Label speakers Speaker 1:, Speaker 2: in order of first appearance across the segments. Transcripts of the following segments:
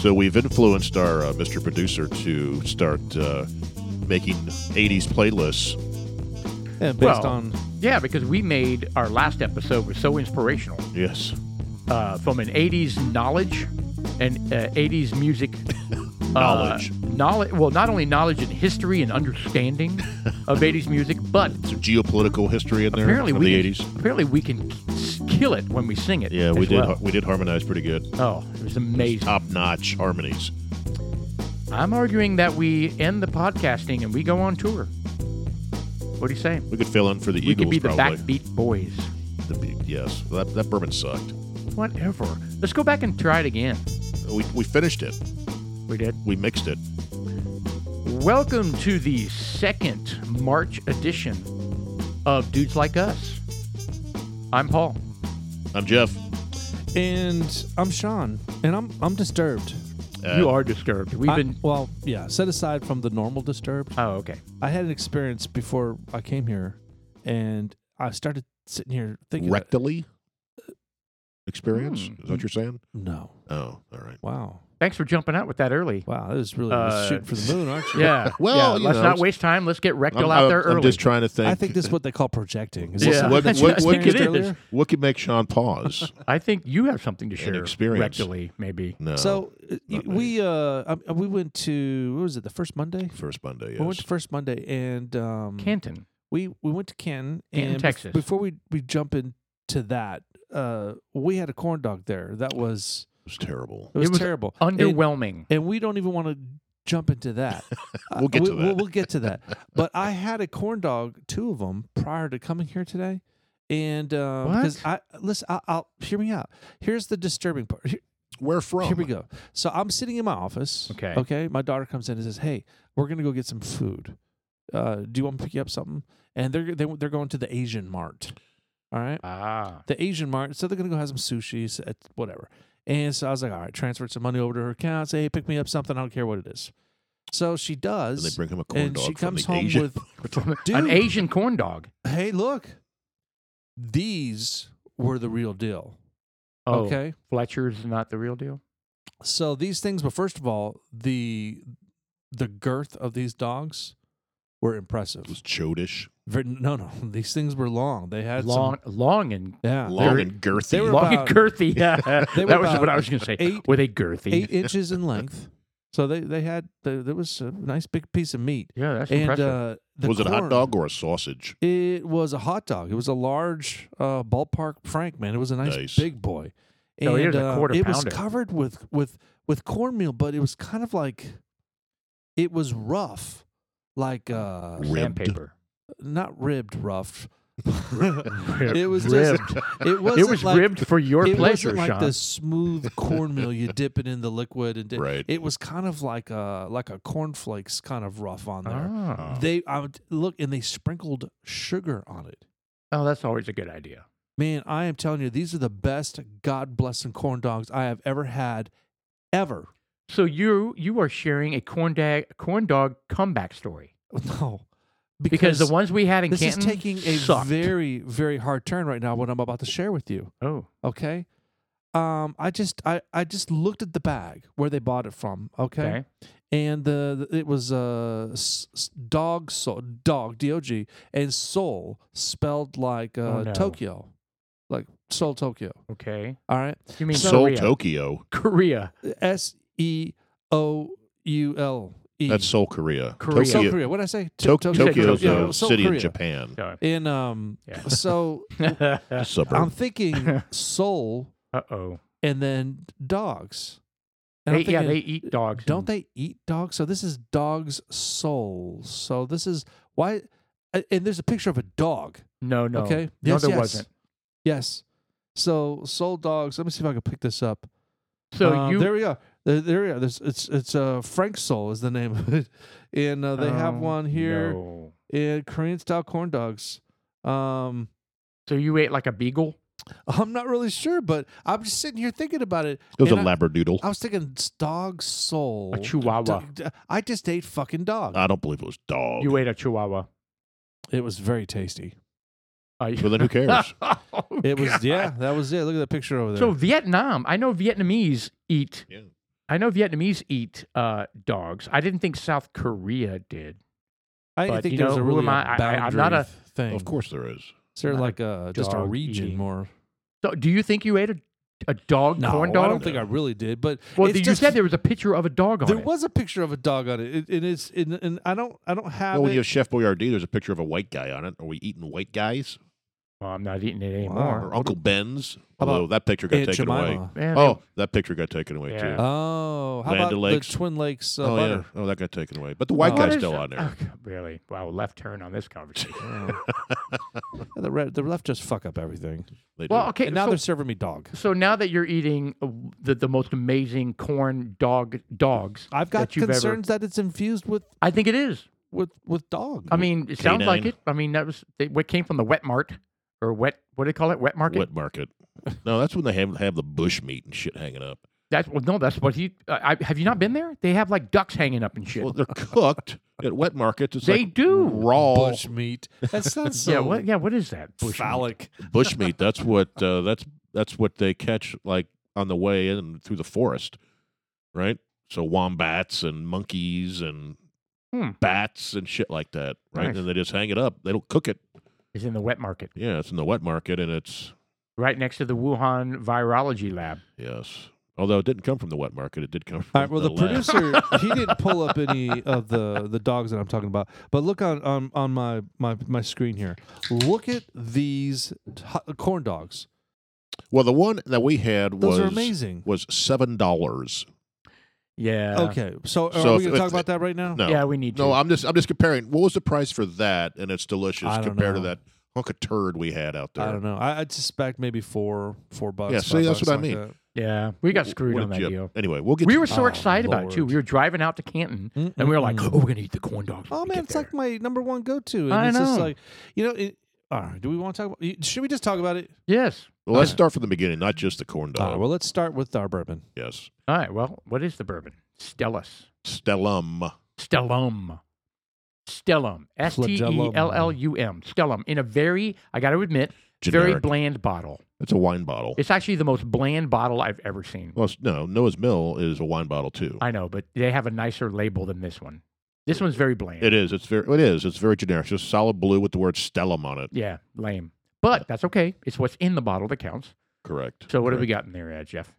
Speaker 1: So we've influenced our uh, Mr. Producer to start uh, making 80s playlists.
Speaker 2: Yeah, based
Speaker 3: Well,
Speaker 2: on
Speaker 3: Yeah, because we made our last episode was so inspirational
Speaker 1: Yes.
Speaker 3: uh, from an '80s knowledge and uh, '80s music uh,
Speaker 1: Knowledge.
Speaker 3: knowledge. Well, not only knowledge and history and understanding of '80s music, but
Speaker 1: Some geopolitical history in there
Speaker 3: apparently
Speaker 1: from
Speaker 3: we
Speaker 1: the
Speaker 3: can,
Speaker 1: 80s.
Speaker 3: apparently we can s- kill it when we sing it.
Speaker 1: Yeah, we
Speaker 3: as
Speaker 1: did.
Speaker 3: well.
Speaker 1: We did harmonize pretty good.
Speaker 3: Oh, it was amazing.
Speaker 1: Top notch harmonies.
Speaker 3: I'm arguing that we end the podcasting and we go on tour. What do you say?
Speaker 1: We could fill in for the
Speaker 3: we
Speaker 1: Eagles
Speaker 3: could be the
Speaker 1: probably.
Speaker 3: Backbeat Boys.
Speaker 1: The Be- yes, that, that bourbon sucked.
Speaker 3: Whatever. Let's go back and try it again.
Speaker 1: We, we finished it.
Speaker 3: We did.
Speaker 1: We mixed it.
Speaker 3: Welcome to the second March edition of Dudes Like Us. I'm Paul.
Speaker 1: I'm Jeff.
Speaker 2: and I'm Sean and I'm I'm disturbed.
Speaker 1: Uh,
Speaker 3: you are disturbed. We've
Speaker 2: I-
Speaker 3: been.
Speaker 2: well, yeah, set aside from the normal disturbed.
Speaker 3: Oh, okay.
Speaker 2: I had an experience before I came here and I started sitting here thinking
Speaker 1: rectally experience.
Speaker 3: Uh, Hmm.
Speaker 1: Is that what you're saying?
Speaker 2: No.
Speaker 1: Oh, all right.
Speaker 2: Wow.
Speaker 3: Thanks for jumping out with that early.
Speaker 2: Wow, that is really
Speaker 3: Uh,
Speaker 2: shooting for the moon, aren't you?
Speaker 3: Yeah.
Speaker 1: Well,
Speaker 3: yeah,
Speaker 1: you
Speaker 3: let's
Speaker 1: know,
Speaker 3: not
Speaker 1: it's-
Speaker 3: waste time. Let's get rectal
Speaker 1: I'm,
Speaker 3: out there
Speaker 1: I'm- I'm
Speaker 3: early.
Speaker 1: just trying to think.
Speaker 2: I think this is what they call projecting. Is
Speaker 1: What-
Speaker 2: this
Speaker 3: Yeah.
Speaker 1: what,
Speaker 2: what you
Speaker 1: what,
Speaker 3: That's
Speaker 1: what,
Speaker 3: just-
Speaker 2: experienced
Speaker 3: I think it
Speaker 1: could,
Speaker 3: is.
Speaker 2: earlier?
Speaker 1: what could make Sean pause?
Speaker 3: I think you have something to share.
Speaker 1: experience.
Speaker 3: Rectally, maybe.
Speaker 1: No.
Speaker 2: So uh, y-
Speaker 1: Not me.
Speaker 2: we uh um, we went to what was it the first Monday?
Speaker 1: first Monday, yes.
Speaker 2: We went to first Monday and um
Speaker 3: Canton.
Speaker 2: we we went to Canton,
Speaker 3: Canton,
Speaker 2: and bef-
Speaker 3: Texas.
Speaker 2: Before we we jump into that, uh, we had a corn dog there. That was
Speaker 1: it was terrible.
Speaker 2: it was,
Speaker 3: It was
Speaker 2: terrible, And-
Speaker 3: Underwhelming.
Speaker 2: And, we don't even want to jump into that. Uh,
Speaker 1: We'll get
Speaker 2: we,
Speaker 1: to
Speaker 2: We'll,
Speaker 1: that.
Speaker 2: we'll get to that. but I had a corn dog, two of them, prior to coming here today. And um, because I listen, I, I'll hear me out. Here's the disturbing part. Here-
Speaker 1: Where from?
Speaker 2: Here we go. So I'm sitting in my office.
Speaker 3: Okay.
Speaker 2: Okay. My daughter comes in and says, "Hey, we're gonna go get some food. Uh, do you want me to pick you up something?" And they're they, they're going to the Asian Mart. All right.
Speaker 3: Ah.
Speaker 2: The Asian Mart. So they're gonna go have some sushi, s- at- whatever. And so I was like, "All right," transferred some money over to her account. Say, "Hey, pick me up something. I don't care what it is." So she
Speaker 1: And
Speaker 2: does.
Speaker 1: they bring him a corn
Speaker 2: and
Speaker 1: dog from
Speaker 2: she comes
Speaker 1: the
Speaker 2: home
Speaker 1: Asian-
Speaker 2: with,
Speaker 3: An
Speaker 2: dude,
Speaker 3: Asian corn dog.
Speaker 2: hey, look, these were the real deal.
Speaker 3: Oh,
Speaker 2: Okay.
Speaker 3: Fletcher's not the real deal.
Speaker 2: So these things, but first of all, the the girth of these dogs were impressive.
Speaker 1: It was chodish,
Speaker 2: Ver- No, no, these things were long. They had
Speaker 3: long, long and
Speaker 2: some, yeah,
Speaker 1: long
Speaker 3: were-
Speaker 1: and girthy.
Speaker 2: Ah, they were
Speaker 3: long
Speaker 2: about-
Speaker 3: and girthy. Yeah,
Speaker 2: They
Speaker 3: that
Speaker 2: were
Speaker 3: was what
Speaker 2: about
Speaker 3: I was going to say.
Speaker 2: eight-
Speaker 3: were they girthy?
Speaker 2: eight inches in length. So they they had the, there was a nice big piece of meat.
Speaker 3: yeah, that's
Speaker 2: and
Speaker 3: impressive.
Speaker 2: uh, the
Speaker 1: was it a hot
Speaker 2: corn-
Speaker 1: dog or a sausage?
Speaker 2: It was a hot dog. It was a large uh, ballpark Frank man. It was a nice,
Speaker 1: Nice.
Speaker 2: big boy. And,
Speaker 3: Oh, here's a
Speaker 2: uh,
Speaker 3: quarter
Speaker 2: it was
Speaker 3: pounder.
Speaker 2: covered with with with cornmeal, but it was kind of like it was rough, like uh,
Speaker 1: ribbed.
Speaker 3: Sandpaper.
Speaker 2: not ribbed rough.
Speaker 3: Ribbed.
Speaker 2: It was
Speaker 3: ribbed.
Speaker 2: just it wasn't
Speaker 3: it was
Speaker 2: like,
Speaker 3: ribbed for your
Speaker 2: it
Speaker 3: pleasure,
Speaker 2: wasn't like
Speaker 3: Sean.
Speaker 2: the smooth cornmeal you dip it in the liquid and dip.
Speaker 1: Right.
Speaker 2: it was kind of like a like a cornflakes kind of rough on there.
Speaker 3: Ah.
Speaker 2: They I would, look and they sprinkled sugar on it.
Speaker 3: Oh, that's always a good idea.
Speaker 2: Man, I am telling you, these are the best God blessing corn dogs I have ever had, ever.
Speaker 3: So you you are sharing a corn dog corn dog comeback story
Speaker 2: No,
Speaker 3: because, the ones we had in
Speaker 2: this
Speaker 3: Canton
Speaker 2: is taking a
Speaker 3: sucked.
Speaker 2: very, very hard turn right now. What I'm about to share with you,
Speaker 3: oh
Speaker 2: okay? Um, I just, I, I just looked at the bag where they bought it from, okay?
Speaker 3: okay
Speaker 2: And the, the- it was uh, s- s- dog soul, dog D O G, and soul spelled like uh,
Speaker 3: Oh, no.
Speaker 2: Tokyo, like Seoul Tokyo.
Speaker 3: okay.
Speaker 2: All right,
Speaker 3: You mean
Speaker 1: Seoul,
Speaker 3: Korea?
Speaker 1: Tokyo.
Speaker 3: Korea,
Speaker 2: S E O U L E.
Speaker 1: That's Seoul, Korea.
Speaker 3: Korea.
Speaker 2: South
Speaker 1: Tokyo,
Speaker 2: Korea. What did I say? To-
Speaker 1: Tok-
Speaker 2: Tokyo.
Speaker 1: Tokyo's
Speaker 3: Yeah,
Speaker 1: a
Speaker 2: South
Speaker 1: city in
Speaker 2: Korea.
Speaker 1: Japan.
Speaker 2: And um,
Speaker 3: Yeah.
Speaker 2: so
Speaker 3: uh
Speaker 1: Suburb.
Speaker 2: I'm thinking soul
Speaker 3: oh.
Speaker 2: and then dogs. And
Speaker 3: They,
Speaker 2: I'm
Speaker 3: yeah, they
Speaker 2: thinking,
Speaker 3: eat dogs.
Speaker 2: don't
Speaker 3: and-
Speaker 2: they eat dogs? So this is dog's soul. So this is why. a- And there's a picture of a dog.
Speaker 3: No, no.
Speaker 2: Okay.
Speaker 3: No,
Speaker 2: Yes,
Speaker 3: there
Speaker 2: yes.
Speaker 3: wasn't.
Speaker 2: Yes. So soul dogs. Let me see if I can pick this up.
Speaker 3: So
Speaker 2: Um,
Speaker 3: you
Speaker 2: there we go. There, there we go. There's, it's it's uh, Frank Soul is the name of it, and uh, they have
Speaker 3: Oh,
Speaker 2: one here.
Speaker 3: no.
Speaker 2: and Korean style corn dogs. Um,
Speaker 3: So you ate like a beagle?
Speaker 2: I'm not really sure, but I'm just sitting here thinking about it.
Speaker 1: It was a
Speaker 2: and uh, um, I-
Speaker 1: labradoodle.
Speaker 2: I was thinking s- dog soul.
Speaker 3: A chihuahua. Uh,
Speaker 2: D- d- I just ate fucking dog.
Speaker 1: I don't believe it was dog.
Speaker 3: You ate a chihuahua.
Speaker 2: it was very tasty.
Speaker 3: Uh, you-
Speaker 1: Well, then who cares?
Speaker 3: Oh,
Speaker 2: It was
Speaker 3: God.
Speaker 2: yeah, that was it. Look at that picture over there.
Speaker 3: So Vietnam, I know Vietnamese eat
Speaker 1: Yeah.
Speaker 3: I know Vietnamese eat uh, dogs. I didn't think South Korea did.
Speaker 2: I
Speaker 3: But,
Speaker 2: think
Speaker 3: you
Speaker 2: there's
Speaker 3: know,
Speaker 2: a
Speaker 3: who
Speaker 2: really
Speaker 3: am I? I-
Speaker 2: a
Speaker 3: I- I'm not
Speaker 2: boundary
Speaker 3: a-
Speaker 2: thing.
Speaker 1: Of course there is.
Speaker 2: Is there
Speaker 3: not a
Speaker 2: like a, just a
Speaker 3: dog
Speaker 2: region
Speaker 3: eating
Speaker 2: more?
Speaker 3: So, do you think you ate a, a dog
Speaker 2: No,
Speaker 3: corn
Speaker 2: I
Speaker 3: dog?
Speaker 2: don't think I really did. But
Speaker 3: well,
Speaker 2: it's
Speaker 3: you
Speaker 2: just-
Speaker 3: said there was a picture of a dog on
Speaker 2: there
Speaker 3: it.
Speaker 2: was a picture of a dog on it. It, it is, and, and I don't, I don't have
Speaker 1: Well, when
Speaker 2: it.
Speaker 1: you have Chef Boyardee, there's a picture of a white guy on it. Are we eating white guys?
Speaker 3: Well, I'm not eating it anymore.
Speaker 1: Or Uncle Ben's?
Speaker 2: Uh, How about
Speaker 1: Although that picture got
Speaker 2: Aunt
Speaker 1: taken away.
Speaker 2: Jemima.
Speaker 3: Man,
Speaker 1: Oh, that picture got taken away
Speaker 3: Yeah.
Speaker 1: too.
Speaker 2: Oh, how
Speaker 1: Land
Speaker 2: about
Speaker 1: O'Lakes.
Speaker 2: the Twin Lakes uh,
Speaker 1: oh yeah.
Speaker 2: butter?
Speaker 1: Oh, that got taken away. But the white
Speaker 2: Oh.
Speaker 1: guy's
Speaker 3: What
Speaker 1: still
Speaker 3: is-
Speaker 1: on there.
Speaker 3: oh, God, really? Wow, left turn on this conversation.
Speaker 2: Oh. Yeah, the, red, the left just fuck up everything.
Speaker 1: They do.
Speaker 3: well, okay.
Speaker 2: and now
Speaker 3: so,
Speaker 2: they're serving me dog.
Speaker 3: so now that you're eating uh, the, the most amazing corn dog dogs,
Speaker 2: I've got
Speaker 3: that you've ever,
Speaker 2: concerns that it's infused with
Speaker 3: I think it is.
Speaker 2: with with dog.
Speaker 3: I mean, it sounds like
Speaker 1: Canine.
Speaker 3: it. I mean, that was they, what came from the wet mart or wet. What do they call it? Wet market.
Speaker 1: wet market. No, that's when they have have the bush meat and shit hanging up.
Speaker 3: That's well, no, that's what he. uh, I, I- have you not been there? They have like ducks hanging up and shit.
Speaker 1: Well, they're cooked at wet markets. It's
Speaker 3: they
Speaker 1: like
Speaker 3: do.
Speaker 1: raw
Speaker 2: bush meat. That sounds so
Speaker 3: yeah. What? Yeah. What is that? Bush meat?
Speaker 2: phallic.
Speaker 1: bush meat. That's what uh, that's that's what they catch like on the way in through the forest, right? So wombats and monkeys and
Speaker 3: Hmm.
Speaker 1: bats and shit like that, right?
Speaker 3: Nice.
Speaker 1: And they just hang it up. They don't cook it.
Speaker 3: Is in the wet market,
Speaker 1: Yeah, it's in the wet market, and it's
Speaker 3: right next to the Wuhan virology lab.
Speaker 1: yes. Although it didn't come from the wet market, it did come from
Speaker 2: All right. Well,
Speaker 1: the,
Speaker 2: the
Speaker 1: lab.
Speaker 2: producer he didn't pull up any of the the dogs that I'm talking about. But look on on, on my, my my screen here. Look at these t- corn dogs.
Speaker 1: Well, the one that we had
Speaker 2: Those
Speaker 1: was
Speaker 2: are amazing.
Speaker 1: was seven dollars.
Speaker 3: Yeah.
Speaker 2: okay. So are
Speaker 1: So if-
Speaker 2: we going to talk
Speaker 1: if-
Speaker 2: about that right now?
Speaker 1: No,
Speaker 3: Oh, Yeah, we need to.
Speaker 1: No, I'm just I'm just comparing. What was the price for that? And it's delicious
Speaker 2: I don't
Speaker 1: compared to
Speaker 2: know.
Speaker 1: that hunk of turd we had out there.
Speaker 2: I don't know. I, I'd suspect maybe four four bucks.
Speaker 1: Yeah,
Speaker 2: five
Speaker 1: see, that's
Speaker 2: bucks,
Speaker 1: what I
Speaker 2: like
Speaker 1: mean.
Speaker 2: that.
Speaker 3: yeah. We got
Speaker 1: Wh-
Speaker 3: screwed
Speaker 1: what
Speaker 3: on
Speaker 1: did
Speaker 3: that
Speaker 1: you-
Speaker 3: deal.
Speaker 1: Anyway, we'll get.
Speaker 3: We
Speaker 1: to-
Speaker 3: were so
Speaker 2: Oh,
Speaker 3: excited about it too.
Speaker 2: Lord.
Speaker 3: We were driving out to Canton, and we were like, "Oh, we're gonna eat the corn dogs." when
Speaker 2: Oh
Speaker 3: we
Speaker 2: man,
Speaker 3: get
Speaker 2: it's
Speaker 3: there."
Speaker 2: like my number one go to.
Speaker 3: I
Speaker 2: it's just
Speaker 3: know.
Speaker 2: like you know, it, all right, do we want to talk about should we just talk about it?
Speaker 3: yes.
Speaker 1: well, let's start from the beginning, not just the
Speaker 3: Uh,
Speaker 1: corn
Speaker 2: All
Speaker 1: dog.
Speaker 2: right, well let's start with our bourbon.
Speaker 1: yes,
Speaker 3: All right. Well, what is the bourbon? Stellus.
Speaker 1: stellum.
Speaker 3: Stellum. Stellum. S T E L L U M. Stellum. In a very, I got to admit, very
Speaker 1: Generic.
Speaker 3: bland bottle.
Speaker 1: It's a wine bottle.
Speaker 3: It's actually the most bland bottle I've ever seen.
Speaker 1: well, it's- no, Noah's Mill is a wine bottle too.
Speaker 3: I know, but they have a nicer label than this one. This one's very bland.
Speaker 1: It is. It's very. It is. It's very generic. It's just solid blue with the word stellum on it.
Speaker 3: Yeah, lame. But that's okay. It's what's in the bottle that counts.
Speaker 1: Correct.
Speaker 3: So what have we
Speaker 1: Correct.
Speaker 3: got in there, uh, Jeff?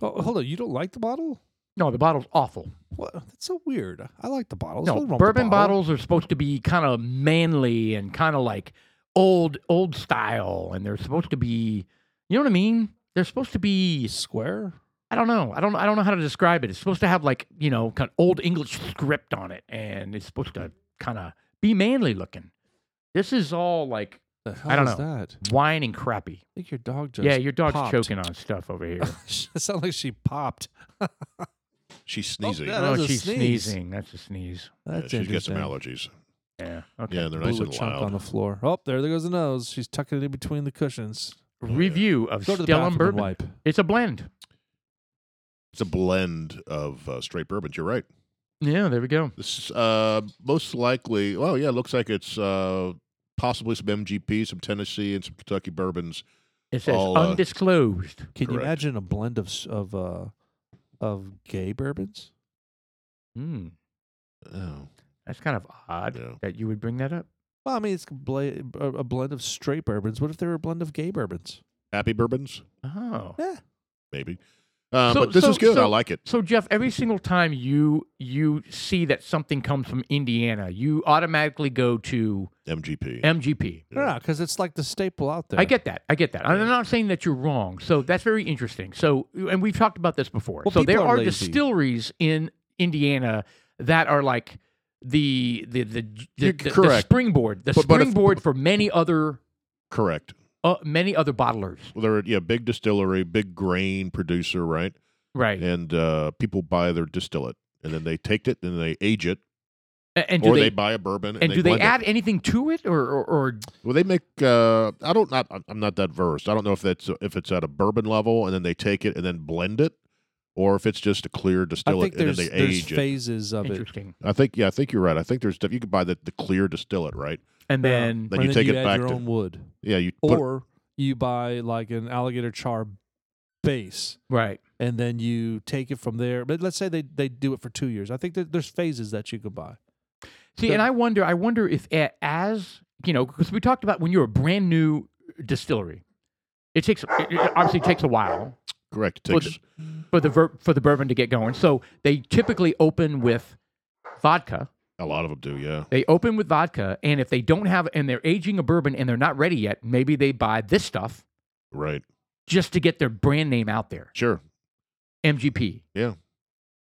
Speaker 2: Oh, hold on, you don't like the bottle?
Speaker 3: No, the bottle's awful.
Speaker 2: What? That's so weird. I like the bottle. There's
Speaker 3: No,
Speaker 2: nothing wrong with the
Speaker 3: bourbon
Speaker 2: bottle.
Speaker 3: bottles are supposed to be kind of manly and kind of like old old style, and they're supposed to be, you know what I mean? They're supposed to be
Speaker 2: square.
Speaker 3: I don't know. I don't. I don't know how to describe it. It's supposed to have like you know, kind of old English script on it, and it's supposed to kind of be manly looking. This is all like
Speaker 2: The hell
Speaker 3: don't
Speaker 2: is
Speaker 3: know.
Speaker 2: that? I
Speaker 3: wine and crappy.
Speaker 2: think your dog just
Speaker 3: yeah, your dog's
Speaker 2: popped.
Speaker 3: choking on stuff over here.
Speaker 2: it sounded like she popped.
Speaker 1: She's sneezing.
Speaker 2: yeah,
Speaker 1: yeah,
Speaker 2: that-
Speaker 3: oh,
Speaker 2: was a
Speaker 3: she's
Speaker 2: sneeze.
Speaker 3: sneezing. That's a sneeze.
Speaker 2: That's
Speaker 1: she's got some allergies.
Speaker 2: interesting.
Speaker 3: Yeah. Okay.
Speaker 1: Yeah, they're
Speaker 2: Blew
Speaker 1: nice
Speaker 2: a
Speaker 1: and
Speaker 2: chunk
Speaker 1: loud.
Speaker 2: on the floor. Oh, there goes the nose. She's tucking it in between the cushions.
Speaker 3: Review of
Speaker 2: Oh, Go to the
Speaker 3: Stellum
Speaker 2: bathroom
Speaker 3: Bourbon.
Speaker 2: and wipe.
Speaker 3: It's a blend.
Speaker 1: it's a blend of uh, straight bourbons. You're right.
Speaker 3: Yeah. There we go.
Speaker 1: This is, uh, most likely. Oh yeah, it looks like it's uh, possibly some MGP, some Tennessee, and some Kentucky bourbons.
Speaker 3: It says
Speaker 1: All, uh,
Speaker 3: undisclosed.
Speaker 2: Can you
Speaker 1: Correct.
Speaker 2: imagine a blend of s- of uh, of gay bourbons?
Speaker 3: Hmm.
Speaker 1: Oh,
Speaker 3: That's kind of odd
Speaker 1: Yeah.
Speaker 3: that you would bring that up.
Speaker 2: Well, I mean, it's bla- a a blend of straight bourbons. What if they were a blend of gay bourbons?
Speaker 1: happy bourbons,
Speaker 3: Oh.
Speaker 2: Yeah.
Speaker 1: maybe. Um,
Speaker 3: So-
Speaker 1: but this
Speaker 3: so-
Speaker 1: is good. I
Speaker 3: so-
Speaker 1: like it.
Speaker 3: So Jeff, every single time you you see that something comes from Indiana, you automatically go to
Speaker 1: MGP.
Speaker 3: MGP.
Speaker 2: No, no, because it's like the staple out there.
Speaker 3: I get that. I get that. I'm not saying that you're wrong. So that's very interesting. So and we've talked about this before.
Speaker 2: Well,
Speaker 3: so there
Speaker 2: people
Speaker 3: are,
Speaker 2: are lazy.
Speaker 3: distilleries in Indiana that are like the the the, the,
Speaker 1: You're
Speaker 3: the- the
Speaker 1: correct.
Speaker 3: springboard, the
Speaker 1: But- but if-
Speaker 3: springboard for many other
Speaker 1: Correct.
Speaker 3: uh, many other bottlers.
Speaker 1: Well, they're yeah, big distillery, big grain producer, right?
Speaker 3: Right.
Speaker 1: And uh, people buy their distillate, and then they take it and they age it,
Speaker 3: A- And do
Speaker 1: or they,
Speaker 3: they,
Speaker 1: buy a bourbon and,
Speaker 3: and do they
Speaker 1: blend it.
Speaker 3: add anything to it or or, or
Speaker 1: Well, they make. Uh, I don't. Not, I'm- I'm not that versed. I don't know if that's if it's at a bourbon level and then they take it and then blend it, or if it's just a clear
Speaker 2: I
Speaker 1: distillate
Speaker 2: think
Speaker 1: and then
Speaker 2: there's,
Speaker 1: they
Speaker 2: there's
Speaker 1: age it.
Speaker 2: phases of it.
Speaker 3: interesting?
Speaker 1: I think. Yeah, I think you're right. I think there's stuff you could buy the, the clear distillate, right?
Speaker 3: And
Speaker 2: Yeah.
Speaker 3: then
Speaker 1: Then
Speaker 2: and
Speaker 1: you take
Speaker 2: add
Speaker 1: it back
Speaker 2: your
Speaker 1: to.
Speaker 2: own wood,
Speaker 1: yeah, you put,
Speaker 2: or you buy like an alligator char base,
Speaker 3: right.
Speaker 2: and then you take it from there. But let's say they, they do it for two years. I think that there's phases that you can buy.
Speaker 3: See,
Speaker 2: The-
Speaker 3: and I wonder, I wonder if a- as you know, because we talked about when you're a brand new distillery, it takes it it obviously takes a while
Speaker 1: Correct. It
Speaker 3: Well,
Speaker 1: takes
Speaker 3: for the ver- for the bourbon to get going. So they typically open with vodka.
Speaker 1: a lot of them do. Yeah.
Speaker 3: They open with vodka, and if they don't have and they're aging a bourbon and they're not ready yet, maybe they buy this stuff
Speaker 1: Right.
Speaker 3: just to get their brand name out there.
Speaker 1: Sure.
Speaker 3: MGP.
Speaker 1: Yeah.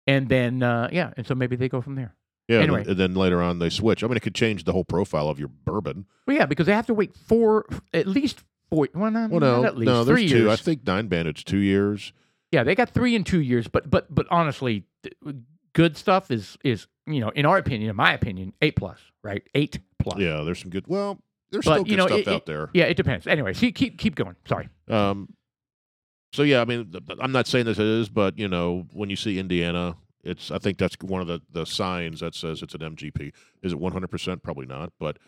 Speaker 3: And then uh, yeah, and so maybe they go from there.
Speaker 1: Yeah. and
Speaker 3: Anyway.
Speaker 1: then- and then later on they switch. I mean, it could change the whole profile of your bourbon.
Speaker 3: Well, yeah, because they have to wait four at least four. Well, not,
Speaker 1: Well,
Speaker 3: not
Speaker 1: no,
Speaker 3: Mm, at least
Speaker 1: no, there's
Speaker 3: three
Speaker 1: two.
Speaker 3: years.
Speaker 1: I think nine bandits, two years.
Speaker 3: Yeah, they got three and two years, but but but honestly, th- good stuff is is you know in our opinion, in my opinion, eight plus, right? Eight plus.
Speaker 1: Yeah, there's some good. Well, there's
Speaker 3: But,
Speaker 1: still good
Speaker 3: you know,
Speaker 1: stuff
Speaker 3: it-
Speaker 1: out there.
Speaker 3: Yeah, it depends. Anyway, see, keep keep going. Sorry.
Speaker 1: Um, so yeah, I mean, th- th- I'm not saying this is, but you know, when you see Indiana, it's I think that's one of the the signs that says it's an MGP. Is it 100? percent Probably not. But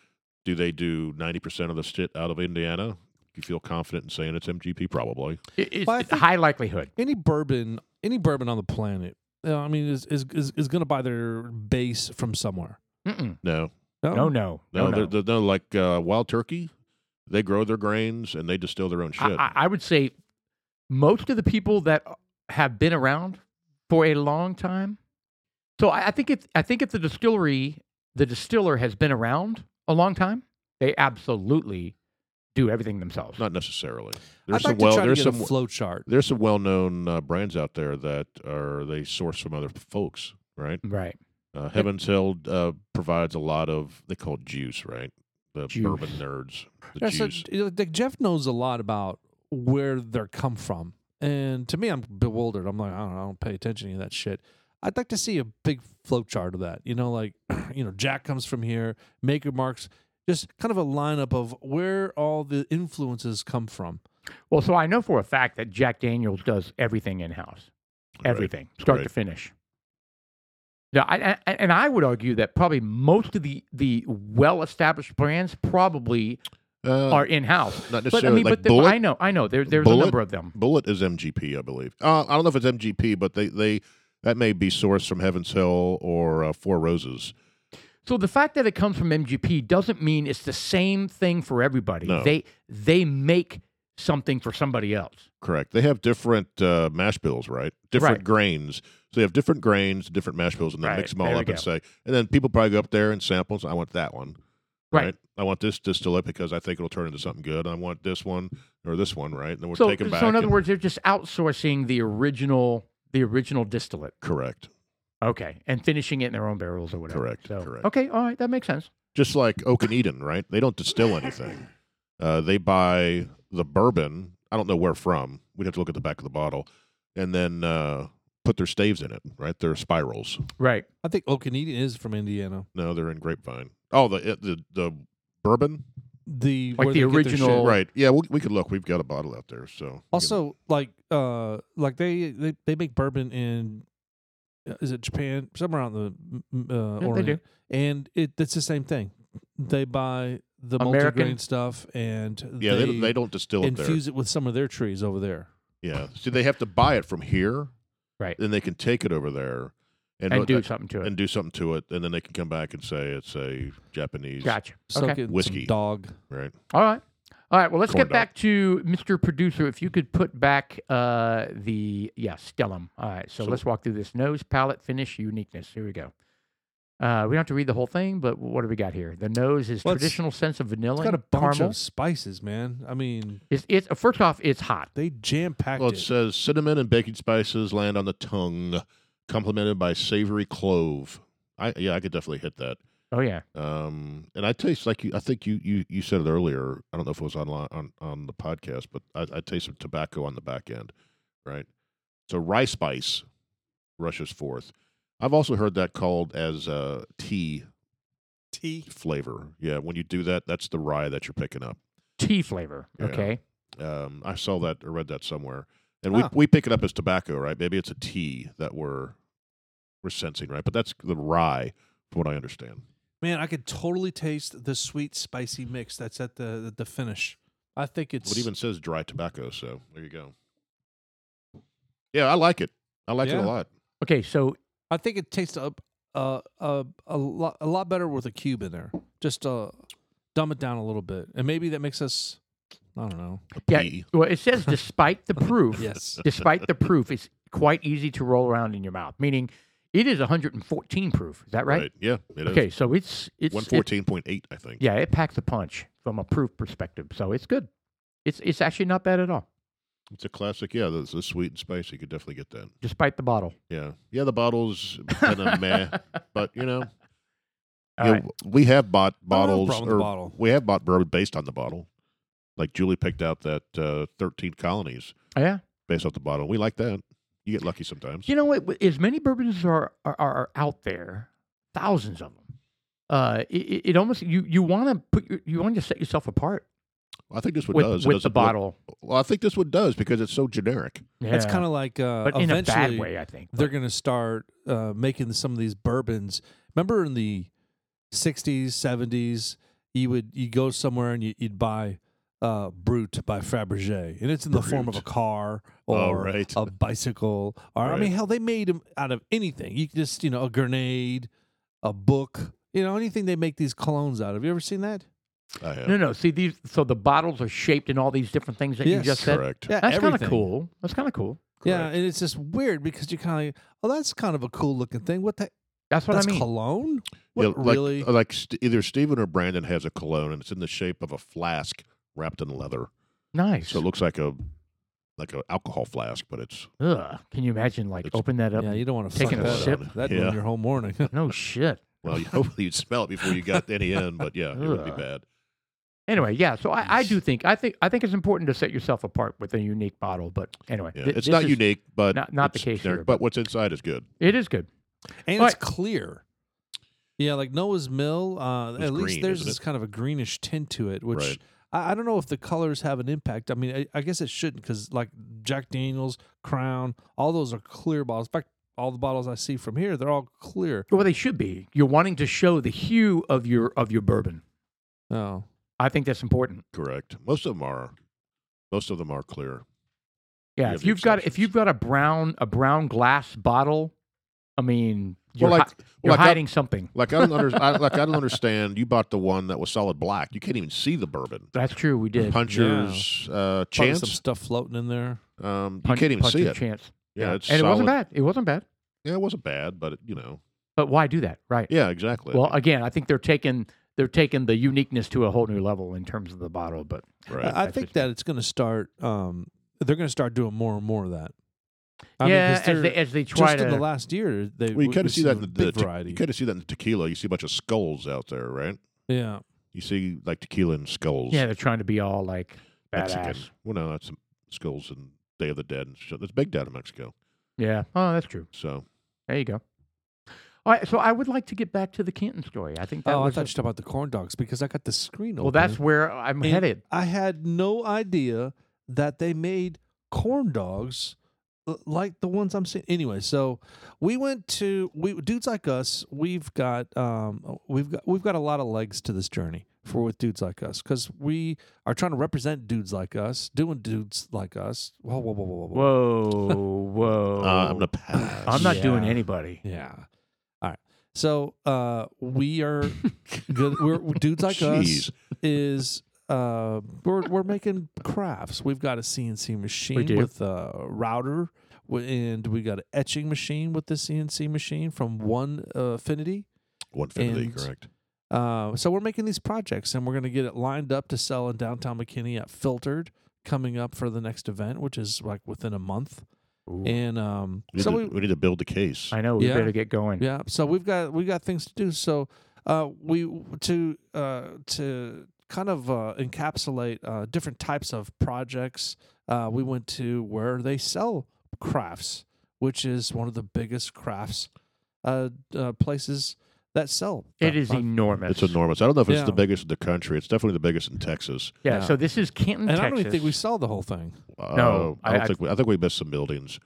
Speaker 1: do they do 90 percent of the shit out of Indiana? You feel confident in saying it's MGP? Probably.
Speaker 3: It- it's
Speaker 2: Well, I
Speaker 3: it's
Speaker 2: think-
Speaker 3: high likelihood.
Speaker 2: Any bourbon, any bourbon on the planet, you know, I mean, is is is, is going to buy their base from somewhere. Um,
Speaker 3: Mm-mm.
Speaker 1: No,
Speaker 2: Oh.
Speaker 3: No, no,
Speaker 1: no,
Speaker 3: no,
Speaker 1: they're,
Speaker 3: no.
Speaker 1: they're, they're like uh, Wild Turkey. They grow their grains and they distill their own
Speaker 3: I,
Speaker 1: shit.
Speaker 3: I, I would say most of the people that have been around for a long time. So I, I think if I think if the distillery, the distiller has been around a long time, they absolutely do everything themselves.
Speaker 1: not necessarily.
Speaker 2: I'd
Speaker 1: There's some
Speaker 2: like
Speaker 1: well,
Speaker 2: to try
Speaker 1: there's
Speaker 2: to get
Speaker 1: some
Speaker 2: a flow chart.
Speaker 1: there's some well-known uh, brands out there that are they source from other folks, right?
Speaker 3: Right.
Speaker 1: Uh, Heaven's Hill uh, provides a lot of they call it juice, right? The
Speaker 3: Juice.
Speaker 1: bourbon nerds, the
Speaker 2: Yeah, so,
Speaker 1: juice.
Speaker 2: you know, like, Jeff knows a lot about where they're come from, and to me, I'm bewildered. I'm like, I don't, know, I don't pay attention to any of that shit. I'd like to see a big flow chart of that. You know, like, you know, Jack comes from here, Maker Marks, just kind of a lineup of where all the influences come from.
Speaker 3: Well, so I know for a fact that Jack Daniels does everything in house,
Speaker 1: Right.
Speaker 3: everything, start to
Speaker 1: Right.
Speaker 3: finish. Now, I, I, and I would argue that probably most of the the well established brands probably
Speaker 1: Uh,
Speaker 3: are in house.
Speaker 1: not
Speaker 3: But I
Speaker 1: necessarily
Speaker 3: mean,
Speaker 1: like
Speaker 3: but the,
Speaker 1: Bullet.
Speaker 3: I know, I know. There, there's a
Speaker 1: Bullet?
Speaker 3: number of them.
Speaker 1: Bullet is MGP, I believe. Uh, I don't know if it's MGP, but they they that may be sourced from Heaven's Hill or uh, Four Roses.
Speaker 3: So the fact that it comes from MGP doesn't mean it's the same thing for everybody.
Speaker 1: No.
Speaker 3: They they make something for somebody else.
Speaker 1: Correct. They have different uh, mash bills, right? Different
Speaker 3: Right.
Speaker 1: grains. So they have different grains, different mash bills, and they
Speaker 3: Right.
Speaker 1: mix them all
Speaker 3: There we
Speaker 1: up and
Speaker 3: go.
Speaker 1: say, and then people probably go up there and samples. I want that one.
Speaker 3: Right.
Speaker 1: I want this distillate because I think it'll turn into something good. I want this one or this one, right? And then we'll
Speaker 3: so,
Speaker 1: take them back.
Speaker 3: so in other
Speaker 1: and-
Speaker 3: words, they're just outsourcing the original the original distillate.
Speaker 1: correct.
Speaker 3: Okay, and finishing it in their own barrels or whatever.
Speaker 1: Correct,
Speaker 3: So,
Speaker 1: correct.
Speaker 3: Okay, all right, that makes sense.
Speaker 1: Just like Oak and Eden, right? They don't distill anything. Uh, they buy the bourbon. I don't know where from. We'd have to look at the back of the bottle, and then uh, put their staves in it, right? Their spirals.
Speaker 3: Right.
Speaker 2: I think Okanita is from Indiana.
Speaker 1: No, they're in grapevine. Oh, the it- the the bourbon.
Speaker 2: The
Speaker 3: Like
Speaker 2: where
Speaker 3: the
Speaker 2: they get their
Speaker 3: original-
Speaker 2: shit.
Speaker 3: Oh.
Speaker 1: Right. Yeah, we, we could look. We've got a bottle out there. So we can-
Speaker 2: Also, like uh, like they, they they make bourbon in uh, is it Japan somewhere out in the mm, uh,
Speaker 3: Yeah, they
Speaker 2: Orient,
Speaker 3: do.
Speaker 2: and it it's the same thing. They buy the
Speaker 3: American-
Speaker 2: multigrain stuff and
Speaker 1: yeah,
Speaker 2: they,
Speaker 1: they, don't- they don't distill it there.
Speaker 2: infuse it with some of their trees over there.
Speaker 1: Yeah. See, they have to buy it from here.
Speaker 3: Right.
Speaker 1: Then they can take it over there and,
Speaker 3: And
Speaker 1: what-
Speaker 3: do something to it.
Speaker 1: and do something to it, and then they can come back and say it's a Japanese.
Speaker 3: gotcha.
Speaker 2: Soak
Speaker 3: okay.
Speaker 2: it in
Speaker 1: Whiskey.
Speaker 2: some dog.
Speaker 1: Right.
Speaker 3: All right. All right. Well, let's
Speaker 1: Corn
Speaker 3: get back to Mr. Producer. If you could put back uh, the yeah stellum. All right. So,
Speaker 1: So-
Speaker 3: let's walk through this nose, palette, finish, uniqueness. Here we go. Uh, we don't have to read the whole thing, but what do we got here? The nose is
Speaker 2: Well, it's-
Speaker 3: traditional sense of vanilla,
Speaker 2: It's got a
Speaker 3: and
Speaker 2: bunch
Speaker 3: caramel.
Speaker 2: of spices, man. I mean,
Speaker 3: It's, it's first off, it's hot.
Speaker 2: they jam packed
Speaker 1: Well, it
Speaker 2: it.
Speaker 1: says cinnamon and baking spices land on the tongue, complemented by savory clove. I yeah, I could definitely hit that.
Speaker 3: Oh yeah.
Speaker 1: Um, and I taste like you. I think you you you said it earlier. I don't know if it was online on on the podcast, but I, I taste some tobacco on the back end, right? So rye spice rushes forth. I've also heard that called as uh, tea
Speaker 2: Tea.
Speaker 1: flavor. Yeah, when you do that, that's the rye that you're picking up.
Speaker 3: Tea flavor.
Speaker 1: Yeah.
Speaker 3: Okay.
Speaker 1: Um, I saw that or read that somewhere, and
Speaker 2: Huh.
Speaker 1: we we pick it up as tobacco, right? Maybe it's a tea that we're we're sensing, right? But that's the rye, from what I understand.
Speaker 2: Man, I could totally taste the sweet spicy mix that's at the the, the finish. I think it's
Speaker 1: But it even says dry tobacco, so there you go. Yeah, I like it. I like it
Speaker 2: Yeah.
Speaker 1: a lot.
Speaker 3: Okay, so
Speaker 2: I think it tastes a a a, a lot a lot better with a cube in there. Just uh, dumb it down a little bit, and maybe that makes us. I don't know.
Speaker 3: yeah,
Speaker 1: Pea.
Speaker 3: well, it says despite the proof,
Speaker 2: Yes.
Speaker 3: despite the proof, it's quite easy to roll around in your mouth. Meaning, it is 114 proof. Is that right?
Speaker 1: Yeah, it is.
Speaker 3: Okay, so it's it's
Speaker 1: One
Speaker 3: it-
Speaker 1: fourteen point eight, I think.
Speaker 3: yeah, it packs a punch from a proof perspective. So it's good. It's it's actually not bad at all,
Speaker 1: It's a classic. Yeah, this is sweet and spicy. You could definitely get that.
Speaker 3: despite the bottle.
Speaker 1: Yeah, yeah. The bottles kind of meh, but you know,
Speaker 3: All
Speaker 1: yeah,
Speaker 3: right.
Speaker 1: w- we have bought
Speaker 2: I don't have a
Speaker 1: bottles,
Speaker 2: problem with the
Speaker 1: or
Speaker 2: bottle.
Speaker 1: we have bought bourbon based on the bottle. Like Julie picked out that uh, thirteen colonies
Speaker 3: Yeah.
Speaker 1: based off the bottle. We like that. You get lucky sometimes.
Speaker 3: You know what? With- As many bourbons as are, are are out there, thousands of them. Uh, it- it, it almost you you want to put your, you want to set yourself apart
Speaker 1: I think this one
Speaker 3: with,
Speaker 1: does. It
Speaker 3: with
Speaker 1: doesn't
Speaker 3: the
Speaker 1: look-
Speaker 3: bottle.
Speaker 1: well, I think this one does because it's so generic.
Speaker 2: That's kind of like uh,
Speaker 3: but in a
Speaker 2: eventually
Speaker 3: bad way, I think.
Speaker 2: they're going to start uh, making some of these bourbons. Remember in the '60s, '70s, you would you go somewhere and you, you'd buy uh, Brut by Fabergé, and it's in the form of a
Speaker 1: Brut.
Speaker 2: car
Speaker 1: Oh,
Speaker 2: or
Speaker 1: right.
Speaker 2: a bicycle. Or I
Speaker 1: Right.
Speaker 2: mean, hell, they made them out of anything. You could just you know a grenade, a book, you know anything. They make these colognes out of. You ever seen that?
Speaker 1: I have.
Speaker 3: No, no. See these. So the bottles are shaped in all these different things that
Speaker 2: Yes.
Speaker 3: you just said.
Speaker 1: Correct.
Speaker 2: Yeah,
Speaker 3: That's kind of
Speaker 2: everything.
Speaker 3: cool. That's kind of cool.
Speaker 2: Yeah,
Speaker 1: Correct.
Speaker 2: and it's just weird because you kind of, oh, that's kind of a cool looking thing. What the?
Speaker 3: That's what
Speaker 2: that's
Speaker 3: I mean.
Speaker 2: cologne.
Speaker 1: Yeah,
Speaker 2: What
Speaker 1: like,
Speaker 2: really?
Speaker 1: Like st- either Steven or Brandon has a cologne, and it's in the shape of a flask wrapped in leather,
Speaker 3: Nice.
Speaker 1: so it looks like a like an alcohol flask, but it's
Speaker 3: Ugh. Can you imagine? Like
Speaker 1: It's-
Speaker 3: open that up.
Speaker 2: Yeah, you don't want to
Speaker 3: Taking
Speaker 2: fuck
Speaker 3: a
Speaker 2: that
Speaker 3: sip.
Speaker 2: up. That
Speaker 1: Yeah.
Speaker 2: ruined your whole morning.
Speaker 3: No shit.
Speaker 1: well, you, hopefully you'd smell it before you got any in, but yeah, it would be
Speaker 3: Ugh.
Speaker 1: bad.
Speaker 3: Anyway, yeah. So I, I do think I think I think it's important to set yourself apart with a unique bottle. But anyway,
Speaker 1: Yeah,
Speaker 3: th-
Speaker 1: it's
Speaker 3: this
Speaker 1: not
Speaker 3: is-
Speaker 1: unique, but
Speaker 3: not- not the
Speaker 1: it's
Speaker 3: case
Speaker 1: generic,
Speaker 3: here,
Speaker 1: but
Speaker 3: but-
Speaker 1: what's inside is good.
Speaker 3: It is good.
Speaker 2: and
Speaker 3: All
Speaker 2: it's
Speaker 3: right.
Speaker 2: clear. Yeah, like Noah's Mill. Uh,
Speaker 1: It's
Speaker 2: at least
Speaker 1: green,
Speaker 2: there's
Speaker 1: isn't
Speaker 2: this
Speaker 1: it?
Speaker 2: kind of a greenish tint to it, which
Speaker 1: Right.
Speaker 2: I, I don't know if the colors have an impact. I mean, I, I guess it shouldn't because like Jack Daniels, Crown, all those are clear bottles. In fact, all the bottles I see from here, they're all clear.
Speaker 3: Well, they should be. You're wanting to show the hue of your of your bourbon.
Speaker 2: Oh,
Speaker 3: I think that's important.
Speaker 1: Correct. Most of them are. Most of them are clear.
Speaker 3: Yeah.
Speaker 1: Yeah,
Speaker 3: if
Speaker 1: the
Speaker 3: you've got if
Speaker 1: exceptions.
Speaker 3: you've got a brown a brown glass bottle, I mean, you're,
Speaker 1: well, like,
Speaker 3: hi- you're
Speaker 1: like
Speaker 3: hiding something.
Speaker 1: I, like I don't under, I, like I don't understand. You bought the one that was solid black. You can't even see the bourbon.
Speaker 3: That's true. We did.
Speaker 1: Punchers uh,
Speaker 2: probably some
Speaker 1: chance.
Speaker 2: stuff floating in there.
Speaker 1: Um, you
Speaker 3: Punch-
Speaker 1: can't even
Speaker 3: punch
Speaker 1: see
Speaker 3: your
Speaker 1: it.
Speaker 3: Chance.
Speaker 1: Yeah, it's
Speaker 3: and it wasn't
Speaker 1: solid.
Speaker 3: bad. It wasn't bad.
Speaker 1: Yeah, it wasn't bad, but it, you know,
Speaker 3: But why do that? Right.
Speaker 1: yeah, exactly.
Speaker 3: Well, again, I think they're taking they're taking the uniqueness to a whole new level in terms of the bottle. But
Speaker 1: right.
Speaker 2: I, I
Speaker 3: That's
Speaker 2: think
Speaker 3: just-
Speaker 2: that it's going to start. Um, they're going to start doing more and more of that. I mean, 'cause
Speaker 3: yeah, as
Speaker 2: they're-
Speaker 3: they as they try
Speaker 2: just
Speaker 3: to
Speaker 2: in the last year, they
Speaker 1: well, you
Speaker 2: we-
Speaker 1: kind
Speaker 2: we've
Speaker 1: of see
Speaker 2: seen
Speaker 1: that
Speaker 2: a
Speaker 1: in the, the
Speaker 2: big
Speaker 1: te-
Speaker 2: variety.
Speaker 1: you kind of see that in tequila. You see a bunch of skulls out there, right?
Speaker 2: yeah.
Speaker 1: You see like tequila and skulls.
Speaker 3: yeah they're trying to be all like
Speaker 1: Mexican.
Speaker 3: badass.
Speaker 1: Well, no, that's skulls and Day of the Dead and shit. That's big down in Mexico.
Speaker 3: Yeah. Oh, that's true.
Speaker 1: So
Speaker 3: There you go. All right. So I would like to get back to the Canton story. I think that
Speaker 2: Oh, I
Speaker 3: was
Speaker 2: thought you
Speaker 3: a-
Speaker 2: were talking about the corn dogs because I got the screen
Speaker 3: well.
Speaker 2: open.
Speaker 3: That's where I'm
Speaker 2: And
Speaker 3: headed.
Speaker 2: I had no idea that they made corn dogs l- like the ones I'm seeing. Anyway, so we went to we dudes like us. We've got um we've got we've got a lot of legs to this journey for with dudes like us because we are trying to represent dudes like us, doing dudes like us. Whoa, whoa, whoa, whoa, whoa, whoa.
Speaker 3: Whoa, whoa.
Speaker 1: uh, I'm gonna pass.
Speaker 3: Oh. I'm not doing
Speaker 2: Yeah.
Speaker 3: anybody.
Speaker 2: Yeah. All right. So uh, we are good. We're dudes like
Speaker 1: Jeez.
Speaker 2: us is uh, we're we're making crafts. We've got a CNC machine
Speaker 3: do.
Speaker 2: with a router, w- and we got an etching machine with the CNC machine from One uh, Affinity.
Speaker 1: One fifty,
Speaker 2: And-
Speaker 1: correct?
Speaker 2: Uh, so we're making these projects, and we're going to get it lined up to sell in downtown McKinney at Filtered coming up for the next event, which is like within a month.
Speaker 3: Ooh.
Speaker 2: And um,
Speaker 1: We need,
Speaker 2: so
Speaker 1: to,
Speaker 2: we,
Speaker 1: we need to build the case.
Speaker 3: I know. We
Speaker 2: Yeah.
Speaker 3: better get going.
Speaker 2: Yeah. So we've got we got things to do. So uh, we to uh, to kind of uh, encapsulate uh, different types of projects. Uh, we went to where they sell crafts, which is one of the biggest crafts uh, uh, places that sell.
Speaker 3: It is
Speaker 2: Uh,
Speaker 3: enormous.
Speaker 1: It's enormous. I don't know if it's
Speaker 2: Yeah.
Speaker 1: the biggest in the country. It's definitely the biggest in Texas.
Speaker 3: Yeah,
Speaker 2: Yeah.
Speaker 3: So this is Canton,
Speaker 2: and I don't
Speaker 3: Texas.
Speaker 2: even think we saw the whole thing.
Speaker 1: Uh, I
Speaker 3: I-
Speaker 1: don't
Speaker 3: I-
Speaker 1: think we, I think we missed some buildings.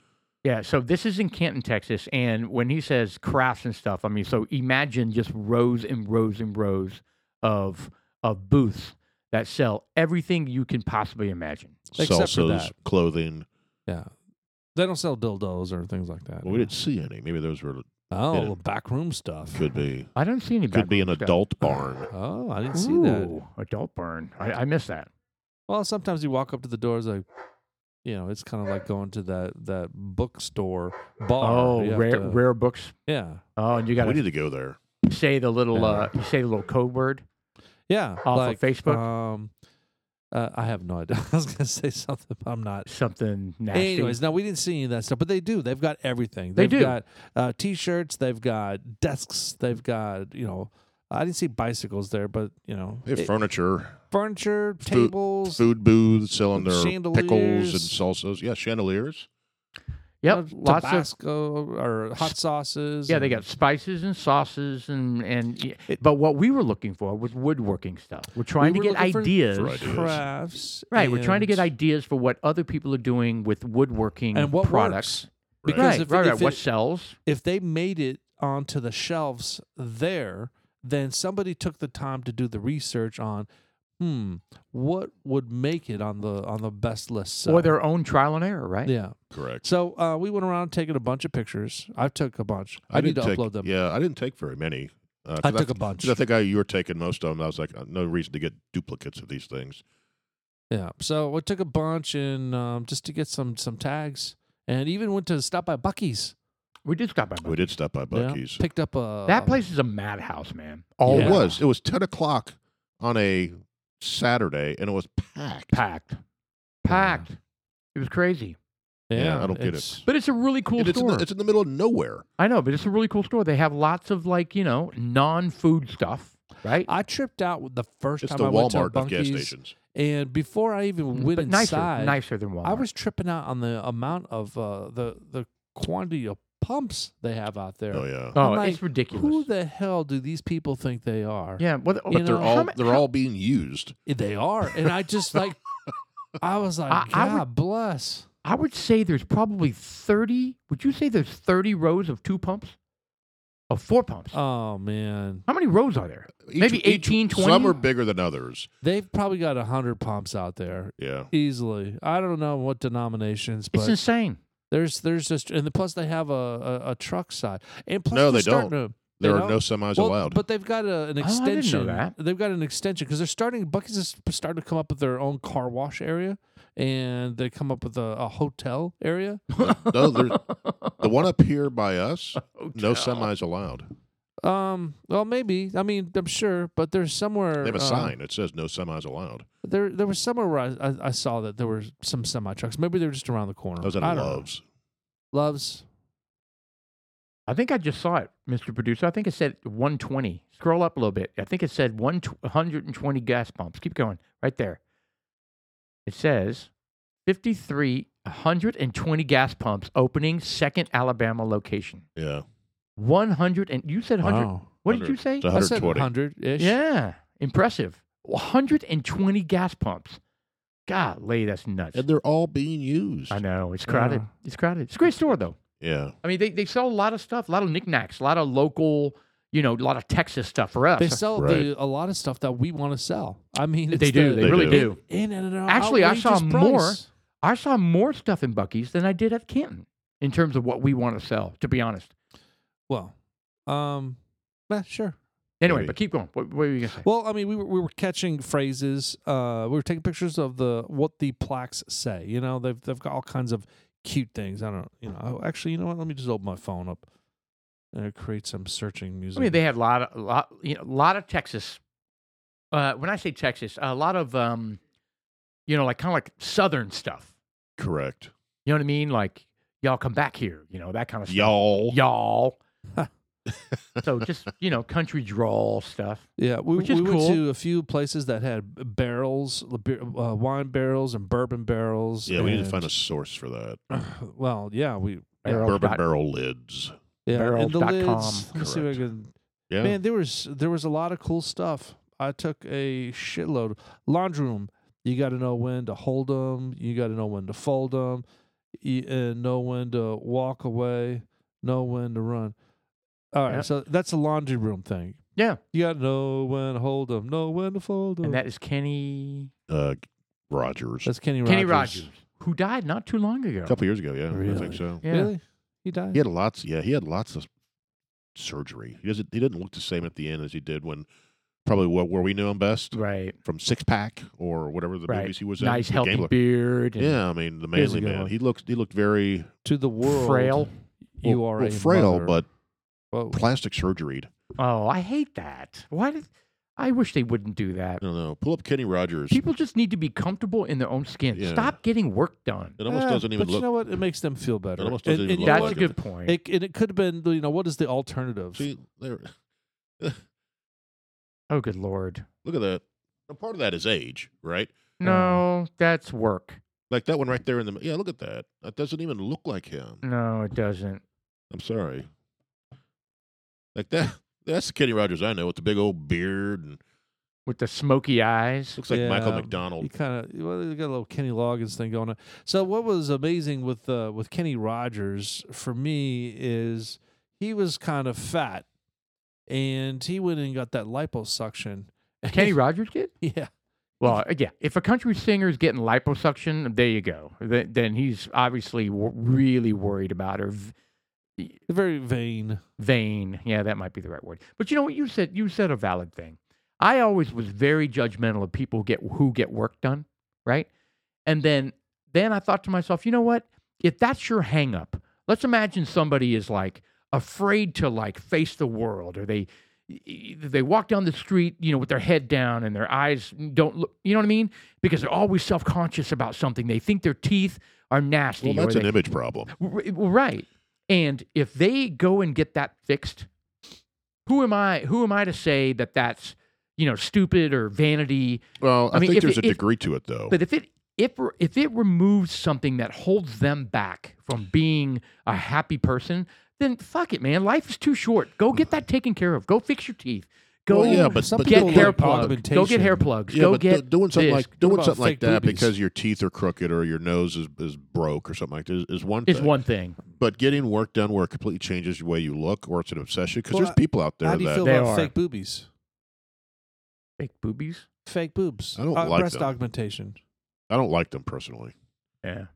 Speaker 3: Yeah, so this is in Canton, Texas, and when he says crafts and stuff, I mean, so imagine just rows and rows and rows of of booths that sell everything you can possibly imagine.
Speaker 2: Except for
Speaker 1: Salsas,
Speaker 2: that.
Speaker 1: clothing.
Speaker 2: Yeah. They don't sell dildos or things like that.
Speaker 1: Well, we didn't see any. Maybe those were
Speaker 2: oh,
Speaker 1: didn't.
Speaker 2: backroom stuff.
Speaker 1: could be
Speaker 3: I don't see any.
Speaker 1: could be an
Speaker 3: background stuff.
Speaker 1: adult barn.
Speaker 2: Oh, I didn't see that.
Speaker 3: Ooh, Adult burn. I, I miss that.
Speaker 2: Well, sometimes you walk up to the doors like, you know, it's kind of like going to that that bookstore bar.
Speaker 3: Oh,
Speaker 2: You have
Speaker 3: rare
Speaker 2: to-
Speaker 3: rare books.
Speaker 2: Yeah,
Speaker 3: Oh, and you got
Speaker 1: We
Speaker 3: to
Speaker 1: need to go there.
Speaker 3: say the little
Speaker 2: Yeah.
Speaker 3: uh, you say the little code word.
Speaker 2: yeah.
Speaker 3: Off of Facebook?
Speaker 2: Um, uh, I have no idea. I was gonna say something, but I'm not.
Speaker 3: Something nasty.
Speaker 2: Anyways, no, we didn't see any of that stuff, but they do. They've got everything.
Speaker 3: They
Speaker 2: They've
Speaker 3: do.
Speaker 2: got uh, t-shirts. They've got desks. They've got you know. I didn't see bicycles there, but you know,
Speaker 1: They have
Speaker 2: it-
Speaker 1: furniture,
Speaker 2: furniture, tables,
Speaker 1: food booths selling their pickles
Speaker 2: Chandeliers.
Speaker 1: and salsas. Yeah, chandeliers.
Speaker 3: yep, lots of
Speaker 2: uh, Tabasco or hot sauces.
Speaker 3: yeah. They
Speaker 2: and-
Speaker 3: got spices and sauces and and. y- but what we were looking for was woodworking stuff. We're trying
Speaker 2: were
Speaker 3: to get
Speaker 2: looking for-
Speaker 3: ideas.
Speaker 1: For ideas.
Speaker 2: crafts.
Speaker 3: Right, we're trying to get
Speaker 2: and-
Speaker 3: ideas for what other people are doing with woodworking
Speaker 1: Mm-hmm.
Speaker 2: and what works.
Speaker 3: products.
Speaker 1: Right.
Speaker 2: Because
Speaker 3: Right,
Speaker 2: if,
Speaker 3: right,
Speaker 2: if,
Speaker 3: right.
Speaker 2: it-
Speaker 3: what sells?
Speaker 2: if they made it onto the shelves there, then somebody took the time to do the research on, hmm, what would make it on the on the best list.
Speaker 3: Or
Speaker 2: sell?
Speaker 3: their own trial and error, right?
Speaker 2: yeah.
Speaker 1: Correct.
Speaker 2: So uh, we went around taking a bunch of pictures. I took a bunch. I, need to
Speaker 1: didn't take,
Speaker 2: upload them.
Speaker 1: Yeah, I didn't take very many. Uh, 'cause
Speaker 2: I took a
Speaker 1: th-
Speaker 2: bunch.
Speaker 1: 'cause I think I, you were taking most of them. I was like, uh, no reason to get duplicates of these things.
Speaker 2: Yeah. So we took a bunch and um, just to get some some tags, and even went to stop by Bucky's.
Speaker 3: We did stop by.
Speaker 1: We did stop by
Speaker 2: Yeah.
Speaker 1: Bucky's.
Speaker 2: Picked up a
Speaker 3: That place is a madhouse, man.
Speaker 1: Oh,
Speaker 2: um, Yeah.
Speaker 1: it was. It was 10 o'clock on a Saturday, and it was packed.
Speaker 3: packed, packed. It was crazy,
Speaker 1: Yeah, I don't get it.
Speaker 2: it's-
Speaker 3: but it's a really cool
Speaker 1: And it's, in
Speaker 3: store.
Speaker 1: the, it's in the middle of nowhere.
Speaker 3: I know, but it's a really cool store. They have lots of like you know non-food stuff, right?
Speaker 2: I tripped out with the first
Speaker 1: It's
Speaker 2: time
Speaker 1: the
Speaker 2: I went to
Speaker 1: Walmart of gas
Speaker 2: Bunky's,
Speaker 1: stations.
Speaker 2: and before I even went
Speaker 3: Mm, but nicer,
Speaker 2: inside,
Speaker 3: nicer than Walmart.
Speaker 2: I was tripping out on the amount of uh, the the quantity of pumps they have out there.
Speaker 1: Oh, yeah.
Speaker 3: oh,
Speaker 2: I'm
Speaker 3: it's
Speaker 2: like, Who
Speaker 3: ridiculous.
Speaker 2: the hell do these people think they are?
Speaker 3: yeah, well, the-
Speaker 2: You
Speaker 1: But they're
Speaker 2: know,
Speaker 1: all
Speaker 3: how ma-
Speaker 1: they're all being used.
Speaker 2: They are, and I just like, I was like,
Speaker 3: I- I
Speaker 2: God bless.
Speaker 3: I would say there's probably thirty. Would you say there's thirty rows of two pumps, of four pumps?
Speaker 1: Uh,
Speaker 2: Oh man,
Speaker 3: How many rows are there?
Speaker 1: Each-
Speaker 3: Maybe
Speaker 1: each-
Speaker 3: 18, 20?
Speaker 1: Some are bigger than others.
Speaker 2: they've probably got a hundred pumps out there
Speaker 1: Yeah.
Speaker 2: easily. I don't know what denominations,
Speaker 3: It's
Speaker 2: but
Speaker 3: insane.
Speaker 2: there's there's just and plus they have a a, a truck side, and plus
Speaker 1: No,
Speaker 2: they're
Speaker 1: they
Speaker 2: starting to-
Speaker 1: There
Speaker 2: They
Speaker 1: are
Speaker 2: don't-
Speaker 1: no semis
Speaker 2: Well,
Speaker 1: allowed.
Speaker 2: But they've got a, an
Speaker 3: Oh, I didn't know
Speaker 2: extension.
Speaker 3: that.
Speaker 2: They've got an extension because they're starting. Bucky's is starting to come up with their own car wash area, and they come up with a, a hotel area.
Speaker 1: no, there's- the one up here by us,
Speaker 2: Oh,
Speaker 1: no
Speaker 3: Hotel.
Speaker 1: semis allowed.
Speaker 2: Um, well, maybe. I mean, I'm sure, but there's somewhere
Speaker 1: They have a
Speaker 2: uh,
Speaker 1: sign that says no semis allowed.
Speaker 2: There, there was somewhere where I, I, I saw that there were some semi trucks. Maybe they're just around the corner.
Speaker 1: I was at
Speaker 2: I
Speaker 1: a
Speaker 2: don't know.
Speaker 1: Love's.
Speaker 2: Loves.
Speaker 3: I think I just saw it, Mr. Producer. I think it said 120. Scroll up a little bit. I think it said 1 tw- 120 gas pumps. Keep going. Right there. It says 53 120 gas pumps opening second Alabama location.
Speaker 1: Yeah.
Speaker 3: 100 and you said 100.
Speaker 2: Wow.
Speaker 3: What did you
Speaker 1: 100.
Speaker 3: say?
Speaker 1: It's 120.
Speaker 2: hundred ish.
Speaker 3: Yeah, impressive. 120 gas pumps. Golly, that's nuts.
Speaker 1: And they're all being used.
Speaker 3: I know it's crowded.
Speaker 2: Yeah.
Speaker 3: It's crowded. It's a great store though.
Speaker 1: Yeah.
Speaker 3: I mean, they, they sell a lot of stuff, a lot of knickknacks, a lot of local, you know, a lot of Texas stuff for us.
Speaker 2: They sell
Speaker 1: Right.
Speaker 2: the, a lot of stuff that we want to sell. I mean, it's
Speaker 3: They do.
Speaker 2: the-
Speaker 3: They,
Speaker 1: They
Speaker 3: really
Speaker 1: do.
Speaker 3: do.
Speaker 2: in and an
Speaker 3: Actually, I saw
Speaker 2: outrageous
Speaker 3: more.
Speaker 2: price.
Speaker 3: I saw more stuff in Bucky's than I did at Canton in terms of what we want to sell, to be honest.
Speaker 2: Well, um, eh, sure.
Speaker 3: Anyway,
Speaker 1: Maybe.
Speaker 3: but keep going. What, what were you going to say?
Speaker 2: Well, I mean, we were we were catching phrases. Uh, we were taking pictures of the what the plaques say. You know, they've they've got all kinds of cute things. I don't, you know. oh, Actually, you know what? Let me just open my phone up and create some searching music.
Speaker 3: I mean, they had a lot of, a lot, you know, a lot of Texas. Uh, when I say Texas, a lot of, um, you know, like kind of like Southern stuff.
Speaker 1: Correct.
Speaker 3: You know what I mean? Like, y'all come back here, you know, that kind of stuff.
Speaker 1: Y'all.
Speaker 3: Y'all. so just, you know, country drawl stuff.
Speaker 2: yeah, we,
Speaker 3: which is
Speaker 2: we went
Speaker 3: cool.
Speaker 2: to a few places that had barrels, beer- uh, wine barrels, and bourbon barrels.
Speaker 1: Yeah, we need to find a
Speaker 2: and-
Speaker 1: source for that.
Speaker 2: well, yeah, we
Speaker 3: Barrels
Speaker 1: Bourbon
Speaker 3: dot-
Speaker 1: barrel lids.
Speaker 2: yeah, and the
Speaker 3: Barrels.com.
Speaker 2: lids. Let me see if
Speaker 1: Correct.
Speaker 2: I can
Speaker 1: Yeah.
Speaker 2: Man, there was there was a lot of cool stuff. I took a shitload. Laundry room. You got to know when to hold them. You got to know when to fold them, and know when to walk away. Know when to run. All right,
Speaker 3: Yep.
Speaker 2: so that's a laundry room thing.
Speaker 3: Yeah.
Speaker 2: You got to know when to hold them. Know when to fold them.
Speaker 3: And that is Kenny
Speaker 1: uh, Rogers.
Speaker 2: that's Kenny Rogers.
Speaker 3: Kenny Rogers. who died not too long ago.
Speaker 1: A couple years ago, yeah, I
Speaker 2: Really?
Speaker 1: think so.
Speaker 3: yeah.
Speaker 2: Really? He died?
Speaker 1: He had lots. Yeah, he had lots of surgery. He doesn't. He didn't look the same at the end as he did when probably where, where we knew him best
Speaker 3: Right.
Speaker 1: from Six Pack or whatever the
Speaker 3: Right.
Speaker 1: movies he was in.
Speaker 3: Nice
Speaker 1: The
Speaker 3: healthy
Speaker 1: Gambler.
Speaker 3: beard. and
Speaker 1: Yeah, I mean the
Speaker 2: Here's a
Speaker 1: manly
Speaker 2: good
Speaker 1: man.
Speaker 2: one.
Speaker 1: He looked. He looked very
Speaker 2: To the world.
Speaker 3: Frail.
Speaker 2: You
Speaker 1: well,
Speaker 2: are
Speaker 1: well,
Speaker 2: a
Speaker 1: frail,
Speaker 2: mother.
Speaker 1: but
Speaker 2: Whoa.
Speaker 1: plastic surgery.
Speaker 3: Oh, I hate that. Why did I wish they wouldn't do that?
Speaker 1: I don't know. Pull up Kenny Rogers.
Speaker 3: People just need to be comfortable in their own skin.
Speaker 1: Yeah.
Speaker 3: Stop getting work done.
Speaker 1: it almost
Speaker 2: Eh,
Speaker 1: doesn't even
Speaker 2: but you
Speaker 1: look.
Speaker 2: know what? It makes them feel better.
Speaker 1: almost doesn't
Speaker 2: And-
Speaker 1: even
Speaker 2: and you
Speaker 1: look
Speaker 2: know
Speaker 3: That's
Speaker 1: like
Speaker 3: a
Speaker 2: what?
Speaker 3: good point.
Speaker 2: It, and it could have been, you know, what is the alternative?
Speaker 1: see, there,
Speaker 3: oh, good lord.
Speaker 1: look at that. Now, part of that is age, right?
Speaker 3: No, that's work.
Speaker 1: Like that one right there in the. Yeah, look at that. That doesn't even look like him.
Speaker 3: No, it doesn't.
Speaker 1: I'm sorry. Like that. That's the Kenny Rogers I know with the big old beard and
Speaker 3: With the smoky eyes.
Speaker 1: looks like Michael
Speaker 2: Yeah.
Speaker 1: McDonald.
Speaker 2: You kind of well, you got a little Kenny Loggins thing going on. So what was amazing with uh, with Kenny Rogers for me is he was kind of fat, and he went and got that liposuction.
Speaker 3: Kenny Rogers did?
Speaker 2: yeah,
Speaker 3: Well, uh, yeah. If a country singer's getting liposuction, there you go. Th- then he's obviously w- really worried about her v-
Speaker 2: very vain.
Speaker 3: vain. Yeah, that might be the right word. But you know what you said? You said a valid thing. I always was very judgmental of people get who get work done, right? And then then I thought to myself, you know what? If that's your hang up, let's imagine somebody is like afraid to like face the world or they they walk down the street, you know, with their head down and their eyes don't look, you know what I mean? Because they're always self-conscious about something. They think their teeth are nasty.
Speaker 1: Well,
Speaker 3: or
Speaker 1: that's
Speaker 3: they,
Speaker 1: an image problem.
Speaker 3: R- Well, right. And if they go and get that fixed, who am I? Who am I to say that that's you know stupid or vanity?
Speaker 1: Well, I,
Speaker 3: I mean,
Speaker 1: think
Speaker 3: if-
Speaker 1: there's a
Speaker 3: if-
Speaker 1: degree to it, though.
Speaker 3: But if it if re- if it removes something that holds them back from being a happy person, then fuck it, man. Life is too short. Go get that taken care of. Go fix your teeth. Go
Speaker 1: Well, Oh, yeah, but-
Speaker 2: Some
Speaker 1: but-
Speaker 3: get
Speaker 2: people
Speaker 3: hair
Speaker 2: like
Speaker 3: plugs. Go get
Speaker 2: augmentation.
Speaker 3: hair plugs.
Speaker 1: yeah,
Speaker 3: go
Speaker 1: but do-
Speaker 3: get
Speaker 1: doing something
Speaker 3: this.
Speaker 1: like doing
Speaker 2: about
Speaker 1: something like
Speaker 2: fake
Speaker 1: that
Speaker 2: boobies?
Speaker 1: because your teeth are crooked or your nose is, is broke or something like that is, is one
Speaker 3: is
Speaker 1: thing.
Speaker 3: one thing.
Speaker 1: But getting work done where it completely changes the way you look or it's an obsession because
Speaker 2: Well,
Speaker 1: there's people out there
Speaker 2: How do you
Speaker 1: that
Speaker 2: feel
Speaker 3: They
Speaker 2: about
Speaker 3: are.
Speaker 2: fake boobies?
Speaker 3: Fake boobies.
Speaker 2: Fake boobs. Uh,
Speaker 1: I don't like
Speaker 2: breast
Speaker 1: them.
Speaker 2: augmentation.
Speaker 1: I don't like them personally.
Speaker 3: Yeah,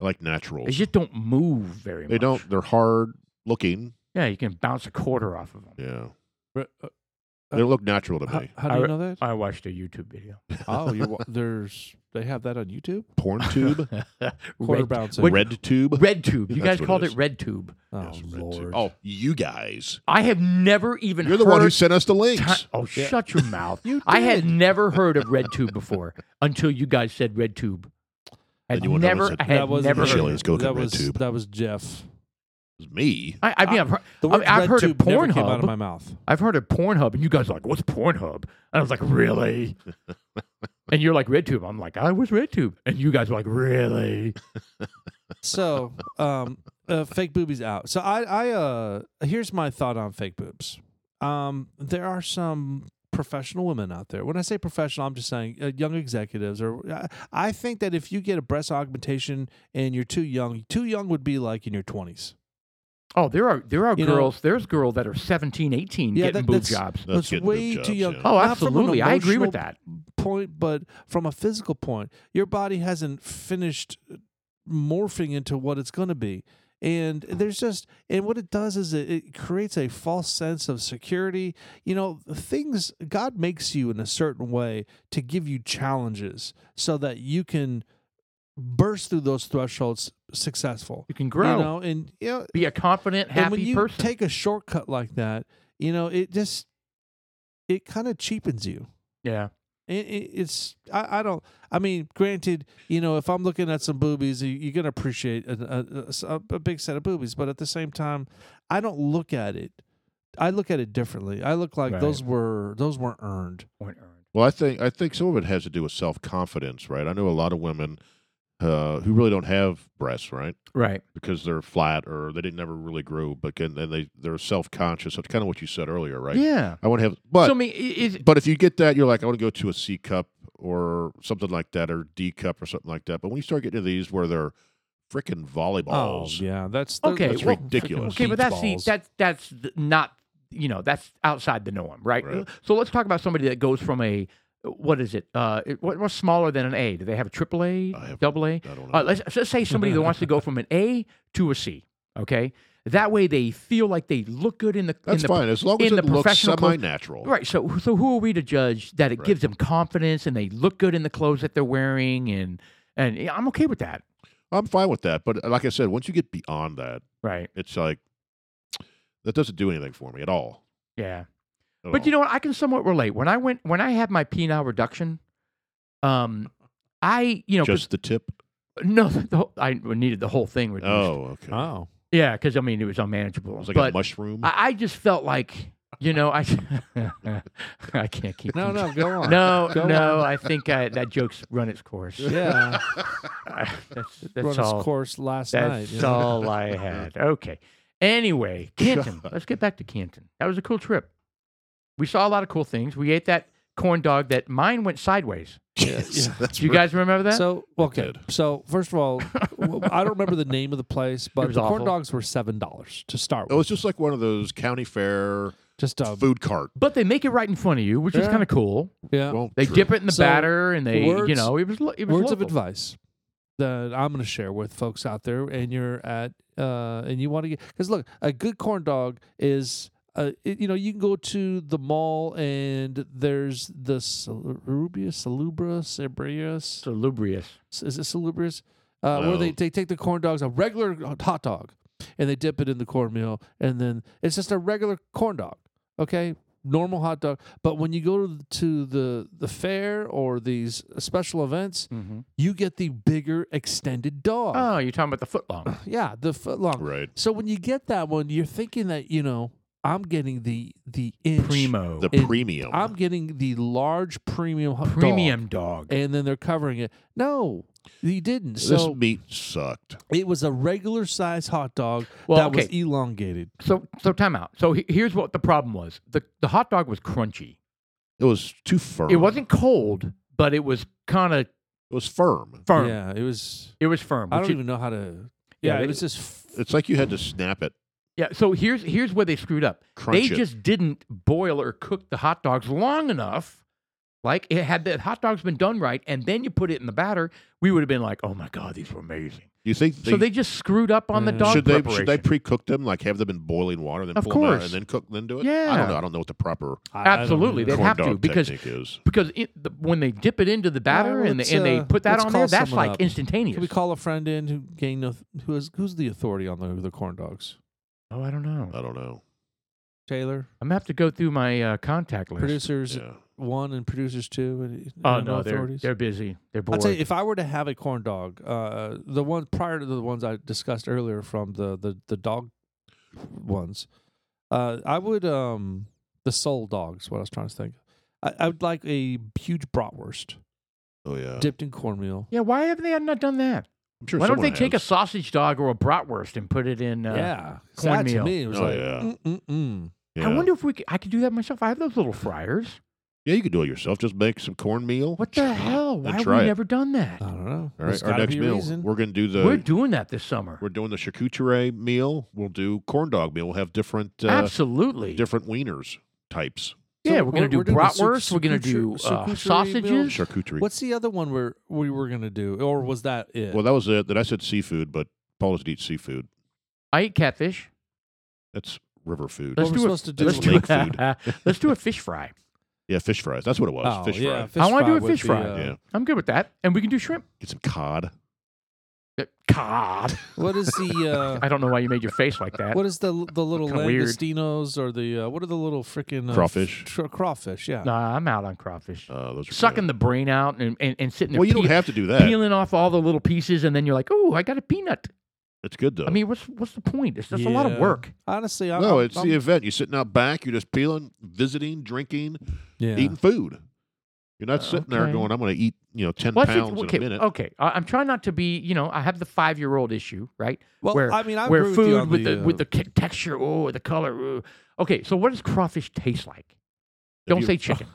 Speaker 1: I like naturals.
Speaker 3: they just don't move very much.
Speaker 1: they don't. They're hard looking.
Speaker 3: Yeah, you can bounce a quarter off of them.
Speaker 1: Yeah,
Speaker 2: Re- uh,
Speaker 1: they look natural to
Speaker 2: how,
Speaker 1: me.
Speaker 2: how do you
Speaker 3: I-
Speaker 2: know that?
Speaker 3: I watched a YouTube video.
Speaker 2: oh, you're, wa- there's they have that on YouTube.
Speaker 1: PornTube,
Speaker 2: Quarter
Speaker 3: Red,
Speaker 2: bouncing.
Speaker 3: What-
Speaker 1: RedTube.
Speaker 3: Red Tube. You
Speaker 1: That's
Speaker 3: guys
Speaker 1: what it
Speaker 3: called it,
Speaker 1: is.
Speaker 3: Red Tube.
Speaker 2: oh
Speaker 1: Yes, RedTube.
Speaker 2: lord.
Speaker 1: Oh, you guys.
Speaker 3: I have never even
Speaker 1: You're
Speaker 3: heard
Speaker 1: the one who sent us the links.
Speaker 3: ti- Oh,
Speaker 2: Yeah.
Speaker 3: shut your mouth.
Speaker 2: You
Speaker 3: I had
Speaker 2: did.
Speaker 3: never heard of Red Tube before until you guys said Red Tube. I
Speaker 1: Then
Speaker 3: had
Speaker 1: you went over and
Speaker 3: never,
Speaker 1: said,
Speaker 3: I had
Speaker 2: that was
Speaker 3: never
Speaker 1: Chili
Speaker 3: heard
Speaker 1: is
Speaker 3: of
Speaker 1: good. go look
Speaker 2: that
Speaker 1: at
Speaker 2: was
Speaker 1: RedTube.
Speaker 2: that was Jeff.
Speaker 1: It was me.
Speaker 3: I, I mean, I've heard,
Speaker 2: The
Speaker 3: I
Speaker 2: word
Speaker 3: mean, I've heard of
Speaker 2: RedTube never came out
Speaker 3: Pornhub.
Speaker 2: of my mouth.
Speaker 3: I've heard of Pornhub, and you guys are like, what's Pornhub? And I was like, really? and you're like, Red Tube. I'm like, I was Red Tube. And you guys were like, really?
Speaker 2: so um uh, fake boobies out so i i uh here's my thought on fake boobs um there are some professional women out there when i say professional i'm just saying uh, young executives or I, I think that if you get a breast augmentation and you're too young too young would be like in your 20s
Speaker 3: Oh, there are there are
Speaker 2: You know-
Speaker 3: girls. there's girls that are 17, 18
Speaker 2: Yeah,
Speaker 3: getting
Speaker 2: that-
Speaker 3: boob
Speaker 2: that's-
Speaker 3: jobs.
Speaker 1: That's
Speaker 2: That's
Speaker 1: getting
Speaker 2: way
Speaker 1: good
Speaker 2: too
Speaker 1: jobs,
Speaker 2: yown.
Speaker 1: yeah.
Speaker 2: Not
Speaker 3: Oh,
Speaker 2: from an
Speaker 3: absolutely. I agree with
Speaker 2: emotional
Speaker 3: that.
Speaker 2: point but from a physical point your body hasn't finished morphing into what it's going to be and there's just and what it does is it, it creates a false sense of security you know things god makes you in a certain way to give you challenges so that you can burst through those thresholds successful
Speaker 3: You can grow.
Speaker 2: you know and you know
Speaker 3: Be a confident, happy
Speaker 2: and when you
Speaker 3: person.
Speaker 2: take a shortcut like that you know it just it kind of cheapens you
Speaker 3: yeah.
Speaker 2: it, it, it's I, I don't I mean granted you know if I'm looking at some boobies you, you're gonna appreciate a, a- a, a big set of boobies but at the same time I don't look at it I look at it differently I look like
Speaker 3: Right.
Speaker 2: those were those weren't earned
Speaker 3: Point earned.
Speaker 1: Well, I think I think some of it has to do with self confidence, right? I know a lot of women uh, who really don't have breasts, right,
Speaker 3: Right.
Speaker 1: because they're flat or they didn't never really grew, but can, and they they're self conscious. That's kind of what you said earlier, right?
Speaker 3: Yeah.
Speaker 1: I want to have, but
Speaker 3: so I mean, i- is
Speaker 1: but if you get that, you're like, I want to go to a C cup or something like that, or D cup or something like that. But when you start getting to these where they're freaking volleyballs,
Speaker 2: oh yeah that's
Speaker 3: Okay,
Speaker 1: that's
Speaker 3: well,
Speaker 1: ridiculous.
Speaker 3: okay, but that's the,
Speaker 2: Beach balls.
Speaker 3: that's that's th- not you know that's outside the norm, right?
Speaker 1: Right.
Speaker 3: So let's talk about somebody that goes from a what is it? Uh, it what, what's smaller than an A? Do they have a triple A,
Speaker 1: I have-
Speaker 3: double A?
Speaker 1: I don't know.
Speaker 2: Uh,
Speaker 3: All right, let's, so let's say somebody that wants to go from an A to a C. Okay, that way they feel like they look good in the
Speaker 1: That's
Speaker 3: in the
Speaker 1: fine as long as
Speaker 3: in the
Speaker 1: it looks
Speaker 3: professional clothes-
Speaker 1: semi-natural.
Speaker 3: Right. So, so who are we to judge that it
Speaker 1: Right.
Speaker 3: gives them confidence and they look good in the clothes that they're wearing and and yeah, I'm okay with that.
Speaker 1: I'm fine with that, but like I said, once you get beyond that,
Speaker 3: Right.
Speaker 1: it's like that doesn't do anything for me at all.
Speaker 3: Yeah.
Speaker 1: at
Speaker 3: But
Speaker 1: all.
Speaker 3: you know what? I can somewhat relate. When I went when I had my penile reduction, um, I you know 'cause-
Speaker 1: just the tip.
Speaker 3: no the whole, I needed the whole thing reduced.
Speaker 1: Oh, okay.
Speaker 2: Oh,
Speaker 3: Yeah, because I mean it was unmanageable.
Speaker 1: It was like a
Speaker 3: but
Speaker 1: mushroom.
Speaker 3: I, I just felt like you know I I can't keep
Speaker 2: no,
Speaker 3: these-
Speaker 2: no, go on.
Speaker 3: No,
Speaker 2: Go
Speaker 3: no,
Speaker 2: on.
Speaker 3: I think I, that joke's run its course.
Speaker 2: Yeah.
Speaker 3: that's that's
Speaker 2: Run its
Speaker 3: all.
Speaker 2: course last night.
Speaker 3: That's
Speaker 2: you know?
Speaker 3: all I had. Okay. Anyway, Canton. Let's get back to Canton. That was a cool trip. We saw a lot of cool things. We ate that corn dog that mine went sideways.
Speaker 1: yes, that's
Speaker 3: Do you
Speaker 1: right.
Speaker 3: guys remember that?
Speaker 2: So okay.
Speaker 1: did.
Speaker 2: So first of all, w- I don't remember the name of the place, but
Speaker 3: was
Speaker 2: the corn
Speaker 3: awful.
Speaker 2: dogs were seven dollars to start
Speaker 1: It
Speaker 2: with.
Speaker 1: was just like one of those county fair
Speaker 2: Just a
Speaker 1: food cart.
Speaker 3: but they make it right in front of you, which is
Speaker 2: Yeah.
Speaker 3: kind of cool.
Speaker 2: yeah.
Speaker 1: Well,
Speaker 3: They
Speaker 1: true.
Speaker 3: dip it in the
Speaker 2: So,
Speaker 3: batter, and they, you
Speaker 2: words-
Speaker 3: know, it was lo- it was
Speaker 2: words of
Speaker 3: local.
Speaker 2: advice that I'm going to share with folks out there, and you're at, uh, and you want to get because look, a good corn dog is. Uh, it- you know, you can go to the mall and there's the Salubria, Salubra, Sabrius.
Speaker 3: Salubrious.
Speaker 2: Is it Salubrius? Uh, Where they,
Speaker 1: No.
Speaker 2: they take the corn dogs, a regular hot dog, and they dip it in the cornmeal. And then it's just a regular corn dog, okay? Normal hot dog. But when you go to the, to the, the fair or these special events, you get the bigger extended dog.
Speaker 3: Oh, you're talking about the footlong.
Speaker 2: Yeah, the foot long.
Speaker 1: right.
Speaker 2: So when you get that one, you're thinking that you know I'm getting the the inch.
Speaker 3: Primo.
Speaker 1: The
Speaker 2: It-
Speaker 1: premium.
Speaker 2: I'm getting the large premium hu- dog,
Speaker 3: premium dog.
Speaker 2: and then they're covering it. No, you didn't.
Speaker 1: this
Speaker 2: So
Speaker 1: meat sucked.
Speaker 2: it was a regular size hot dog
Speaker 3: Well,
Speaker 2: that was
Speaker 3: okay.
Speaker 2: elongated.
Speaker 3: So, so time out. So he- here's what the problem was. The, the hot dog was crunchy.
Speaker 1: It was too firm.
Speaker 3: It wasn't cold, but it was kind of
Speaker 1: It was firm.
Speaker 3: firm.
Speaker 2: Yeah, it was.
Speaker 3: It was firm.
Speaker 2: I
Speaker 3: which
Speaker 2: don't
Speaker 3: is-
Speaker 2: even know how to.
Speaker 3: Yeah,
Speaker 2: Yeah,
Speaker 3: they-
Speaker 2: it was just. f-
Speaker 1: It's like you had to snap it,
Speaker 3: Yeah. So here's here's where they screwed up.
Speaker 1: crunch
Speaker 3: they
Speaker 1: it.
Speaker 3: just didn't boil or cook the hot dogs long enough. Like it had the hot dogs been done right, and then you put it in the batter, we would have been like, "Oh my god, these were amazing."
Speaker 1: you think they,
Speaker 3: so they just screwed up on the
Speaker 2: Yeah.
Speaker 3: dog
Speaker 1: should they
Speaker 3: preparation.
Speaker 1: should they pre-cook them like have them in boiling water, then
Speaker 3: Of
Speaker 1: pull them out
Speaker 3: course.
Speaker 1: and then cook, then do it? I
Speaker 3: Yeah.
Speaker 1: don't know. I don't know what the proper
Speaker 2: I- I don't
Speaker 3: Absolutely,
Speaker 2: know.
Speaker 3: they'd
Speaker 1: corn
Speaker 3: have to
Speaker 1: dog
Speaker 3: because
Speaker 1: technique is.
Speaker 3: because it, the, when they dip it into the batter
Speaker 2: well,
Speaker 3: and,
Speaker 2: let's,
Speaker 3: they, and they
Speaker 2: uh,
Speaker 3: put that
Speaker 2: let's
Speaker 3: on
Speaker 2: call
Speaker 3: there, that's
Speaker 2: someone
Speaker 3: like
Speaker 2: up.
Speaker 3: instantaneous.
Speaker 2: Can we call a friend in who gained no, who is who's the authority on the the corn dogs?
Speaker 3: oh, I don't know.
Speaker 2: Uh,
Speaker 1: I don't know.
Speaker 2: Taylor,
Speaker 3: I'm gonna have to go through my uh, contact list.
Speaker 2: producers
Speaker 1: Yeah.
Speaker 2: one and producers two. and-
Speaker 3: oh
Speaker 2: and
Speaker 3: no, they're
Speaker 2: authorities?
Speaker 3: they're busy. They're bored.
Speaker 2: I'll tell you, if I were to have a corn dog, uh, the one prior to the ones I discussed earlier from the the, the dog ones, uh, I would um the soul dogs. What I was trying to think, I, I would like a huge bratwurst
Speaker 1: Oh yeah.
Speaker 2: dipped in cornmeal.
Speaker 3: yeah, why have they not done that?
Speaker 1: I'm sure
Speaker 3: Why don't they
Speaker 1: someone
Speaker 3: take a
Speaker 1: has.
Speaker 3: sausage dog or a bratwurst and put it in? Uh,
Speaker 2: yeah, 'cause that to
Speaker 3: cornmeal.
Speaker 2: me it was
Speaker 1: Oh,
Speaker 2: like,
Speaker 1: yeah.
Speaker 2: mm, mm, mm.
Speaker 1: Yeah.
Speaker 3: I wonder if we could, I could do that myself. I have those little fryers.
Speaker 1: Yeah, you could do it yourself. Just make some cornmeal.
Speaker 3: What the hell? Why
Speaker 1: And
Speaker 3: have we
Speaker 1: try it. Uh,
Speaker 3: never done that?
Speaker 2: I don't know.
Speaker 1: All
Speaker 2: There's
Speaker 1: right, our
Speaker 2: gotta
Speaker 1: next
Speaker 2: be a
Speaker 1: meal.
Speaker 2: reason.
Speaker 1: We're gonna do the
Speaker 3: We're doing that this summer.
Speaker 1: We're doing the charcuterie meal. We'll do corn dog meal. We'll have different uh,
Speaker 3: Absolutely.
Speaker 1: different wieners types.
Speaker 3: yeah,
Speaker 2: So
Speaker 3: we're gonna do
Speaker 2: doing the suc-
Speaker 3: bratwurst. We're gonna do
Speaker 2: succutre-
Speaker 3: uh,
Speaker 2: succutre meal.
Speaker 3: sausages.
Speaker 1: Charcuterie.
Speaker 2: What's the other one where we were gonna do, or was that it?
Speaker 1: Well, that was it. That I said seafood, but Paul doesn't eat seafood.
Speaker 3: I eat catfish.
Speaker 1: That's river food.
Speaker 2: What
Speaker 3: Let's
Speaker 2: we're
Speaker 3: do a,
Speaker 2: supposed to do
Speaker 3: let's
Speaker 1: with
Speaker 3: do
Speaker 1: lake
Speaker 3: a, let's do a fish fry.
Speaker 1: Yeah, fish fries. That's what it was.
Speaker 2: Oh,
Speaker 1: fish fry.
Speaker 2: yeah, fish
Speaker 3: I wanna do a
Speaker 2: would
Speaker 3: fish
Speaker 2: be,
Speaker 3: fry.
Speaker 2: uh,
Speaker 1: Yeah.
Speaker 3: I'm good with that, and we can do shrimp.
Speaker 1: Get some cod.
Speaker 3: Uh, God,
Speaker 2: What is the
Speaker 3: I don't know why you made your face like
Speaker 2: uh,
Speaker 3: that.
Speaker 2: what is the the little
Speaker 3: Kinda weird.
Speaker 2: langostinos or the uh, what are the little freaking uh,
Speaker 1: Crawfish.
Speaker 2: tr- crawfish, yeah.
Speaker 3: Nah, I'm out on crawfish.
Speaker 1: Uh, those are
Speaker 3: Sucking
Speaker 1: Good.
Speaker 3: the brain out and, and, and sitting there
Speaker 1: Well, you don't
Speaker 3: peel-
Speaker 1: have to do that.
Speaker 3: peeling off all the little pieces, and then you're like, "Oh, I got a peanut."
Speaker 1: It's good though.
Speaker 3: I mean, what's what's the point? It's just a lot of
Speaker 2: Yeah.
Speaker 3: work.
Speaker 2: Honestly, I,
Speaker 1: no,
Speaker 2: I'm-
Speaker 1: it's
Speaker 2: I'm-
Speaker 1: the event. You're sitting out back. You're just peeling, visiting, drinking,
Speaker 2: yeah.
Speaker 1: eating food. You're not
Speaker 3: Uh,
Speaker 1: sitting there
Speaker 3: okay.
Speaker 1: going, "I'm going to eat," you know, ten
Speaker 3: Well, I think-
Speaker 1: pounds in
Speaker 3: okay, Oh,
Speaker 1: a minute.
Speaker 3: okay. I, I'm trying not to be, you know, I have the five year old issue, right?
Speaker 2: Well,
Speaker 3: where-
Speaker 2: I mean, I
Speaker 3: Where
Speaker 2: agree with, you
Speaker 3: food
Speaker 2: on
Speaker 3: with the,
Speaker 2: uh,
Speaker 3: with the te- texture, oh, the color. ooh. Okay, so what does crawfish taste like?
Speaker 1: Have
Speaker 3: Don't
Speaker 1: you-
Speaker 3: say chicken.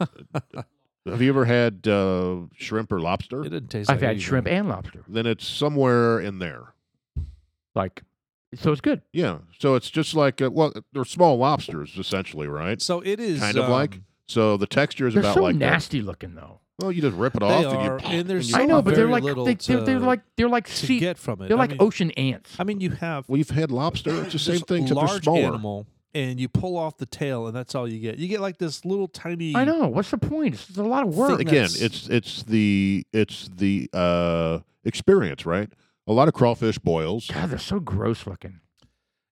Speaker 1: Have you ever had uh, shrimp or lobster?
Speaker 2: it didn't taste.
Speaker 3: I've
Speaker 2: like
Speaker 3: had
Speaker 2: anything.
Speaker 3: shrimp and lobster.
Speaker 1: then it's somewhere in there.
Speaker 3: Like, so it's good.
Speaker 1: Yeah. So it's just like uh, well, they're small lobsters essentially, right?
Speaker 2: So it is
Speaker 1: Kind of like
Speaker 2: um,
Speaker 1: So the texture is
Speaker 3: They're
Speaker 1: about
Speaker 3: so
Speaker 1: like that.
Speaker 3: nasty looking though.
Speaker 1: Well, you just rip it
Speaker 2: They
Speaker 1: off.
Speaker 2: are,
Speaker 1: and you,
Speaker 2: and there's
Speaker 1: and you-
Speaker 2: so
Speaker 3: I know, but they're
Speaker 2: very
Speaker 3: like
Speaker 2: little
Speaker 3: they, they're, they're
Speaker 2: to-
Speaker 3: like they're like
Speaker 2: to
Speaker 3: sea,
Speaker 2: get from it.
Speaker 3: they're
Speaker 2: I
Speaker 3: like
Speaker 2: mean-
Speaker 3: ocean ants.
Speaker 2: I mean, you have
Speaker 1: well, you've had lobster. It's the same
Speaker 2: this
Speaker 1: thing, except they're
Speaker 2: large
Speaker 1: smaller.
Speaker 2: animal, and you pull off the tail, and that's all you get. You get like this little tiny.
Speaker 3: I know. What's the point? It's, it's a lot of
Speaker 2: Think
Speaker 3: work.
Speaker 2: Thing
Speaker 1: Again,
Speaker 2: that's-
Speaker 1: it's it's the it's the uh, experience, right? A lot of crawfish boils.
Speaker 3: God, they're so gross looking.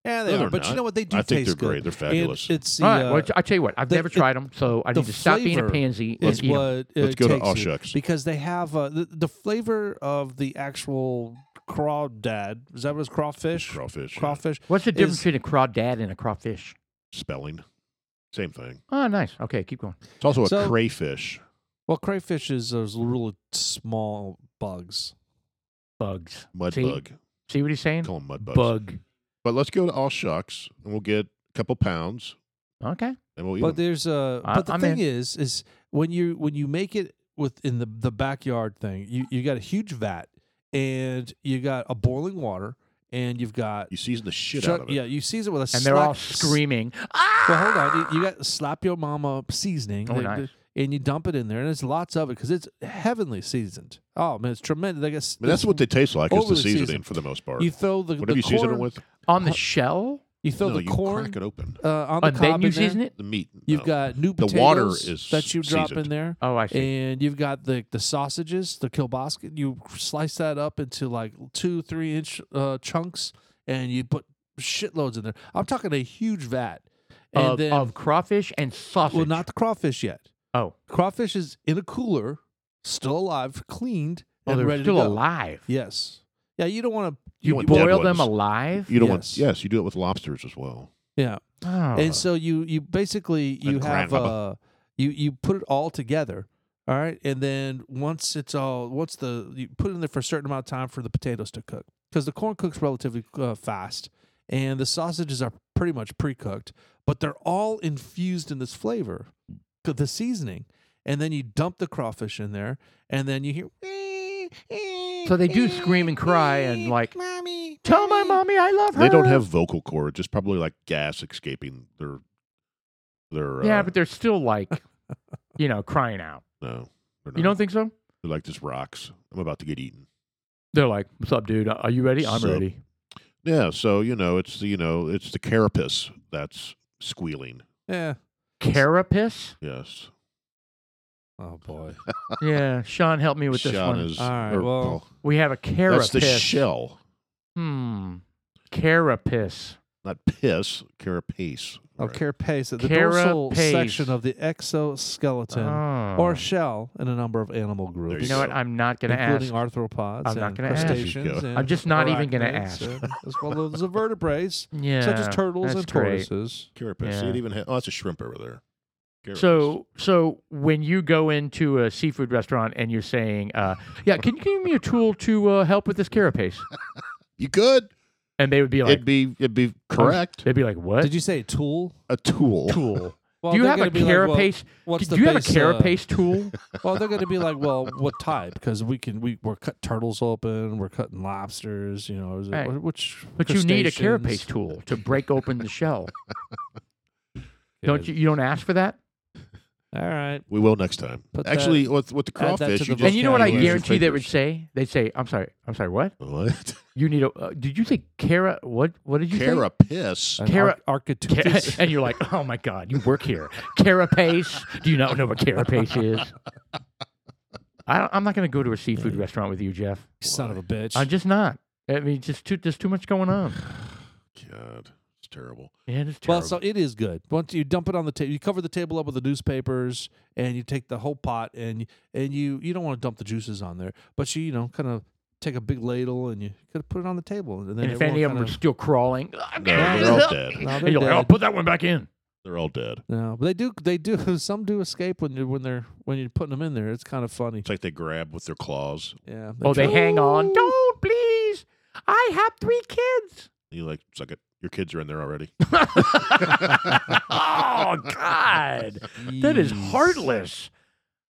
Speaker 2: Yeah, they
Speaker 1: No,
Speaker 2: are.
Speaker 1: they're
Speaker 2: But you
Speaker 1: not.
Speaker 2: know what? They do
Speaker 1: I think they're
Speaker 2: taste
Speaker 1: great.
Speaker 2: good.
Speaker 1: They're fabulous.
Speaker 2: And it's the,
Speaker 3: All right.
Speaker 2: uh,
Speaker 3: well, I tell you what, I've
Speaker 2: the-
Speaker 3: never
Speaker 2: it-
Speaker 3: tried them, so I
Speaker 2: the
Speaker 3: need to stop being a
Speaker 2: flavor
Speaker 3: pansy and
Speaker 2: it's
Speaker 3: eat 'em.
Speaker 2: what it
Speaker 1: Let's go to
Speaker 2: takes you.
Speaker 1: Oshucks.
Speaker 2: because they have uh, the, the flavor of the actual crawdad. Is that what it's crawfish?
Speaker 1: Crawfish. yeah.
Speaker 2: Crawfish.
Speaker 3: What's the difference
Speaker 2: is-
Speaker 3: between a crawdad and a crawfish?
Speaker 1: Spelling. Same thing.
Speaker 3: Oh, nice. Okay, keep going.
Speaker 1: It's also a
Speaker 2: So-
Speaker 1: crayfish.
Speaker 2: Well, crayfish is those really small bugs.
Speaker 3: Bugs.
Speaker 1: Mud
Speaker 3: See?
Speaker 1: bug.
Speaker 3: See what he's saying?
Speaker 1: Call them mud bugs.
Speaker 3: Bug.
Speaker 1: But let's go to all shucks and we'll get a couple pounds
Speaker 3: Okay.
Speaker 1: and we'll eat
Speaker 2: But
Speaker 1: 'em.
Speaker 2: there's a.
Speaker 3: I-
Speaker 2: But the
Speaker 3: I'm
Speaker 2: thing
Speaker 3: in.
Speaker 2: is, is when you when you make it within the the backyard thing, you you got a huge vat, and you got a boiling water, and you've got
Speaker 1: You season the shit
Speaker 2: shut-
Speaker 1: out of it.
Speaker 2: yeah, you season it with a
Speaker 3: And they're all
Speaker 2: slack-
Speaker 3: screaming. Ah!
Speaker 2: Well, hold on. You, you got slap your mama seasoning,
Speaker 3: Oh,
Speaker 2: that-
Speaker 3: nice.
Speaker 2: and you dump it in there, and there's lots of it because it's heavenly seasoned. Oh man, it's tremendous. I guess
Speaker 1: But that's what they taste like is the
Speaker 2: Overly
Speaker 1: seasoning
Speaker 2: seasoned.
Speaker 1: for the most part.
Speaker 2: you throw the,
Speaker 1: Whatever
Speaker 2: the
Speaker 1: you
Speaker 2: corn,
Speaker 1: season it with,
Speaker 3: On the shell?
Speaker 2: You throw
Speaker 1: no,
Speaker 2: the
Speaker 1: you
Speaker 2: corn
Speaker 1: crack it open.
Speaker 2: uh, on the
Speaker 3: And then
Speaker 2: cob
Speaker 3: you
Speaker 2: in there.
Speaker 3: season it?
Speaker 1: The meat.
Speaker 2: You've
Speaker 1: no.
Speaker 2: got new
Speaker 1: The
Speaker 2: potatoes
Speaker 1: water is
Speaker 2: that you drop
Speaker 1: seasoned.
Speaker 2: in there,
Speaker 3: Oh, I see.
Speaker 2: and you've got the the sausages, the kielbasa. You slice that up into like two, three inch uh, chunks, and you put shitloads in there. I'm talking a huge vat, and
Speaker 3: of,
Speaker 2: then
Speaker 3: of crawfish and sausage.
Speaker 2: well, not the crawfish yet.
Speaker 3: oh,
Speaker 2: crawfish is in a cooler, still alive, cleaned,
Speaker 3: oh,
Speaker 2: and
Speaker 3: they're
Speaker 2: ready
Speaker 3: still
Speaker 2: to go.
Speaker 3: alive.
Speaker 2: Yes. Yeah, you don't want to.
Speaker 1: You
Speaker 3: You,
Speaker 1: want dead
Speaker 3: boil them
Speaker 1: ones.
Speaker 3: alive?
Speaker 1: You don't
Speaker 2: Yes.
Speaker 1: want. Yes, you do it with lobsters as well.
Speaker 2: Yeah,
Speaker 3: Oh.
Speaker 2: and so you you basically you have
Speaker 1: grandmama.
Speaker 2: uh you you put it all together. All right, and then once it's all once the you put it in there for a certain amount of time for the potatoes to cook because the corn cooks relatively uh, fast, and the sausages are pretty much pre-cooked, but they're all infused in this flavor, to the seasoning, and then you dump the crawfish in there, and then you hear.
Speaker 3: So they do scream and cry and, like,
Speaker 2: mommy,
Speaker 3: Tell my mommy I love her.
Speaker 1: They don't have vocal cords. It's probably like gas escaping their their.
Speaker 3: Yeah,
Speaker 1: uh,
Speaker 3: but they're still like, you know, crying out.
Speaker 1: no, they're
Speaker 3: You
Speaker 1: not.
Speaker 3: don't think so?
Speaker 1: They're like this rocks. I'm about to get eaten.
Speaker 3: They're like, "What's up, dude? Are you ready? I'm
Speaker 1: Sup.
Speaker 3: ready."
Speaker 1: Yeah, so you know it's the you know it's the carapace that's squealing.
Speaker 2: Yeah.
Speaker 3: Carapace?
Speaker 1: Yes,
Speaker 2: Oh boy.
Speaker 3: yeah, Sean, help me with this
Speaker 1: Sean
Speaker 3: one.
Speaker 1: is.
Speaker 2: All right,
Speaker 1: or,
Speaker 2: well,
Speaker 3: we have a carapace.
Speaker 1: that's the shell,
Speaker 3: Hmm. Carapace.
Speaker 1: not piss. Carapace.
Speaker 2: Oh,
Speaker 1: right.
Speaker 2: carapace, the dorsal
Speaker 3: Carapace.
Speaker 2: section of the exoskeleton
Speaker 3: Oh.
Speaker 2: or shell in a number of animal
Speaker 1: you
Speaker 2: groups.
Speaker 3: you know what?
Speaker 1: go.
Speaker 3: I'm not gonna ask.
Speaker 2: including arthropods.
Speaker 3: I'm not
Speaker 2: and
Speaker 3: gonna ask.
Speaker 2: crustaceans
Speaker 1: There you go.
Speaker 2: and
Speaker 3: I'm just not even gonna
Speaker 2: arachnids
Speaker 3: ask.
Speaker 2: and- As well as the vertebrates,
Speaker 3: yeah,
Speaker 2: such as turtles
Speaker 3: that's
Speaker 2: and
Speaker 3: great.
Speaker 2: tortoises.
Speaker 1: carapace. See,
Speaker 3: Yeah.
Speaker 1: it even ha- oh, that's a shrimp over there. Carapace.
Speaker 3: So, so when you go into a seafood restaurant and you're saying, uh, "Yeah, can you give me a tool to uh, help with this carapace?"
Speaker 1: you could.
Speaker 3: and they would be like,
Speaker 1: it'd be it'd be correct.
Speaker 3: they'd be like, "What?
Speaker 2: Did you say tool?
Speaker 1: A tool.
Speaker 3: tool?
Speaker 2: Well,
Speaker 3: Do you
Speaker 2: they're
Speaker 3: have
Speaker 2: gonna
Speaker 3: a
Speaker 2: be like, well,
Speaker 3: carapace?
Speaker 2: what's
Speaker 3: do
Speaker 2: the
Speaker 3: you have a
Speaker 2: base, uh,
Speaker 3: carapace tool?"
Speaker 2: well, they're going to be like, well, what type? Because we can we we're cut turtles open, we're cutting lobsters, you know, is it,
Speaker 3: Right.
Speaker 2: which
Speaker 3: But you need a carapace
Speaker 2: crustaceans?
Speaker 3: tool to break open the shell. Don't you? You don't ask for that.
Speaker 2: All right.
Speaker 1: We will next time.
Speaker 2: Put
Speaker 1: Actually, with with the crawfish,
Speaker 2: add that to the
Speaker 1: you
Speaker 2: Just
Speaker 1: just
Speaker 3: and you know what I
Speaker 1: use
Speaker 2: casual.
Speaker 1: your
Speaker 3: guarantee they would
Speaker 1: fingers.
Speaker 3: say? They'd say, "I'm sorry, I'm sorry, what?
Speaker 1: What?
Speaker 3: You need a? Uh, did you say cara? What? What did you say?
Speaker 1: Carapace.
Speaker 2: An
Speaker 3: Cara-
Speaker 2: arc-
Speaker 3: Ca-
Speaker 2: arcatoothis.
Speaker 3: and you're like, oh my god, you work here. Carapace? Do you not know what carapace is? I don't, I'm not going to go to a seafood restaurant with you, Jeff.
Speaker 2: Son of a bitch.
Speaker 3: I'm just not. I mean, just too, there's too much going on.
Speaker 1: God, it's terrible.
Speaker 3: Yeah, it's
Speaker 2: Well,
Speaker 3: terrible.
Speaker 2: so it is good. Once you dump it on the table, you cover the table up with the newspapers, and you take the whole pot, and and you you don't want to dump the juices on there, but you you know kind of take a big ladle and you could put it on the table, and then
Speaker 3: and
Speaker 2: it
Speaker 3: if any
Speaker 2: will
Speaker 3: of them are
Speaker 2: kinda-
Speaker 3: still crawling, "Oh, I'm
Speaker 1: No,
Speaker 3: gonna-
Speaker 1: they're all dead.
Speaker 2: No,
Speaker 3: And
Speaker 2: they're
Speaker 3: you're like, oh,
Speaker 2: dead.
Speaker 3: put that one back in.
Speaker 1: They're all dead.
Speaker 2: no, but they do they do some do escape when you when they're when you're putting them in there. It's kind of funny.
Speaker 1: It's like they grab with their claws.
Speaker 2: Yeah.
Speaker 3: Oh, they
Speaker 2: try-
Speaker 3: hang on.
Speaker 2: Ooh.
Speaker 3: Don't, please. I have three kids.
Speaker 1: And you like suck it. Your kids are in there already.
Speaker 3: oh God, that is
Speaker 2: Jeez.
Speaker 3: heartless.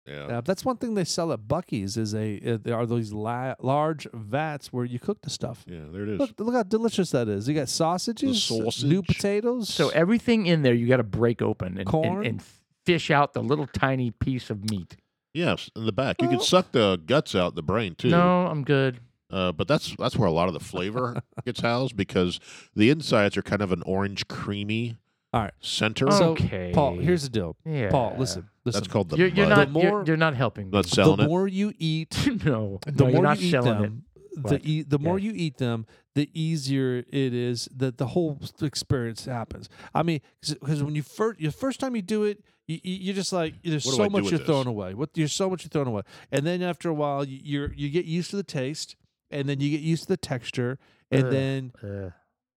Speaker 1: Yeah.
Speaker 2: Uh, that's one thing they sell at Bucky's is a uh, there are these la- large vats where you cook the stuff.
Speaker 1: Yeah. There it is.
Speaker 2: Look, look how delicious that is. You got sausages, new
Speaker 1: sausage.
Speaker 2: potatoes.
Speaker 3: So everything in there you got to break open and, and,
Speaker 2: Corn?
Speaker 3: and fish out the little tiny piece of meat.
Speaker 1: Yes, in the back. You can
Speaker 2: Well-
Speaker 1: suck the guts out, the brain too.
Speaker 3: Oh. No, I'm good.
Speaker 1: Uh, but that's that's where a lot of the flavor gets housed because the insides are kind of an orange creamy
Speaker 2: All right.
Speaker 1: center.
Speaker 2: So,
Speaker 3: okay.
Speaker 2: Paul, here's the deal.
Speaker 3: yeah.
Speaker 2: Paul, listen, listen.
Speaker 1: that's called the
Speaker 3: You're, you're
Speaker 1: mud.
Speaker 3: not. you're,
Speaker 2: more-
Speaker 3: you're not helping. me.
Speaker 1: not selling
Speaker 2: the
Speaker 1: it.
Speaker 2: more you eat,
Speaker 3: no,
Speaker 2: the
Speaker 3: no,
Speaker 2: more
Speaker 3: you're not
Speaker 2: you eat
Speaker 3: selling it.
Speaker 2: them, the
Speaker 3: What?
Speaker 2: e- the more
Speaker 3: Yeah.
Speaker 2: you eat them, the easier it is that the whole s- experience happens. I mean, because when you first your first time you do it, you, you- you're just like there's
Speaker 1: What do I do
Speaker 2: so much
Speaker 1: with
Speaker 2: you're
Speaker 1: this?
Speaker 2: throwing away. What there's so much you're throwing away, and then after a while, you, you're you get used to the taste, and then you get used to the texture, and
Speaker 3: Ugh.
Speaker 2: then
Speaker 3: Uh,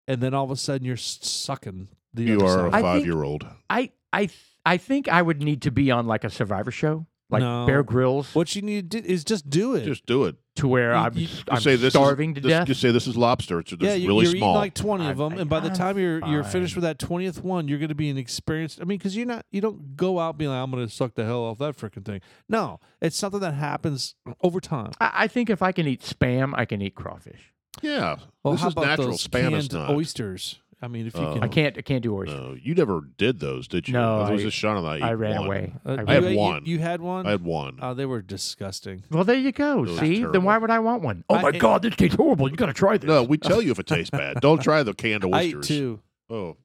Speaker 2: and then all of a sudden you're s- sucking the
Speaker 1: You
Speaker 2: other
Speaker 1: are a
Speaker 2: side.
Speaker 3: I think-
Speaker 1: five year old.
Speaker 3: I I th- I think I would need to be on like a Survivor show, like
Speaker 2: No.
Speaker 3: Bear Grylls,
Speaker 2: what you need to do is just do it.
Speaker 1: Just do it.
Speaker 3: to where
Speaker 2: you-
Speaker 3: I'm,
Speaker 2: you-
Speaker 1: You
Speaker 3: I'm
Speaker 1: say this is-
Speaker 3: starving to
Speaker 1: this-
Speaker 3: death.
Speaker 1: Just say this is lobster. It's just
Speaker 2: yeah, you-
Speaker 1: really
Speaker 2: you're
Speaker 1: small.
Speaker 2: eating like twenty of
Speaker 3: I'm-
Speaker 2: them, and by the
Speaker 3: I'm
Speaker 2: time you're you're finished
Speaker 3: fine.
Speaker 2: with that twentieth one, you're going to be an experienced. I mean, because you're not you don't go out being like I'm going to suck the hell off that freaking thing. No, it's something that happens over time.
Speaker 3: I, I think if I can eat spam, I can eat crawfish.
Speaker 1: yeah,
Speaker 2: Well,
Speaker 1: this
Speaker 2: how
Speaker 1: is
Speaker 2: about
Speaker 1: natural.
Speaker 2: those
Speaker 1: Spam is
Speaker 2: canned
Speaker 1: not.
Speaker 2: oysters? I mean, if you
Speaker 1: Uh,
Speaker 2: can,
Speaker 3: I can't I can't do oysters.
Speaker 1: No, you never did those, did you?
Speaker 3: No,
Speaker 1: those
Speaker 3: I-
Speaker 1: just Sean and I.
Speaker 3: I
Speaker 1: ate
Speaker 3: ran
Speaker 1: one.
Speaker 3: away.
Speaker 2: Uh,
Speaker 3: I
Speaker 1: I
Speaker 3: ran
Speaker 1: have
Speaker 2: you,
Speaker 3: away.
Speaker 2: you-
Speaker 1: one.
Speaker 2: You, had one.
Speaker 1: I had one.
Speaker 2: Oh, they were disgusting.
Speaker 3: Well, there you go.
Speaker 1: Those are
Speaker 3: See, then why
Speaker 1: terrible.
Speaker 3: would I want one? Oh
Speaker 2: I-
Speaker 3: my God, this tastes horrible. You gotta try this.
Speaker 1: no, we tell you if it tastes bad. Don't try the canned
Speaker 2: I ate
Speaker 1: oysters.
Speaker 2: two.
Speaker 1: Oh,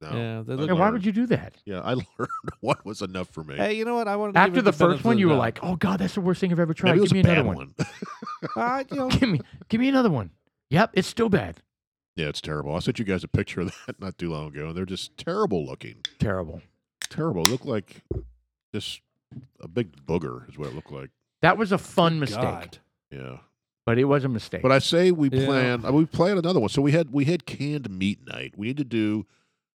Speaker 1: no.
Speaker 2: Yeah, they
Speaker 3: Yeah,
Speaker 2: look.
Speaker 3: why would you do that?
Speaker 1: Yeah, I learned what was enough for me.
Speaker 2: Hey, you know what? I wanted to give
Speaker 3: After
Speaker 2: it
Speaker 3: the
Speaker 2: benefit
Speaker 3: first
Speaker 2: of
Speaker 3: one,
Speaker 2: the
Speaker 3: you were
Speaker 2: doubt.
Speaker 3: like, "Oh God, that's the worst thing I've ever tried."
Speaker 1: Maybe it was
Speaker 3: Give me
Speaker 1: a bad
Speaker 3: another one.
Speaker 2: Uh, you know,
Speaker 3: Give me, give me another one. Yep, it's still bad.
Speaker 1: Yeah, it's terrible. I sent you guys a picture of that not too long ago, and they're just terrible looking.
Speaker 3: Terrible.
Speaker 1: Terrible. It looked like just a big booger is what it looked like.
Speaker 3: That was a fun mistake,
Speaker 2: God.
Speaker 1: Yeah.
Speaker 3: but it was a mistake.
Speaker 1: But I say we
Speaker 2: Yeah.
Speaker 1: plan uh, we plan another one. So we had we had canned meat night. We need to do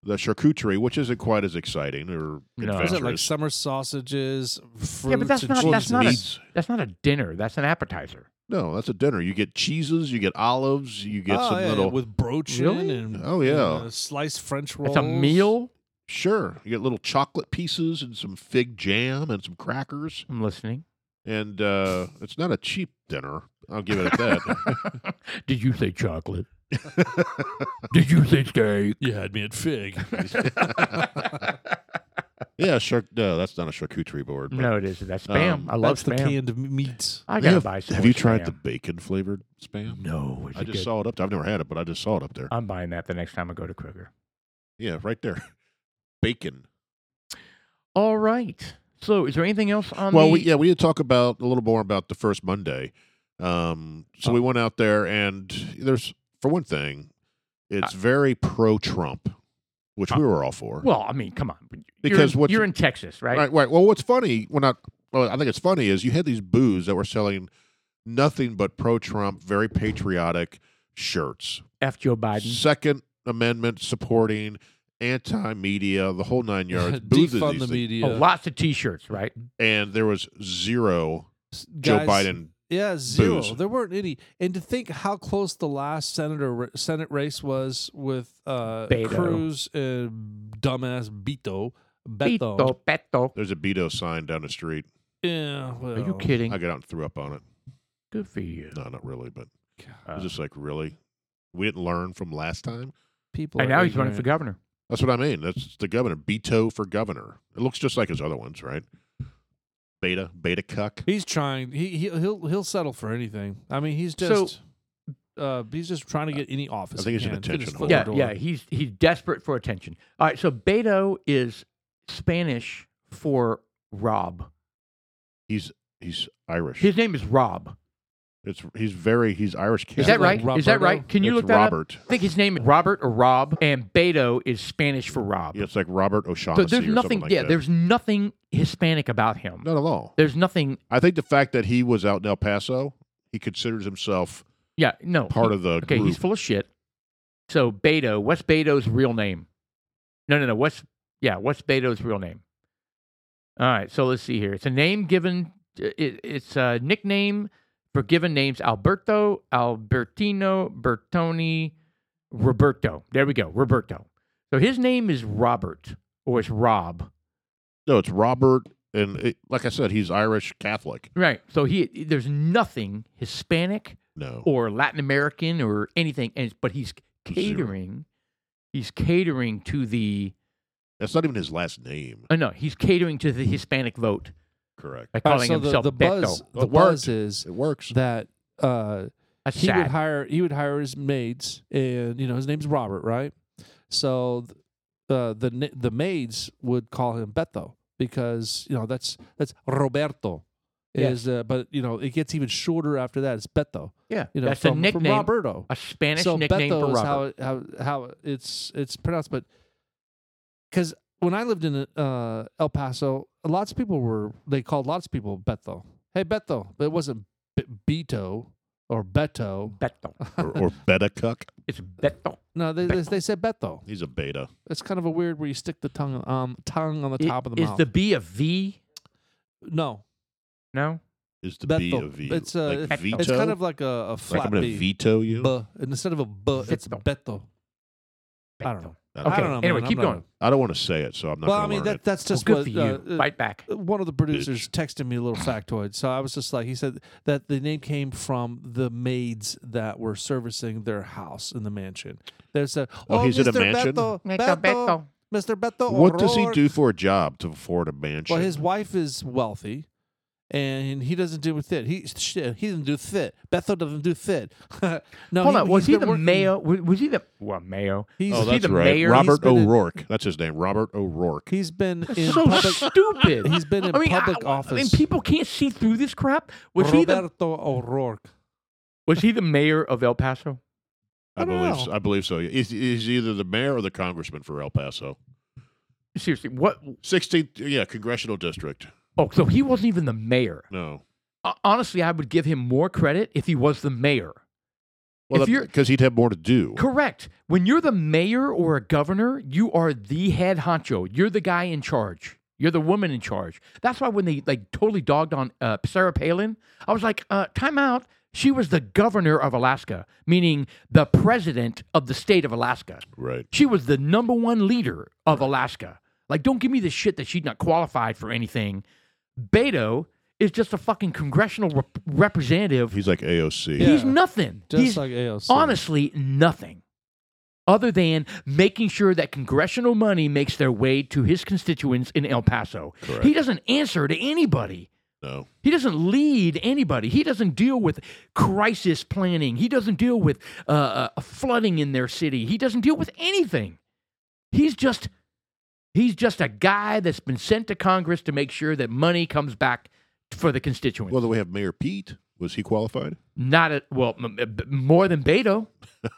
Speaker 1: the charcuterie, which isn't quite as exciting or
Speaker 2: Was it
Speaker 3: No.
Speaker 2: like
Speaker 1: adventurous.
Speaker 2: summer sausages, fruits,
Speaker 3: that's
Speaker 2: and
Speaker 1: Well,
Speaker 3: not-
Speaker 2: cheese?
Speaker 3: that's
Speaker 1: it's
Speaker 3: not a-
Speaker 1: meats.
Speaker 3: That's not a dinner. That's an appetizer.
Speaker 1: No, that's a dinner. You get cheeses, you get olives, you get
Speaker 2: oh,
Speaker 1: some
Speaker 2: yeah,
Speaker 1: little
Speaker 2: with broach
Speaker 3: Really?
Speaker 2: and
Speaker 1: Oh, yeah.
Speaker 2: uh, sliced French rolls.
Speaker 3: It's a meal.
Speaker 1: sure. You get little chocolate pieces and some fig jam and some crackers.
Speaker 3: I'm listening.
Speaker 1: And uh, it's not a cheap dinner. I'll give it at that.
Speaker 3: Did you say chocolate? Did you say steak?
Speaker 2: You had me at fig.
Speaker 1: yeah, sure. No, that's not a charcuterie board. but-
Speaker 3: No, it isn't. That's spam.
Speaker 1: Um,
Speaker 3: I love
Speaker 2: That's
Speaker 3: spam.
Speaker 2: the canned m- meats.
Speaker 3: I
Speaker 1: They
Speaker 3: gotta
Speaker 1: have-
Speaker 3: buy some.
Speaker 1: Have
Speaker 3: more
Speaker 1: you tried the
Speaker 3: spam.
Speaker 1: bacon flavored spam?
Speaker 3: No, it's
Speaker 1: I
Speaker 3: a
Speaker 1: just
Speaker 3: good-
Speaker 1: saw it up. I've never had it, but I just saw it up there.
Speaker 3: I'm buying that the next time I go to Kroger.
Speaker 1: yeah, right there. Bacon.
Speaker 3: All right. So, is there anything else on
Speaker 1: Well,
Speaker 3: the?
Speaker 1: we, yeah, we did talk about a little more about the first Monday. Um,
Speaker 3: Uh.
Speaker 1: so we went out there, and there's for one thing, it's very pro Trump, which we were all for.
Speaker 3: Uh. Well, I mean, come on. You're
Speaker 1: Because
Speaker 3: in-
Speaker 1: what's-
Speaker 3: you're in Texas, right?
Speaker 1: Right, right. Well, what's funny, well, not, well, I think it's funny is you had these booths that were selling nothing but pro Trump, very patriotic shirts,
Speaker 3: F Joe Biden.
Speaker 1: Second Amendment supporting, anti media, the whole nine yards. booths of
Speaker 2: Defund
Speaker 1: these
Speaker 2: the
Speaker 1: things.
Speaker 2: media.
Speaker 3: Oh, lots of T-shirts, right?
Speaker 1: And there was zero
Speaker 2: S-
Speaker 1: Joe
Speaker 2: guys,
Speaker 1: Biden.
Speaker 2: Yeah, zero.
Speaker 1: booze.
Speaker 2: There weren't any. And to think how close the last senator Senate race was with uh,
Speaker 3: Beto.
Speaker 2: Cruz and dumbass Beto. Beto.
Speaker 3: Beto, Beto.
Speaker 1: There's a Beto sign down the street.
Speaker 2: Yeah. Well,
Speaker 3: Are you kidding?
Speaker 1: I got out and threw up on it.
Speaker 3: Good for you.
Speaker 1: No, not really, but I
Speaker 3: Uh,
Speaker 1: was just like, really? We didn't learn from last time?
Speaker 2: People.
Speaker 3: and
Speaker 2: are
Speaker 3: now he's running for
Speaker 2: ignorant.
Speaker 3: governor.
Speaker 1: That's what I mean. That's the governor. Beto for governor. It looks just like his other ones, right? Beta, beta cuck.
Speaker 2: He's trying. He, he he'll he'll settle for anything. I mean, he's
Speaker 3: So-
Speaker 2: just. uh, he's just trying to get any office.
Speaker 1: I think
Speaker 2: he
Speaker 1: he's an
Speaker 2: can. Fit his
Speaker 1: attention whore.
Speaker 2: foot in
Speaker 3: Yeah,
Speaker 2: the door.
Speaker 3: yeah. He's he's desperate for attention. All right. So Beto is Spanish for Rob.
Speaker 1: He's he's Irish.
Speaker 3: His name is Rob.
Speaker 1: it's he's very he's Irish. Catholic.
Speaker 3: Is that right?
Speaker 2: like
Speaker 3: Is that
Speaker 2: Roberto?
Speaker 3: right? Can you
Speaker 1: it's
Speaker 3: look that up?
Speaker 1: Robert.
Speaker 3: I think his name is Robert or Rob, and Beto is Spanish for Rob.
Speaker 1: Yeah, it's like Robert
Speaker 3: so
Speaker 1: O'Shaughnessy.
Speaker 3: there's
Speaker 1: or
Speaker 3: nothing.
Speaker 1: something Like
Speaker 3: yeah,
Speaker 1: that.
Speaker 3: there's nothing Hispanic about him.
Speaker 1: not at all.
Speaker 3: There's nothing.
Speaker 1: I think the fact that he was out in El Paso, he considers himself
Speaker 3: Yeah, no.
Speaker 1: part of the
Speaker 3: Okay,
Speaker 1: group.
Speaker 3: he's full of shit. So Beto, what's Beto's real name? No, no, no. What's yeah? What's Beto's real name? All right, so let's see here. It's a name given. It, it's a nickname for given names: Alberto, Albertino, Bertoni, Roberto. There we go, Roberto. So his name is Robert, or it's Rob.
Speaker 1: no, it's Robert, and it, like I said, he's Irish Catholic.
Speaker 3: Right. So he there's nothing Hispanic
Speaker 1: No,
Speaker 3: or Latin American or anything, and but he's
Speaker 1: Zero.
Speaker 3: catering. He's catering to the
Speaker 1: That's not even his last name.
Speaker 3: Oh, no, he's catering to the Hispanic vote
Speaker 1: Correct.
Speaker 3: by
Speaker 2: All right,
Speaker 3: calling
Speaker 2: so the,
Speaker 3: himself
Speaker 2: the
Speaker 3: Beto.
Speaker 2: buzz, the
Speaker 1: It worked.
Speaker 2: buzz is
Speaker 1: It works.
Speaker 2: that uh,
Speaker 3: That's
Speaker 2: he would
Speaker 3: sad.
Speaker 2: hire he would hire his maids, and you know his name's Robert, right? So th- uh, the na- the maids would call him Beto because you know that's that's Roberto. Is uh, but you know it gets even shorter after that. It's Beto.
Speaker 3: yeah,
Speaker 2: You know
Speaker 3: that's
Speaker 2: from,
Speaker 3: a
Speaker 2: from
Speaker 3: nickname,
Speaker 2: Roberto.
Speaker 3: a Spanish
Speaker 2: so
Speaker 3: nickname
Speaker 2: Beto
Speaker 3: for
Speaker 2: is how
Speaker 3: Robert.
Speaker 2: it, how how it's it's pronounced. But because when I lived in uh, El Paso, lots of people were they called lots of people Beto. Hey Beto, but it wasn't B- Beto or Beto.
Speaker 3: Beto.
Speaker 1: or, or beta cuck.
Speaker 3: It's Beto.
Speaker 2: No, they, they, they said Beto.
Speaker 1: He's a beta.
Speaker 2: It's kind of a weird where you stick the tongue um tongue on the
Speaker 3: I-
Speaker 2: top of the
Speaker 3: is
Speaker 2: mouth.
Speaker 3: the B a V?
Speaker 2: no,
Speaker 3: No.
Speaker 1: Is the
Speaker 2: Beto.
Speaker 1: B of V?
Speaker 2: It's, uh,
Speaker 1: like veto.
Speaker 2: it's kind of like a, a
Speaker 1: like
Speaker 2: flat
Speaker 1: I'm gonna
Speaker 2: B.
Speaker 1: veto you.
Speaker 2: B. And instead of a B, it's
Speaker 3: Beto.
Speaker 2: Beto. I don't
Speaker 3: Beto.
Speaker 2: know.
Speaker 1: I
Speaker 3: Okay.
Speaker 2: I don't know.
Speaker 3: Anyway,
Speaker 2: man.
Speaker 3: keep
Speaker 2: I'm not
Speaker 3: going.
Speaker 1: I don't want to say it, so I'm
Speaker 2: a-
Speaker 1: not.
Speaker 2: well,
Speaker 1: gonna
Speaker 2: I mean
Speaker 1: learn
Speaker 2: that
Speaker 1: it.
Speaker 2: that's
Speaker 3: Well,
Speaker 2: just
Speaker 3: good
Speaker 2: what
Speaker 3: for you.
Speaker 2: uh, uh,
Speaker 3: Fight back.
Speaker 2: one of the producers texted me a little factoid. So I was just like, he said that the name came from the maids that were servicing their house in the mansion. There's a
Speaker 1: Oh, he's in
Speaker 2: Mr.
Speaker 1: a mansion?
Speaker 2: Beto,
Speaker 3: Beto,
Speaker 2: Beto,
Speaker 3: Beto.
Speaker 2: Mr. Beto.
Speaker 1: What does he
Speaker 2: O'Rourke."
Speaker 1: do for a job to afford a mansion?
Speaker 2: Well, his wife is wealthy, and he doesn't do with it. He shit, he doesn't do fit. Bethel doesn't do fit. no,
Speaker 3: Hold on.
Speaker 2: he's
Speaker 3: Was he
Speaker 2: been
Speaker 3: the
Speaker 2: working-
Speaker 3: mayor? Was, was he the well mayo?
Speaker 2: He's,
Speaker 1: oh,
Speaker 3: is he
Speaker 1: that's
Speaker 3: the
Speaker 1: right.
Speaker 3: mayor?
Speaker 1: Robert
Speaker 2: He's been in-
Speaker 1: O'Rourke. that's his name. Robert O'Rourke.
Speaker 2: he's been in
Speaker 3: so
Speaker 2: public.
Speaker 3: stupid.
Speaker 2: He's been in
Speaker 3: I mean,
Speaker 2: public
Speaker 3: I,
Speaker 2: office.
Speaker 3: and people can't see through this crap. Was he the
Speaker 2: Roberto O'Rourke.
Speaker 3: was he the mayor of El Paso?
Speaker 1: I,
Speaker 2: I don't
Speaker 1: believe.
Speaker 2: know.
Speaker 1: So, I believe so. He's, he's either the mayor or the congressman for El Paso,
Speaker 3: Seriously, what?
Speaker 1: 16th, yeah, congressional district.
Speaker 3: Oh, so he wasn't even the mayor.
Speaker 1: No,
Speaker 3: Uh, honestly, I would give him more credit if he was the mayor.
Speaker 1: well,
Speaker 3: If you're-
Speaker 1: because he'd have more to do.
Speaker 3: Correct. When you're the mayor or a governor, you are the head honcho. You're the guy in charge. You're the woman in charge. That's why when they like totally dogged on uh, Sarah Palin, I was like, uh, time out. She was the governor of Alaska, meaning the president of the state of Alaska.
Speaker 1: Right.
Speaker 3: She was the number one leader of Alaska. Like, don't give me the shit that she's not qualified for anything. Beto is just a fucking congressional rep- representative.
Speaker 1: He's like AOC.
Speaker 2: Yeah.
Speaker 3: He's nothing.
Speaker 2: Just
Speaker 3: He's
Speaker 2: like AOC.
Speaker 3: honestly nothing other than making sure that congressional money makes their way to his constituents in El Paso.
Speaker 1: Correct.
Speaker 3: He doesn't answer to anybody.
Speaker 1: No.
Speaker 3: He doesn't lead anybody. He doesn't deal with crisis planning. He doesn't deal with uh, uh, flooding in their city. He doesn't deal with anything. He's just he's just a guy that's been sent to Congress to make sure that money comes back for the constituents.
Speaker 1: Well, then we have Mayor Pete. Was he qualified?
Speaker 3: Not at well m- m- more than Beto.
Speaker 1: All right,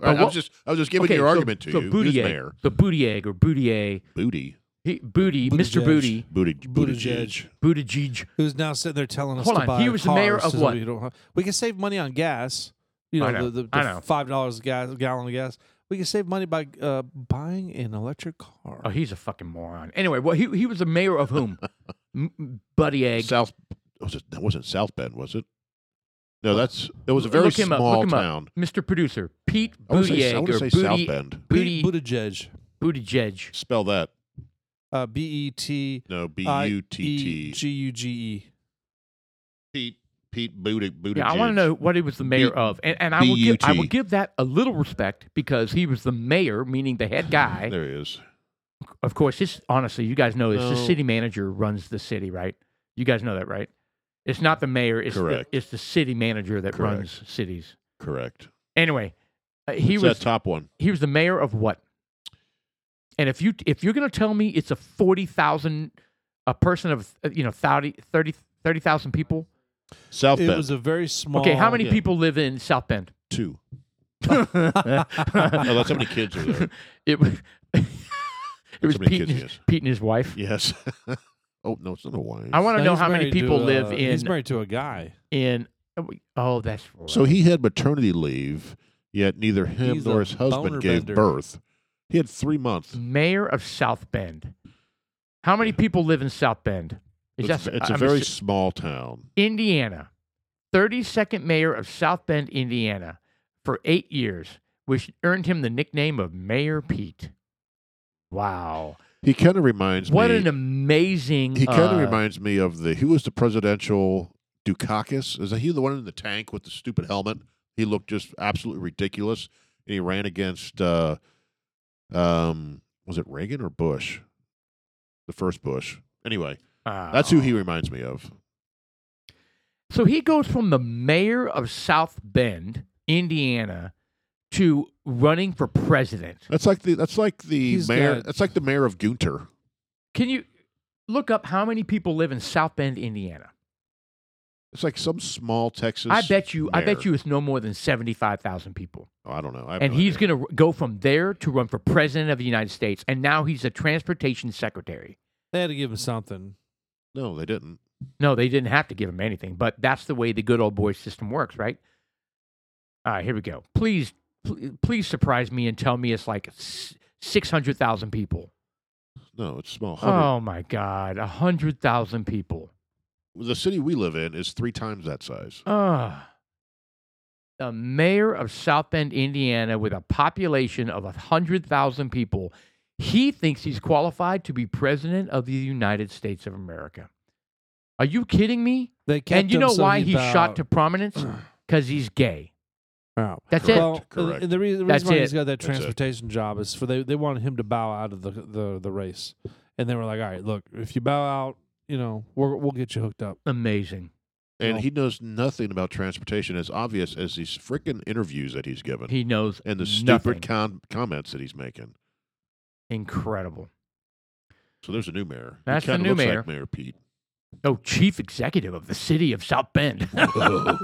Speaker 1: I
Speaker 3: what-
Speaker 1: was just, I was just giving
Speaker 3: Oh, Okay,
Speaker 1: your
Speaker 3: so-
Speaker 1: argument to
Speaker 3: so
Speaker 1: you.
Speaker 3: Buttigieg,
Speaker 1: He was mayor.
Speaker 3: So Buttigieg or Buttigieg,
Speaker 1: Booty.
Speaker 3: he, Booty, Mr.
Speaker 2: Buttigieg.
Speaker 3: Booty,
Speaker 1: Booty.
Speaker 2: Buttigieg.
Speaker 1: Buttigieg.
Speaker 3: Buttigieg.
Speaker 2: who's now sitting there telling us
Speaker 3: Hold
Speaker 2: to
Speaker 3: on,
Speaker 2: buy
Speaker 3: he was the mayor
Speaker 2: cars
Speaker 3: of
Speaker 2: so that
Speaker 3: what?
Speaker 2: We, don't have- we can save money on gas. You know,
Speaker 3: I know,
Speaker 2: the, the,
Speaker 3: I
Speaker 2: the
Speaker 3: know.
Speaker 2: five dollars gas gallon of gas. We can save money by uh, buying an electric car.
Speaker 3: Oh, he's a fucking moron. Anyway, well, he he was the mayor of whom? M- Buddy Egg.
Speaker 1: South. Was it, that wasn't South Bend, was it? No, that's. It was a very
Speaker 3: Look him up,
Speaker 1: small
Speaker 3: look him up.
Speaker 1: town.
Speaker 3: Mr. Producer, Pete
Speaker 1: I want to
Speaker 3: Buttigieg
Speaker 1: say, I
Speaker 3: or
Speaker 1: wanna say South
Speaker 3: Booty,
Speaker 1: Bend.
Speaker 2: Pete
Speaker 3: Booty,
Speaker 2: Buttigieg,
Speaker 3: Buttigieg.
Speaker 1: Spell that.
Speaker 2: uh, B E T
Speaker 1: No, B
Speaker 2: I
Speaker 1: U T
Speaker 2: E
Speaker 1: T.
Speaker 2: G U G E.
Speaker 1: Pete. Pete Booty. Buttigieg.
Speaker 3: Yeah, I want to know what he was the mayor
Speaker 1: B-
Speaker 3: of, and, and I will give I will
Speaker 1: B.U.T..
Speaker 3: give that a little respect because he was the mayor, meaning the head guy.
Speaker 1: There he is.
Speaker 3: Of course, this honestly, you guys know this. The
Speaker 2: No.
Speaker 3: city manager runs the city, right? You guys know that, right? It's not the mayor. It's
Speaker 1: Correct.
Speaker 3: The, it's the city manager that
Speaker 1: Correct.
Speaker 3: runs cities.
Speaker 1: Correct.
Speaker 3: Anyway, uh, he
Speaker 1: It's
Speaker 3: was
Speaker 1: that top one.
Speaker 3: he was the mayor of what? And if you if you're gonna tell me it's a forty thousand a person of uh, you know 30 30 30,000 people.
Speaker 1: South
Speaker 2: It
Speaker 1: Bend.
Speaker 2: was a very small.
Speaker 3: Okay, how many
Speaker 1: yeah.
Speaker 3: people live in South Bend?
Speaker 1: two. No,
Speaker 3: it
Speaker 1: that's how many kids are there.
Speaker 3: was it was
Speaker 1: many
Speaker 3: Pete
Speaker 1: kids
Speaker 3: and,
Speaker 1: he
Speaker 3: his,
Speaker 1: is.
Speaker 3: Pete and his wife.
Speaker 1: Yes. oh no, it's not Hawaii.
Speaker 3: I want to
Speaker 2: No,
Speaker 3: know
Speaker 2: he's
Speaker 3: how many
Speaker 2: married to,
Speaker 3: people live
Speaker 2: uh, He's
Speaker 3: in
Speaker 2: married to a guy.
Speaker 3: in oh that's right.
Speaker 1: So he had maternity leave, yet neither him
Speaker 2: He's
Speaker 1: nor
Speaker 2: a
Speaker 1: his husband
Speaker 2: boner
Speaker 1: gave
Speaker 2: bender.
Speaker 1: birth. He had three months.
Speaker 3: mayor of south bend how many people live in south bend
Speaker 1: It's,
Speaker 3: that-
Speaker 1: it's a
Speaker 3: I'm
Speaker 1: very
Speaker 3: assu-
Speaker 1: small town.
Speaker 3: indiana 32nd mayor of south bend indiana for eight years which earned him the nickname of mayor pete wow
Speaker 1: He kind of reminds
Speaker 3: what
Speaker 1: me.
Speaker 3: an amazing
Speaker 1: he kind of
Speaker 3: uh,
Speaker 1: reminds me of the. Who was the presidential Dukakis? Is he the one in the tank with the stupid helmet? He looked just absolutely ridiculous, and he ran against. Uh, um, was it Reagan or Bush? The first Bush. Anyway, that's
Speaker 3: Oh.
Speaker 1: who he reminds me of.
Speaker 3: uh, So he goes from the mayor of South Bend, Indiana, to running for president.
Speaker 1: That's like the that's like the
Speaker 2: He's
Speaker 1: mayor.
Speaker 2: got-
Speaker 1: That's like the mayor of Gunter.
Speaker 3: Can you look up how many people live in South Bend, Indiana?
Speaker 1: It's like some small Texas.
Speaker 3: I bet you. I bet
Speaker 1: mayor.
Speaker 3: you it's no more than seventy-five thousand people.
Speaker 1: Oh, I don't know. I have
Speaker 3: And
Speaker 1: no
Speaker 3: he's
Speaker 1: idea.
Speaker 3: going to go from there to run for president of the United States, and now he's a transportation secretary.
Speaker 2: They had to give him something.
Speaker 1: No, they didn't.
Speaker 3: No, they didn't have to give him anything, but that's the way the good old boy system works, right? All right, here we go. Please, pl- please surprise me and tell me it's like s- six hundred thousand people.
Speaker 1: No, it's small. 100.
Speaker 3: Oh my God, a hundred thousand people.
Speaker 1: The city we live in is three times that size.
Speaker 3: Ugh. The mayor of South Bend, Indiana, with a population of a hundred thousand people, he thinks he's qualified to be president of the United States of America. Are you kidding me?
Speaker 2: They kept
Speaker 3: and you
Speaker 2: him
Speaker 3: know
Speaker 2: so
Speaker 3: why
Speaker 2: he
Speaker 3: he's shot
Speaker 2: bowed
Speaker 3: to prominence? Because he's gay.
Speaker 2: out.
Speaker 3: That's
Speaker 1: Correct.
Speaker 3: it.
Speaker 2: Well,
Speaker 1: Correct.
Speaker 2: uh, the reason, the
Speaker 3: That's
Speaker 2: reason why he's
Speaker 3: it.
Speaker 2: got that
Speaker 1: That's it.
Speaker 2: transportation job is for they, they wanted him to bow out of the, the the race, and they were like, "All right, look, if you bow out, you know, we're, we'll get you hooked up."
Speaker 3: Amazing.
Speaker 1: And
Speaker 2: Well-
Speaker 1: he knows nothing about transportation, as obvious as these freaking interviews that he's given
Speaker 3: He knows
Speaker 1: and the
Speaker 3: nothing.
Speaker 1: stupid com- comments that he's making.
Speaker 3: Incredible.
Speaker 1: So there's a new mayor.
Speaker 3: That's
Speaker 1: he
Speaker 3: the
Speaker 1: kinda
Speaker 3: new
Speaker 1: looks
Speaker 3: mayor.
Speaker 1: Like mayor Pete.
Speaker 3: Oh, chief executive of the city of South Bend.
Speaker 1: Whoa.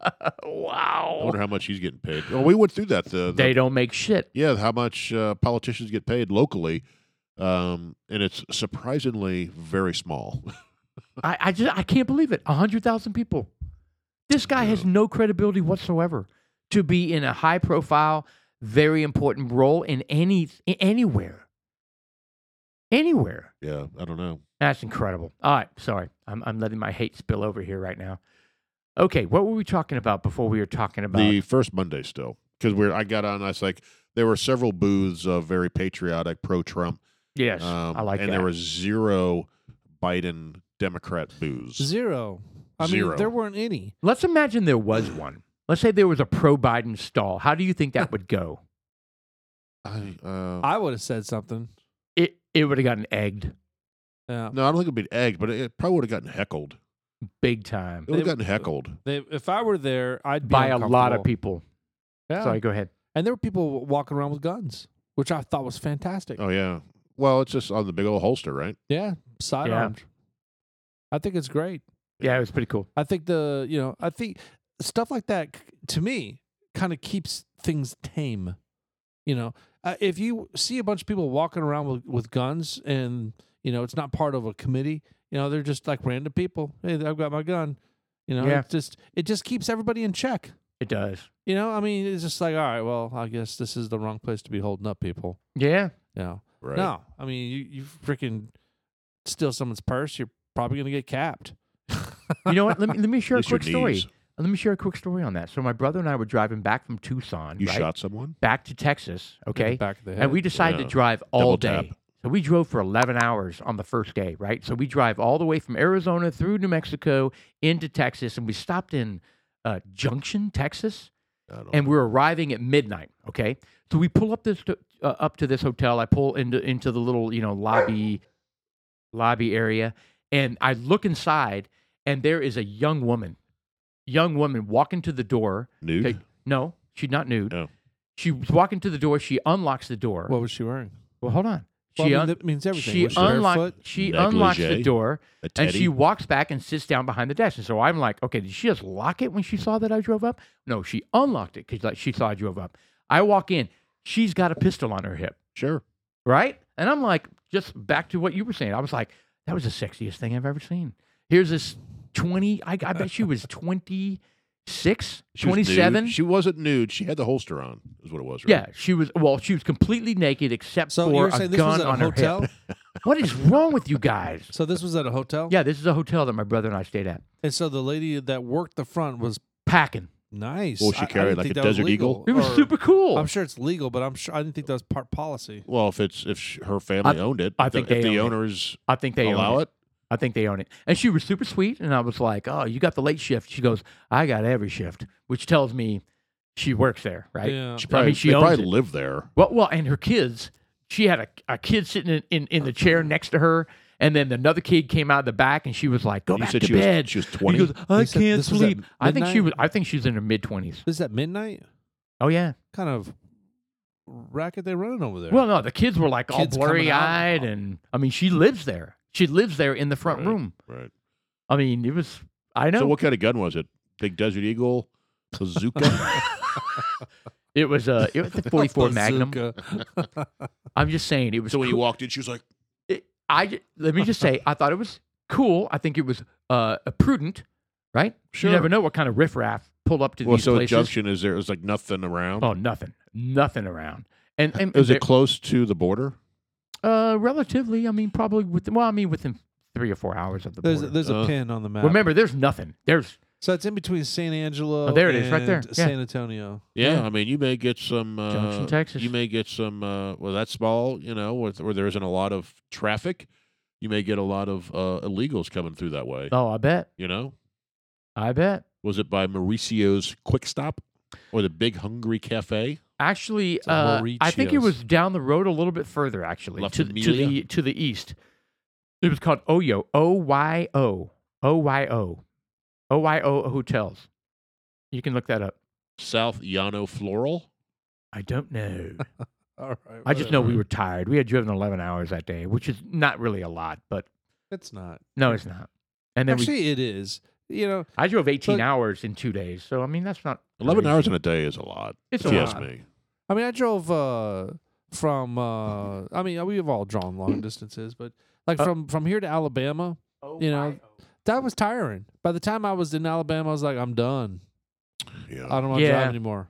Speaker 1: I
Speaker 3: wow.
Speaker 1: wonder how much he's getting paid. Oh, we went through that. The, the-
Speaker 3: They don't make shit.
Speaker 1: yeah, how much uh, politicians get paid locally, um, and it's surprisingly very small.
Speaker 3: I, I just I can't believe it. hundred thousand people. This guy has no credibility whatsoever to be in a high profile, very important role in any in anywhere. Anywhere.
Speaker 1: yeah, I don't know.
Speaker 3: That's incredible. All right, sorry. I'm I'm letting my hate spill over here right now. Okay, what were we talking about before we were talking about
Speaker 1: The first Monday still because we're I got on. I was like, there were several booths of very patriotic, pro-Trump,
Speaker 3: Yes,
Speaker 1: um,
Speaker 3: I like
Speaker 1: and
Speaker 3: that.
Speaker 1: there were zero Biden Democrat booths.
Speaker 2: Zero. I
Speaker 1: Zero.
Speaker 2: mean, there weren't any.
Speaker 3: Let's imagine there was one. Let's say there was a pro Biden stall. How do you think that would go?
Speaker 1: I, uh,
Speaker 2: I would have said something.
Speaker 3: It it would have gotten egged
Speaker 2: Yeah.
Speaker 1: no, I don't think it'd be egged, but it probably would have gotten heckled.
Speaker 3: big time
Speaker 1: It would have
Speaker 2: They-
Speaker 1: gotten heckled.
Speaker 2: They, if I were there, I'd be
Speaker 3: by a lot of
Speaker 2: uncomfortable.
Speaker 3: people.
Speaker 2: Yeah.
Speaker 3: Sorry, go ahead.
Speaker 2: And there were people walking around with guns, which I thought was fantastic.
Speaker 1: Oh yeah. Well, it's just on the big old holster, right?
Speaker 2: Yeah, sidearmed. I think it's great.
Speaker 3: Yeah, it was pretty cool.
Speaker 2: I think the you know I think stuff like that c- to me kind of keeps things tame. You know, uh, if you see a bunch of people walking around with, with guns and you know it's not part of a committee, you know they're just like random people. Hey, I've got my gun. You know,
Speaker 3: Yeah.
Speaker 2: it just it just keeps everybody in check.
Speaker 3: It does.
Speaker 2: You know, I mean, it's just like all right, well, I guess this is the wrong place to be holding up people.
Speaker 3: Yeah.
Speaker 2: You know,
Speaker 1: Right.
Speaker 2: no, I mean you you freaking steal someone's purse, you're probably gonna get capped.
Speaker 3: You know what? Let me let me share a
Speaker 1: At least your
Speaker 3: quick story.
Speaker 1: knees.
Speaker 3: Let me share a quick story on that. So my brother and I were driving back from Tucson,
Speaker 1: You
Speaker 3: right?
Speaker 1: shot someone?
Speaker 3: back to Texas,
Speaker 2: Hit the
Speaker 3: okay?
Speaker 2: back of the head.
Speaker 3: And we decided
Speaker 1: Yeah.
Speaker 3: to drive
Speaker 1: Double
Speaker 3: all day.
Speaker 1: tap.
Speaker 3: So we drove for 11 hours on the first day, right? So we drive all the way from Arizona through New Mexico into Texas, and we stopped in uh, Junction, Texas,
Speaker 1: I don't
Speaker 3: and we're arriving at midnight. Okay, so we pull up this uh, up to this hotel. I pull into into the little you know lobby lobby area, and I look inside, and there is a young woman, young woman walking to the door.
Speaker 1: Nude?
Speaker 3: Okay, no, she's not nude.
Speaker 1: Oh.
Speaker 3: She was walking to the door. She unlocks the door.
Speaker 2: What was she wearing?
Speaker 3: Well, hold on. She
Speaker 2: Well, I mean,
Speaker 3: un-
Speaker 2: that means everything.
Speaker 3: she
Speaker 2: Was she barefoot?
Speaker 3: unlocked she unlocks the
Speaker 1: Negligee?
Speaker 3: door
Speaker 1: A
Speaker 3: and
Speaker 1: teddy?
Speaker 3: she walks back and sits down behind the desk. And so I'm like, okay, did she just lock it when she saw that I drove up? No, she unlocked it because like she saw I drove up. I walk in. She's got a pistol on her hip,
Speaker 1: Sure.
Speaker 3: right? And I'm like, just back to what you were saying. I was like, that was the sexiest thing I've ever seen. Here's this 20, I, I bet she was 26,
Speaker 1: She was nude.
Speaker 3: 27.
Speaker 1: She wasn't nude. She had the holster on, is what it was, right?
Speaker 3: yeah, she was, well, she was completely naked except
Speaker 2: So
Speaker 3: for
Speaker 2: you're
Speaker 3: a
Speaker 2: saying this
Speaker 3: gun
Speaker 2: was at a
Speaker 3: on her
Speaker 2: hotel?
Speaker 3: hip. What is wrong with you guys?
Speaker 2: So this was at a hotel.
Speaker 3: Yeah, this is a hotel that my brother and I stayed at.
Speaker 2: And so the lady that worked the front was
Speaker 3: Packing.
Speaker 2: nice.
Speaker 1: Well, she
Speaker 2: I- I didn't
Speaker 1: carried like
Speaker 2: think
Speaker 1: a
Speaker 2: that was
Speaker 1: Desert Eagle?
Speaker 2: legal,
Speaker 3: It was
Speaker 2: or-
Speaker 3: super cool.
Speaker 2: I'm sure it's legal, but I'm sure I didn't think that was part policy.
Speaker 1: Well, if it's if sh- her family owned it,
Speaker 3: I
Speaker 1: if the-
Speaker 3: think they
Speaker 1: if the
Speaker 3: own it.
Speaker 1: owners
Speaker 3: I think they
Speaker 1: allow
Speaker 3: own
Speaker 1: it.
Speaker 3: it. I think they own it. And she was super sweet. And I was like, "Oh, you got the late shift." She goes, "I got every shift," which tells me she works there, right?
Speaker 2: Yeah.
Speaker 1: she probably,
Speaker 3: she
Speaker 1: they
Speaker 3: owns
Speaker 1: probably
Speaker 3: it.
Speaker 1: live there.
Speaker 3: Well, well, and her kids she had a, a kid sitting in, in, in the chair next to her, and then another kid came out of the back, and she was like, "Go
Speaker 1: you
Speaker 3: back
Speaker 1: said
Speaker 3: to
Speaker 1: she
Speaker 3: bed."
Speaker 1: was she was
Speaker 3: He
Speaker 1: twenty.
Speaker 3: goes, I
Speaker 2: You said
Speaker 3: can't
Speaker 2: this was at
Speaker 3: sleep. I think she was.
Speaker 2: midnight?
Speaker 3: I think she's in her mid twenties.
Speaker 2: Is that midnight?
Speaker 3: Oh yeah.
Speaker 2: Kind of racket they running over there.
Speaker 3: Well, no, the kids were like all
Speaker 2: Kids coming out.
Speaker 3: blurry eyed, and I mean, she lives there. She lives there in the front
Speaker 1: Right.
Speaker 3: room.
Speaker 1: right.
Speaker 3: I mean, it was. I know
Speaker 1: So what kind of gun was it? Big Desert Eagle, bazooka.
Speaker 3: it was a it was a forty four Magnum.
Speaker 2: Bazooka.
Speaker 3: I'm just saying it was.
Speaker 1: so when you
Speaker 3: cool.
Speaker 1: walked in, she was like,
Speaker 3: It- I ju- let me just say, I thought it was cool. I think it was uh, prudent, right?
Speaker 1: Sure.
Speaker 3: You never know what kind of riffraff pull up to
Speaker 1: "Well,
Speaker 3: these
Speaker 1: so
Speaker 3: places.
Speaker 1: the junction is there? It was like nothing around.
Speaker 3: Oh, nothing, nothing around. And and
Speaker 1: is
Speaker 3: there-
Speaker 1: it close to the border?
Speaker 3: Uh, relatively. I mean, probably within. Well, I mean, within three or four hours of the
Speaker 2: there's
Speaker 3: border.
Speaker 2: there's a
Speaker 1: Uh,
Speaker 2: pin on the map.
Speaker 3: Remember, there's nothing. There's
Speaker 2: so it's in between San Angelo.
Speaker 3: Oh, there it is, right there.
Speaker 2: and
Speaker 3: Yeah.
Speaker 2: San Antonio.
Speaker 1: Yeah,
Speaker 3: Yeah.
Speaker 1: I mean, you may get some uh,
Speaker 3: Junction, Texas.
Speaker 1: You may get some. Uh, well, that's small, you know, where, where there isn't a lot of traffic. You may get a lot of uh, illegals coming through that way.
Speaker 3: oh, I bet,
Speaker 1: You know,
Speaker 3: I bet.
Speaker 1: was it by Mauricio's Quick Stop or the Big Hungry Cafe?
Speaker 3: Actually,
Speaker 2: So
Speaker 3: uh, I think it
Speaker 2: Mauricio's.
Speaker 3: was down the road a little bit further. Actually,
Speaker 1: La
Speaker 3: to, the- to
Speaker 1: Familia?
Speaker 3: the to the east. It was called Oyo. O Y O. O Y O. O Y O hotels. You can look that up.
Speaker 1: South Yano Floral.
Speaker 3: I don't know.
Speaker 2: All right.
Speaker 3: I just know we
Speaker 1: Whatever.
Speaker 3: were tired. We had driven 11 hours that day, which is not really a lot, but
Speaker 2: It's not.
Speaker 3: no, it's not. And then we
Speaker 2: Actually, it is. You know,
Speaker 3: I drove 18
Speaker 2: But-
Speaker 3: hours in two days. So, I mean, that's not.
Speaker 1: Eleven
Speaker 3: crazy.
Speaker 1: hours in a day is a lot.
Speaker 3: It's
Speaker 1: if
Speaker 3: a
Speaker 1: you ask
Speaker 3: lot.
Speaker 1: me.
Speaker 2: I mean, I drove uh, from. Uh, I mean, we've all drawn long distances, but like
Speaker 3: Mm. Uh,
Speaker 2: from from here to Alabama, you know, that was tiring. By the time I was in Alabama, I was like, I'm done.
Speaker 1: Yeah.
Speaker 2: I don't want to
Speaker 3: Yeah.
Speaker 2: drive anymore.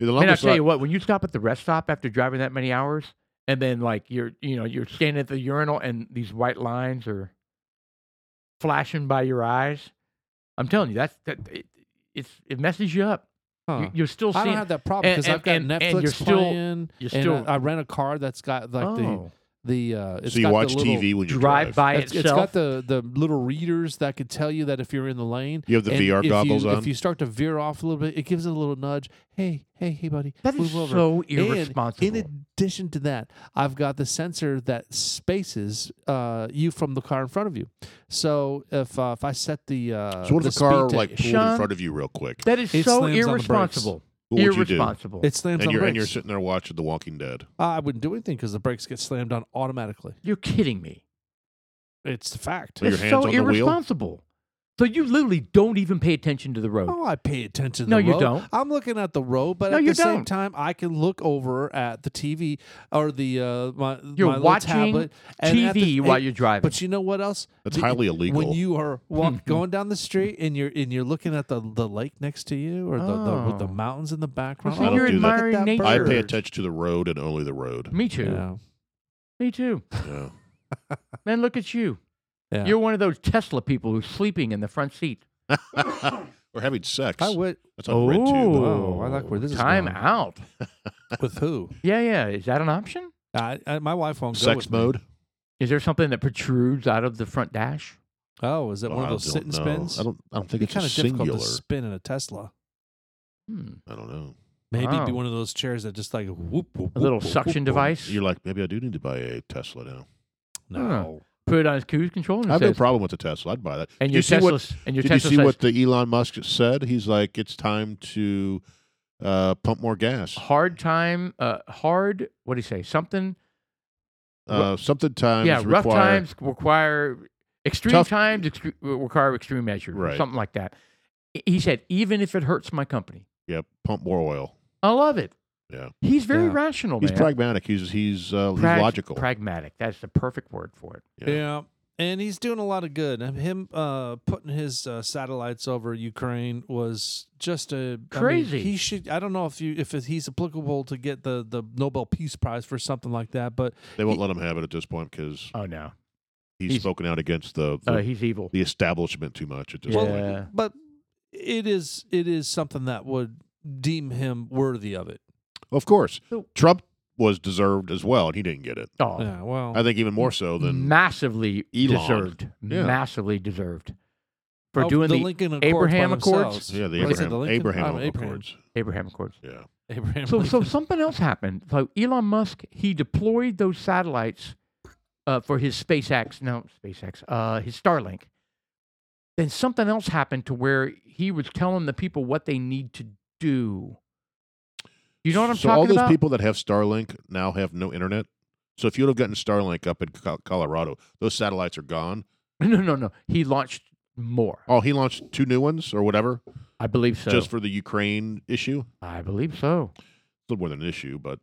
Speaker 1: The
Speaker 3: And Uh, I'll
Speaker 1: longest
Speaker 3: tell
Speaker 1: ride-
Speaker 3: you what, when you stop at the rest stop after driving that many hours, and then like you're, you know, you're standing at the urinal and these white lines are flashing by your eyes. I'm telling you, that's that it, it's it messes you up.
Speaker 2: Huh.
Speaker 3: You, are still
Speaker 2: I
Speaker 3: seeing.
Speaker 2: don't have that problem
Speaker 3: and-
Speaker 2: because I've got
Speaker 3: and- and-
Speaker 2: Netflix
Speaker 3: and you're still-
Speaker 2: playing.
Speaker 3: you're
Speaker 2: and
Speaker 3: still.
Speaker 2: I, I rent a car that's got like
Speaker 3: oh,
Speaker 2: the the. Uh, it's
Speaker 1: so you
Speaker 2: got the
Speaker 1: watch
Speaker 2: little-
Speaker 1: TV when you
Speaker 3: drive,
Speaker 1: drive.
Speaker 3: by
Speaker 2: It's, it's
Speaker 3: itself.
Speaker 2: got the the little readers that could tell you that if you're in the lane.
Speaker 1: You have the
Speaker 2: and
Speaker 1: VR
Speaker 2: if you-
Speaker 1: goggles on.
Speaker 2: If you start to veer off a little bit, it gives it a little nudge. Hey, hey, hey, buddy,
Speaker 3: that
Speaker 2: move
Speaker 3: is
Speaker 2: over.
Speaker 3: so
Speaker 2: And
Speaker 3: irresponsible.
Speaker 2: in addition to that, I've got the sensor that spaces uh, you from the car in front of you. So if uh, if I set the uh,
Speaker 1: so what
Speaker 2: the
Speaker 1: if the car
Speaker 2: speed to-
Speaker 1: like pulled in
Speaker 3: Sean-
Speaker 1: front of you real quick?
Speaker 3: that is
Speaker 2: It
Speaker 3: so
Speaker 2: slams on the brakes.
Speaker 3: irresponsible.
Speaker 1: What would you do?
Speaker 3: irresponsible.
Speaker 2: it slams
Speaker 1: And
Speaker 2: on the
Speaker 1: you're
Speaker 2: brakes,
Speaker 1: and you're sitting there watching The Walking Dead.
Speaker 2: Uh, I wouldn't do anything because the brakes get slammed on automatically.
Speaker 3: You're kidding me.
Speaker 2: It's a fact.
Speaker 1: Put your
Speaker 3: it's
Speaker 1: hands
Speaker 3: so
Speaker 1: on the wheel?
Speaker 3: irresponsible. So you literally don't even pay attention to the road.
Speaker 2: Oh, I pay attention. To
Speaker 3: No,
Speaker 2: the
Speaker 3: you
Speaker 2: road.
Speaker 3: don't.
Speaker 2: I'm looking at the road, but
Speaker 3: No,
Speaker 2: at
Speaker 3: you
Speaker 2: the same
Speaker 3: don't.
Speaker 2: time, I can look over at the TV or the uh, my
Speaker 3: You're
Speaker 2: my little
Speaker 3: watching
Speaker 2: tablet, and
Speaker 3: TV
Speaker 2: at the-
Speaker 3: while
Speaker 2: hey,
Speaker 3: you're driving.
Speaker 2: But you know what else?
Speaker 1: That's
Speaker 2: The-
Speaker 1: highly illegal.
Speaker 2: When you are
Speaker 1: Mm-hmm.
Speaker 2: walk, going down the street and you're and you're looking at the, the lake next to you or the, the, with the
Speaker 3: Oh.
Speaker 2: mountains in the background,
Speaker 3: so
Speaker 1: I don't
Speaker 3: you're
Speaker 1: do that.
Speaker 3: admiring
Speaker 2: Look at that
Speaker 3: nature.
Speaker 1: I
Speaker 2: bird.
Speaker 1: pay attention to the road and only the road.
Speaker 3: Me too.
Speaker 2: yeah,
Speaker 3: Me too.
Speaker 1: Yeah.
Speaker 3: Man, look at you.
Speaker 2: yeah.
Speaker 3: You're one of those Tesla people who's sleeping in the front seat.
Speaker 1: or having sex.
Speaker 2: I would
Speaker 1: That's on red tube.
Speaker 2: Wow, I like where this is
Speaker 3: Time
Speaker 2: going.
Speaker 3: out.
Speaker 2: with who?
Speaker 3: Yeah, yeah. Is that an option?
Speaker 2: I, I, my wife won't go
Speaker 1: Sex
Speaker 2: with me.
Speaker 1: mode.
Speaker 3: Is there something that protrudes out of the front dash?
Speaker 2: Oh, is that
Speaker 1: Oh,
Speaker 2: one of
Speaker 1: I
Speaker 2: those
Speaker 1: don't
Speaker 2: sit and
Speaker 1: know.
Speaker 2: spins?
Speaker 1: I don't. I don't think
Speaker 2: It'd be
Speaker 1: it's
Speaker 2: kind
Speaker 1: a
Speaker 2: of difficult
Speaker 1: singular.
Speaker 2: to spin in a Tesla.
Speaker 3: Hmm.
Speaker 1: I don't know.
Speaker 2: Maybe
Speaker 1: Oh.
Speaker 2: it'd be
Speaker 3: Wow.
Speaker 2: one of those chairs that just like whoop, whoop
Speaker 3: A little
Speaker 2: whoop, whoop,
Speaker 3: suction
Speaker 2: whoop.
Speaker 3: device.
Speaker 1: You're like, maybe I do need to buy a Tesla now. Oh.
Speaker 2: No,
Speaker 3: Put it on his cruise control
Speaker 2: Hmm.
Speaker 3: and
Speaker 1: I
Speaker 3: it
Speaker 1: have no
Speaker 3: says,
Speaker 1: problem with the Tesla. I'd buy that.
Speaker 3: and
Speaker 1: Did
Speaker 3: your
Speaker 1: you see what-
Speaker 3: Tesla and your
Speaker 1: Did you
Speaker 3: Tesla
Speaker 1: see
Speaker 3: says
Speaker 1: what the Elon Musk said? He's like, it's time to uh, pump more gas.
Speaker 3: hard time uh hard what do you say? Something
Speaker 1: Uh, something times
Speaker 3: yeah, rough
Speaker 1: require-
Speaker 3: times require extreme
Speaker 1: Tough-
Speaker 3: times extre- require extreme measures,
Speaker 1: Right.
Speaker 3: or something like that. I- He said, even if it hurts my company,
Speaker 1: Yeah, pump more oil.
Speaker 3: I love it.
Speaker 1: Yeah.
Speaker 3: He's very
Speaker 2: Yeah.
Speaker 3: rational.
Speaker 1: He's
Speaker 3: Oh, man.
Speaker 1: pragmatic. He's he's uh, he's
Speaker 3: Prag-
Speaker 1: logical.
Speaker 3: pragmatic. That's the perfect word for it.
Speaker 1: Yeah.
Speaker 2: Yeah. and he's doing a lot of good. And Him uh, putting his uh, satellites over Ukraine was just a I mean,
Speaker 3: Crazy.
Speaker 2: he should. I don't know if you if he's applicable to get the the Nobel Peace Prize for something like that, but
Speaker 1: They won't let him have it at this point because
Speaker 3: Oh no,
Speaker 1: he's,
Speaker 3: He's-
Speaker 1: spoken out against the the,
Speaker 3: uh, he's evil.
Speaker 1: the establishment too much at this
Speaker 2: Well,
Speaker 1: point.
Speaker 3: Yeah.
Speaker 2: but it is it is something that would deem him worthy of it.
Speaker 1: Of course,
Speaker 3: So-
Speaker 1: Trump was deserved as well, and he didn't get it.
Speaker 3: Oh,
Speaker 2: Yeah, well,
Speaker 1: I think even more so than
Speaker 3: massively
Speaker 1: Elon.
Speaker 3: deserved.
Speaker 1: Yeah.
Speaker 3: Massively deserved for
Speaker 2: oh,
Speaker 3: doing
Speaker 2: the
Speaker 3: the,
Speaker 2: Lincoln Accords
Speaker 3: Abraham
Speaker 2: by
Speaker 3: Accords?
Speaker 2: themselves.
Speaker 1: yeah the
Speaker 2: Like I said,
Speaker 1: Abraham,
Speaker 2: the Lincoln-
Speaker 1: Abraham
Speaker 2: um, Abraham.
Speaker 1: Accords.
Speaker 3: Abraham Accords.
Speaker 1: Yeah,
Speaker 2: Abraham.
Speaker 3: So, so
Speaker 2: Lincoln.
Speaker 3: something else happened. So Elon Musk he deployed those satellites uh, for his SpaceX, no SpaceX, uh, his Starlink. Then something else happened to where he was telling the people what they need to do. You know what I'm
Speaker 1: so
Speaker 3: talking
Speaker 1: all those
Speaker 3: about?
Speaker 1: people that have Starlink now have no internet. So if you'd have gotten Starlink up in Col- Colorado, those satellites are gone.
Speaker 3: no, no, no. He launched more.
Speaker 1: Oh, he launched two new ones or whatever,
Speaker 3: I believe so.
Speaker 1: just for the Ukraine issue.
Speaker 3: I believe so.
Speaker 1: A little more than an issue, but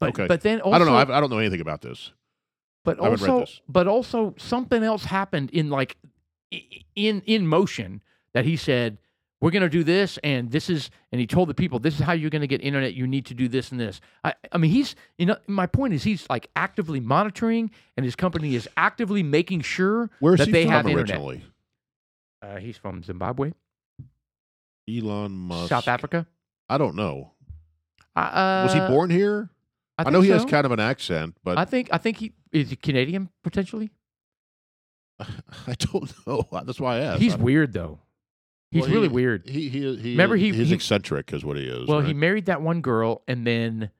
Speaker 3: But,
Speaker 1: Okay.
Speaker 3: but then also,
Speaker 1: I don't know. I've, I don't know anything about this.
Speaker 3: but
Speaker 1: I haven't read
Speaker 3: also
Speaker 1: this.
Speaker 3: but also something else happened in like i- i- in in motion that he said we're going to do this and this is and he told the people this is how you're going to get internet you need to do this and this i i mean he's you know my point is he's like actively monitoring and his company is actively making sure
Speaker 1: Where's
Speaker 3: that
Speaker 1: he
Speaker 3: they
Speaker 1: from
Speaker 3: have internet
Speaker 1: originally?
Speaker 3: uh, he's from zimbabwe
Speaker 1: Elon Musk.
Speaker 3: south africa
Speaker 1: I don't know.
Speaker 3: uh,
Speaker 1: Was he
Speaker 3: uh,
Speaker 1: born here?
Speaker 3: i,
Speaker 1: know
Speaker 3: think
Speaker 1: he has
Speaker 3: so.
Speaker 1: kind of an accent, but
Speaker 3: i
Speaker 1: I,
Speaker 3: think i think he is he canadian potentially
Speaker 1: don't know. That's why I asked.
Speaker 3: he's
Speaker 1: I-
Speaker 3: weird though he's
Speaker 1: Well, he-
Speaker 3: really weird
Speaker 1: He he he.
Speaker 3: Remember he-
Speaker 1: he's
Speaker 3: he-
Speaker 1: eccentric is what he is.
Speaker 3: Well, he
Speaker 1: right?
Speaker 3: married that one girl and then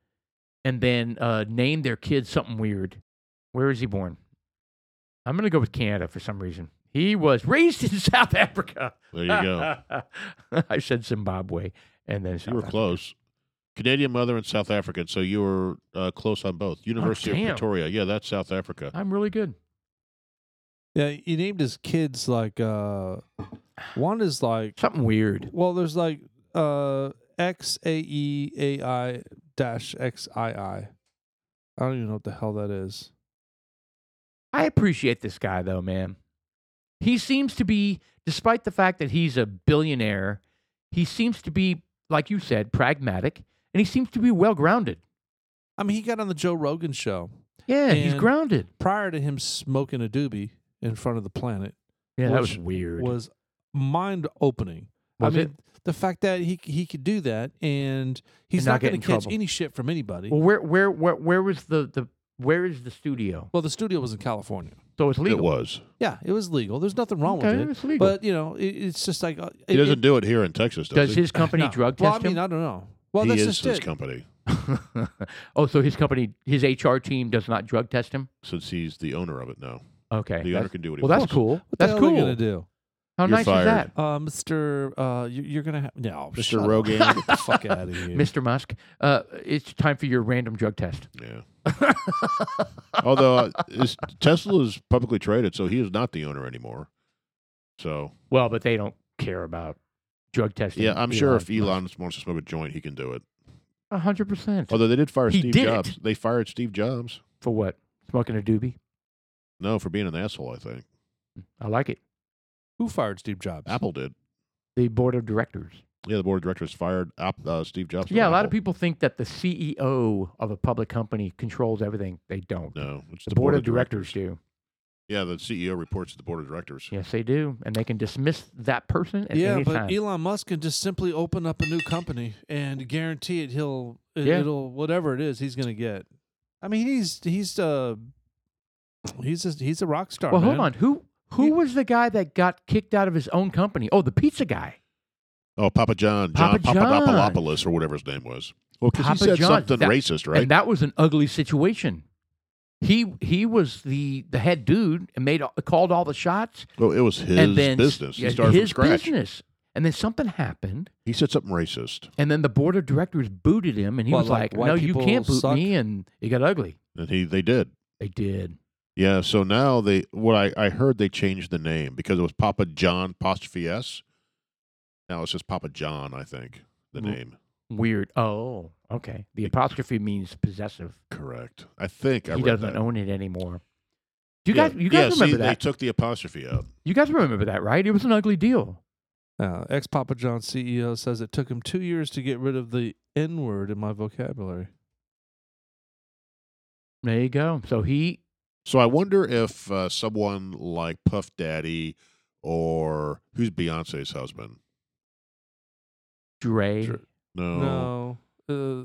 Speaker 3: and then uh, named their kid something weird. Where is he born? I'm gonna go with Canada for some reason. He was raised in South Africa.
Speaker 1: there you go.
Speaker 3: I said Zimbabwe and then South
Speaker 1: you were
Speaker 3: Africa.
Speaker 1: close. Canadian mother and South African, so you were uh, close on both. University of
Speaker 3: Oh, damn.
Speaker 1: Pretoria, yeah, that's South Africa.
Speaker 3: I'm really good.
Speaker 2: yeah, he named his kids like uh, one is like
Speaker 3: Something weird.
Speaker 2: well, there's like uh X A E A I dash X I I. I don't even know what the hell that is.
Speaker 3: I appreciate this guy though, man. He seems to be, despite the fact that he's a billionaire, he seems to be, like you said, pragmatic, and he seems to be well grounded.
Speaker 2: I mean, he got on the Joe Rogan show
Speaker 3: Yeah, he's
Speaker 2: And-
Speaker 3: grounded.
Speaker 2: prior to him smoking a doobie in front of the planet
Speaker 3: Yeah, that
Speaker 2: Which
Speaker 3: was weird.
Speaker 2: was mind opening.
Speaker 3: Was
Speaker 2: I mean,
Speaker 3: it?
Speaker 2: the fact that he he could do that and he's
Speaker 3: And not
Speaker 2: not,
Speaker 3: get
Speaker 2: going
Speaker 3: in
Speaker 2: to catch
Speaker 3: trouble.
Speaker 2: any shit from anybody.
Speaker 3: Well, where where where where was the the where is the studio?
Speaker 2: Well, the studio was in California.
Speaker 3: So it's legal.
Speaker 1: It was.
Speaker 2: Yeah, it was legal. There's nothing wrong
Speaker 3: Okay,
Speaker 2: with it.
Speaker 3: it's legal.
Speaker 2: But you know, it, it's just like uh,
Speaker 1: He
Speaker 2: it-
Speaker 1: doesn't
Speaker 2: it-
Speaker 1: do it here in Texas, does,
Speaker 3: Does
Speaker 1: he?
Speaker 3: his company
Speaker 2: no.
Speaker 3: drug
Speaker 2: well,
Speaker 3: test
Speaker 2: I mean,
Speaker 3: him?
Speaker 2: I don't know. Well,
Speaker 1: he
Speaker 2: that's
Speaker 1: is
Speaker 2: just
Speaker 1: his
Speaker 2: it.
Speaker 1: company
Speaker 3: oh, so his company, his HR team, does not drug test him.
Speaker 1: since he's the owner of it now.
Speaker 3: Okay.
Speaker 1: The owner
Speaker 3: that's-
Speaker 1: can do what he
Speaker 3: well,
Speaker 1: wants.
Speaker 3: that's cool.
Speaker 2: What the
Speaker 3: that's
Speaker 2: hell are
Speaker 3: cool.
Speaker 2: you gonna do,
Speaker 3: How
Speaker 1: You're
Speaker 3: nice
Speaker 1: fired.
Speaker 3: is
Speaker 2: uh, Mister? Uh, you, you're gonna have no,
Speaker 1: Mr.
Speaker 2: shut up.
Speaker 1: Rogan.
Speaker 2: Get the fuck out of here.
Speaker 3: that, Mr. Musk? Uh, it's time for your random drug test.
Speaker 1: Yeah. Although uh, is, Tesla is publicly traded, so he is not the owner anymore. So
Speaker 3: Well, but they don't care about drug testing.
Speaker 1: yeah, I'm sure if Elon wants to smoke a joint, he can do it.
Speaker 3: hundred percent.
Speaker 1: Although they did fire
Speaker 3: He
Speaker 1: Steve
Speaker 3: did it.
Speaker 1: Jobs. They fired Steve Jobs.
Speaker 3: For what? Smoking a doobie.
Speaker 1: No, for being an asshole. I think
Speaker 3: I like it.
Speaker 2: Who fired Steve Jobs?
Speaker 1: Apple did.
Speaker 3: The board of directors.
Speaker 1: Yeah, the board of directors fired App- uh, Steve Jobs. from
Speaker 3: Yeah, a lot of
Speaker 1: Apple.
Speaker 3: people think that the CEO of a public company controls everything. They don't.
Speaker 1: No, it's
Speaker 3: the, board, of directors, do.
Speaker 1: Yeah, the CEO reports to the board of directors.
Speaker 3: Yes, they do, and they can dismiss that person at
Speaker 2: yeah,
Speaker 3: any
Speaker 2: but
Speaker 3: time.
Speaker 2: Elon Musk can just simply open up a new company and guarantee it. He'll it,
Speaker 3: Yeah.
Speaker 2: it'll whatever it is he's gonna get. I mean, he's he's uh he's a, he's a rock star.
Speaker 3: well,
Speaker 2: man.
Speaker 3: hold on. Who who
Speaker 2: He-
Speaker 3: was the guy that got kicked out of his own company? Oh, the pizza guy.
Speaker 1: Oh, Papa John, John
Speaker 3: Papa John.
Speaker 1: Papadopoulos, or whatever his name was. Well, because he
Speaker 3: Papa
Speaker 1: said
Speaker 3: John,
Speaker 1: something
Speaker 3: that-
Speaker 1: racist, right?
Speaker 3: And that was an ugly situation. He he was the the head dude and made called all the shots
Speaker 1: well, it was his
Speaker 3: and then
Speaker 1: business. He
Speaker 3: yeah,
Speaker 1: started from
Speaker 3: his
Speaker 1: scratch.
Speaker 3: business. And then something happened,
Speaker 1: He said something racist,
Speaker 3: and then the board of directors booted him, and he
Speaker 2: What,
Speaker 3: was
Speaker 2: like
Speaker 3: like,
Speaker 2: white
Speaker 3: "No, you
Speaker 2: people
Speaker 3: can't boot
Speaker 2: suck?
Speaker 3: me," and it got ugly.
Speaker 1: and he they did.
Speaker 3: They did.
Speaker 1: Yeah, so now they what I, I heard they changed the name because it was Papa John apostrophe S. Now it's just Papa John, I think. The
Speaker 3: Mm.
Speaker 1: name.
Speaker 3: Weird. Oh, okay. The apostrophe means possessive.
Speaker 1: Correct. I think I
Speaker 3: he
Speaker 1: read
Speaker 3: doesn't
Speaker 1: that.
Speaker 3: own it anymore. Do you
Speaker 1: Yeah,
Speaker 3: guys, you guys
Speaker 1: yeah, see,
Speaker 3: remember that?
Speaker 1: They took the apostrophe out.
Speaker 3: you guys remember that, right? It was an ugly deal.
Speaker 2: Uh, Ex Papa John CEO says it took him two years to get rid of the N word in my vocabulary.
Speaker 3: There you go. So he,
Speaker 1: So I wonder if uh, someone like Puff Daddy or who's Beyonce's husband?
Speaker 3: Dre,
Speaker 2: Dre-
Speaker 1: No.
Speaker 2: No.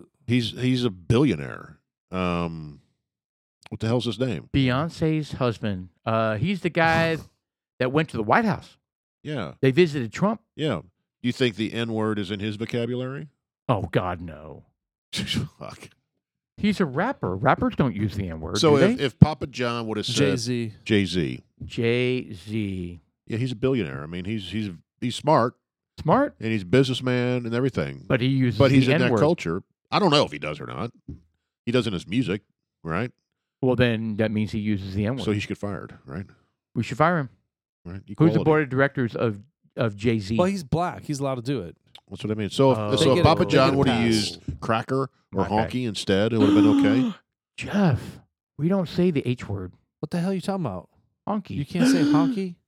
Speaker 2: Uh,
Speaker 1: He's he's a billionaire. Um what the hell's his name?
Speaker 3: Beyonce's husband. Uh, he's the guy that went to the White House.
Speaker 1: Yeah.
Speaker 3: They visited Trump.
Speaker 1: Yeah. Do you think the N word is in his vocabulary?
Speaker 3: Oh God, no.
Speaker 1: Fuck.
Speaker 3: He's a rapper. Rappers don't use the N word.
Speaker 1: so
Speaker 3: do
Speaker 1: if,
Speaker 3: they?
Speaker 1: if Papa John would have
Speaker 2: Jay
Speaker 1: said
Speaker 2: Z.
Speaker 1: Jay Z,
Speaker 3: Jay Z,
Speaker 1: yeah, he's a billionaire. I mean, he's he's he's smart
Speaker 3: smart,
Speaker 1: and he's a businessman and everything.
Speaker 3: but he uses.
Speaker 1: but he's
Speaker 3: the
Speaker 1: in that
Speaker 3: N-word.
Speaker 1: culture. I don't know if he does or not. He does in his music, right?
Speaker 3: Well, then that means he uses the N word.
Speaker 1: So he should get fired, right?
Speaker 3: we should fire him.
Speaker 1: Right.
Speaker 3: Who's the
Speaker 1: Equality.
Speaker 3: board of directors of of Jay Z?
Speaker 2: Well, he's black. He's allowed to do it.
Speaker 1: That's what I mean. So if,
Speaker 3: Oh.
Speaker 1: so
Speaker 2: They
Speaker 1: if
Speaker 2: get a-
Speaker 1: Papa
Speaker 2: they
Speaker 1: John
Speaker 2: get a
Speaker 1: would have
Speaker 2: pass.
Speaker 1: used cracker or
Speaker 3: My bad.
Speaker 1: honky instead, it would have been okay.
Speaker 3: Jeff, we don't say the H word.
Speaker 2: What the hell are you talking about?
Speaker 3: Honky.
Speaker 2: You can't say honky.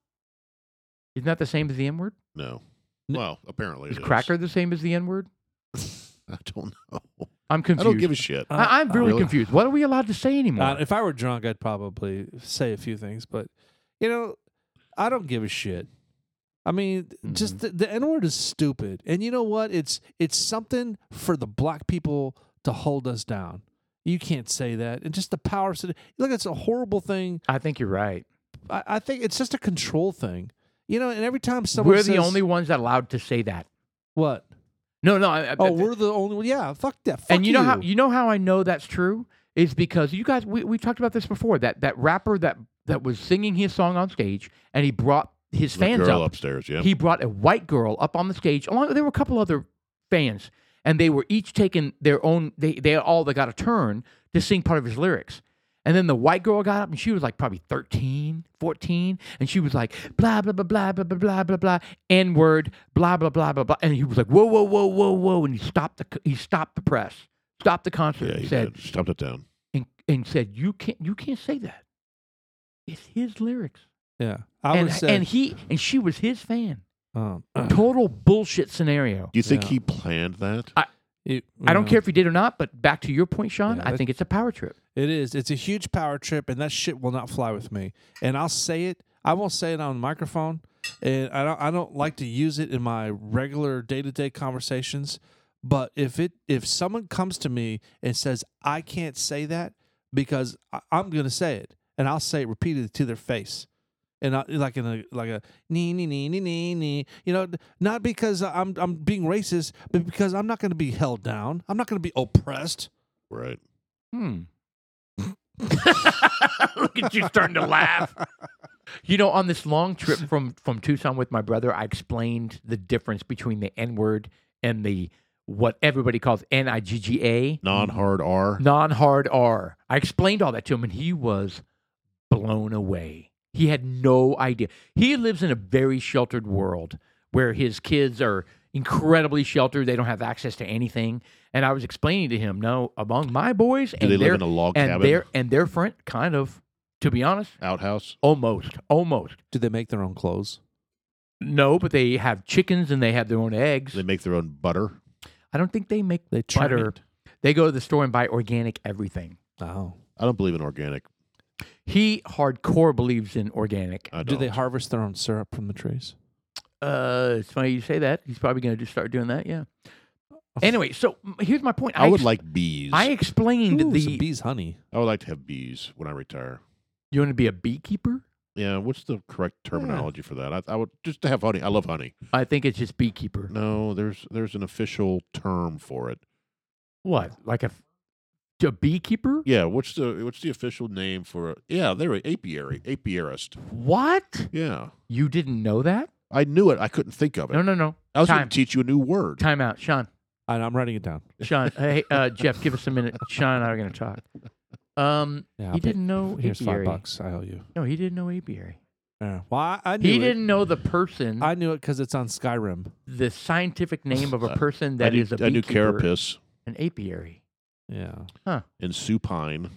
Speaker 3: Isn't that the same as the N word?
Speaker 1: No.
Speaker 2: N-
Speaker 1: Well, apparently
Speaker 3: Is
Speaker 1: it is.
Speaker 3: cracker the same as the N word?
Speaker 1: I don't know.
Speaker 3: I'm confused.
Speaker 1: I don't give a shit.
Speaker 2: Uh,
Speaker 3: I- I'm really,
Speaker 1: Really?
Speaker 3: confused. What are we allowed to say anymore?
Speaker 2: Uh, if I were drunk, I'd probably say a few things, but you know, I don't give a shit. I mean, just
Speaker 3: Mm-hmm.
Speaker 2: the, the N word is stupid, and you know what? It's it's something for the black people to hold us down. You can't say that, and just the power. of citi- Look, it's a horrible thing.
Speaker 3: I think you're right.
Speaker 2: I, I think it's just a control thing. You know, and every time someone
Speaker 3: we're the
Speaker 2: says-
Speaker 3: only ones that allowed to say that.
Speaker 2: what?
Speaker 3: No, no. I, I-
Speaker 2: Oh, we're the only. Yeah, fuck that. Fuck
Speaker 3: and you know how you know how I know that's true is because you guys we, we talked about this before that that rapper that that was singing his song on stage and he brought his
Speaker 1: That
Speaker 3: fans
Speaker 1: girl
Speaker 3: up.
Speaker 1: upstairs, yeah.
Speaker 3: He brought a white girl up on the stage along there were a couple other fans and they were each taking their own they they all they got a turn to sing part of his lyrics. And then the white girl got up and she was like probably 13, 14 and she was like blah blah blah blah blah blah blah blah blah n word blah blah blah blah blah and he was like whoa whoa whoa whoa whoa and he stopped the he stopped the press. Stopped the concert
Speaker 1: yeah,
Speaker 3: and
Speaker 1: he
Speaker 3: said,
Speaker 1: did. Stopped it down.
Speaker 3: and, and said, "You can't, you can't say that. It's his lyrics."
Speaker 2: Yeah, I
Speaker 3: and,
Speaker 2: would say.
Speaker 3: and he and she was his fan.
Speaker 2: um,
Speaker 3: Total bullshit scenario.
Speaker 1: Do you think
Speaker 2: Yeah.
Speaker 1: he planned that?
Speaker 2: you-
Speaker 3: I don't
Speaker 2: yeah.
Speaker 3: care if he did or not, but back to your point, Sean,
Speaker 2: Yeah,
Speaker 3: I
Speaker 2: that-
Speaker 3: think it's a power trip.
Speaker 2: It is. It's a huge power trip, and that shit will not fly with me. And I'll say it. I won't say it on the microphone, and I don't. I don't like to use it in my regular day to day conversations. But if it if someone comes to me and says I can't say that because I, I'm going to say it, and I'll say it repeatedly to their face, and I, like in a like a nee nee nee nee nee nee, you know, not because I'm I'm being racist, but because I'm not going to be held down. I'm not going to be oppressed.
Speaker 1: Right.
Speaker 3: Hmm. Look at you starting to laugh. You know, on this long trip from from Tucson with my brother, I explained the difference between the N word and the what everybody calls N I G G A.
Speaker 1: Non hard R.
Speaker 3: non hard R. I explained all that to him, and he was blown away. He had no idea. He lives in a very sheltered world where his kids are incredibly sheltered. They don't have access to anything. And I was explaining to him, no, among my boys
Speaker 1: Do
Speaker 3: and
Speaker 1: they
Speaker 3: their
Speaker 1: live in a log
Speaker 3: and their
Speaker 1: cabin?
Speaker 3: and their friend, kind of, to be honest,
Speaker 1: Outhouse?
Speaker 3: almost, almost.
Speaker 2: Do they make their own clothes?
Speaker 3: No, but they have chickens and they have their own eggs.
Speaker 1: They make their own butter.
Speaker 3: I don't think they make.
Speaker 2: They churn
Speaker 3: Butter.
Speaker 2: it.
Speaker 3: They go to the store and buy organic everything.
Speaker 2: Oh.
Speaker 1: I don't believe in organic.
Speaker 3: He hardcore believes in organic.
Speaker 1: I don't.
Speaker 2: Do they harvest their own syrup from the trees?
Speaker 3: Uh, it's funny you say that. He's probably going to just start doing that. Yeah. Anyway, so m- here's my point.
Speaker 1: I would
Speaker 3: ex-
Speaker 1: like bees.
Speaker 3: I
Speaker 1: I,
Speaker 3: explained
Speaker 2: Ooh, some
Speaker 3: Mm, the.
Speaker 2: bees honey.
Speaker 1: would like to have bees when I retire.
Speaker 3: you want to be a beekeeper?
Speaker 1: Yeah, what's the correct terminology for that? I, I would just to have honey. I love honey.
Speaker 3: I think it's just beekeeper.
Speaker 1: No, there's there's an official term for it.
Speaker 3: What? Like a f- to a beekeeper?
Speaker 1: Yeah, what's the what's the official name for? Yeah, there we- apiary, apiarist.
Speaker 3: What?
Speaker 1: Yeah,
Speaker 3: You didn't know that?
Speaker 1: I knew it. I couldn't think of it.
Speaker 3: No, no, no.
Speaker 1: I was going
Speaker 3: Time.
Speaker 1: to teach you a new word.
Speaker 3: Time out, Sean.
Speaker 2: And I'm writing it down.
Speaker 3: Sean, hey, uh, Jeff, give us a minute. Sean and I are going to talk. Um,
Speaker 2: Yeah, I'll
Speaker 3: he
Speaker 2: pay-
Speaker 3: didn't know
Speaker 2: Here's
Speaker 3: apiary.
Speaker 2: five bucks. I owe you.
Speaker 3: No, he didn't know apiary.
Speaker 2: Yeah. Well, I, I knew
Speaker 3: He
Speaker 2: it.
Speaker 3: didn't know the person,
Speaker 2: I knew it because it's on Skyrim.
Speaker 3: the scientific name of
Speaker 1: I-
Speaker 3: a person
Speaker 1: I
Speaker 3: that
Speaker 1: knew,
Speaker 3: is a
Speaker 1: I knew
Speaker 3: beekeeper.
Speaker 1: carapace
Speaker 3: An apiary.
Speaker 2: Yeah.
Speaker 1: and supine.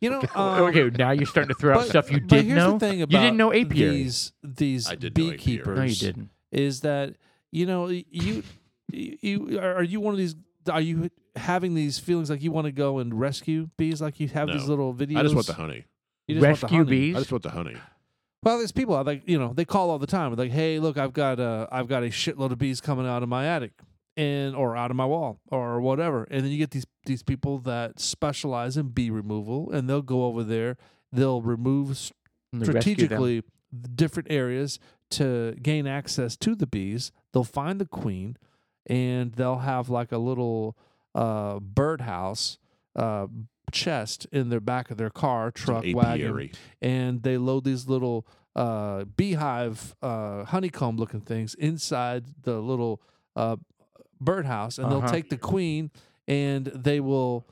Speaker 2: You know. um,
Speaker 3: okay, now you're starting to throw out
Speaker 2: but-
Speaker 3: stuff you
Speaker 2: but
Speaker 3: did
Speaker 2: here's
Speaker 3: know.
Speaker 2: The thing about
Speaker 3: you didn't know apiary.
Speaker 2: These these
Speaker 1: I did know apiary.
Speaker 2: beekeepers.
Speaker 3: No, you didn't.
Speaker 2: Is that you know y- you you are are you one of these? Are you having these feelings like you want to go and rescue bees? Like you have these
Speaker 1: No.
Speaker 2: little videos.
Speaker 1: I just want the honey.
Speaker 2: You just want the
Speaker 3: Rescue
Speaker 2: honey.
Speaker 1: I
Speaker 3: bees.
Speaker 1: just want the honey.
Speaker 2: Well, there's people out like you know they call all the time. Like, hey, look, I've got a I've got a shitload of bees coming out of my attic, and or out of my wall or whatever. And then you get these these people that specialize in bee removal, and they'll go over there. They'll remove s-
Speaker 3: And they rescue them.
Speaker 2: strategically different areas to gain access to the bees. They'll find the queen, and they'll have like a little uh, birdhouse uh, chest in their back of their car, truck, wagon,
Speaker 1: apiary.
Speaker 2: and they load these little uh, beehive uh, honeycomb looking things inside the little uh, birdhouse and they'll
Speaker 3: Uh-huh.
Speaker 2: take the queen and they will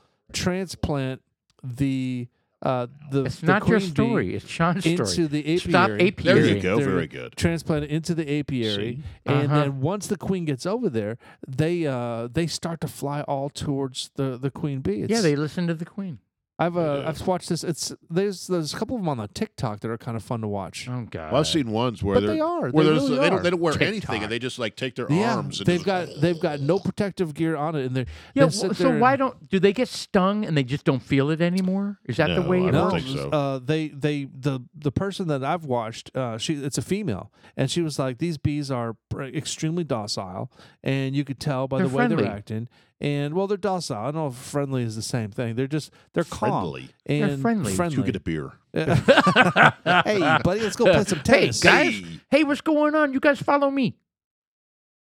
Speaker 2: transplant the uh, the
Speaker 3: It's
Speaker 2: the
Speaker 3: not your
Speaker 2: queen bee
Speaker 3: story. It's Sean's
Speaker 2: into
Speaker 3: story.
Speaker 2: the apiary.
Speaker 3: Stop
Speaker 1: There
Speaker 3: apiary.
Speaker 1: you go.
Speaker 2: They're
Speaker 1: Very good.
Speaker 2: Transplant it into the apiary,
Speaker 1: See?
Speaker 2: and
Speaker 3: Uh-huh.
Speaker 2: then once the queen gets over there, they uh, they start to fly all towards the, the queen bee.
Speaker 3: yeah,
Speaker 2: It's-
Speaker 3: they listen to the queen.
Speaker 2: I've uh,
Speaker 1: Yeah.
Speaker 2: I've watched this. It's there's there's a couple of them on the TikTok that are kind of fun to watch.
Speaker 3: Oh God.
Speaker 1: Well, I've seen ones where
Speaker 2: but
Speaker 1: they're
Speaker 2: they
Speaker 1: where
Speaker 2: are. they,
Speaker 1: there's-
Speaker 2: really
Speaker 1: they
Speaker 2: are.
Speaker 1: don't they don't wear
Speaker 3: TikTok.
Speaker 1: anything and they just like take their
Speaker 2: yeah,
Speaker 1: arms. And
Speaker 2: they've
Speaker 1: just-
Speaker 2: got they've got no protective gear on it, and they're
Speaker 3: yeah.
Speaker 2: they sit
Speaker 3: wh-
Speaker 2: there
Speaker 3: so why
Speaker 2: and-
Speaker 3: don't do they get stung and they just don't feel it anymore? Is that the
Speaker 1: No,
Speaker 3: way
Speaker 1: I
Speaker 3: it
Speaker 1: don't
Speaker 2: no,
Speaker 3: works?
Speaker 1: think so.
Speaker 2: uh, they they the the person that I've watched, uh, she it's a female, and she was like, these bees are pr- extremely docile, and you could tell by
Speaker 3: They're
Speaker 2: the way
Speaker 3: friendly.
Speaker 2: they're acting, and well, they're docile. I don't know if friendly is the same thing. They're just they're calm
Speaker 1: friendly.
Speaker 2: and
Speaker 3: friendly. You
Speaker 1: You get a beer.
Speaker 2: hey, buddy, let's go play some
Speaker 3: Hey,
Speaker 2: tennis.
Speaker 3: Guys?
Speaker 1: Hey,
Speaker 3: Hey, what's going on? You guys follow me.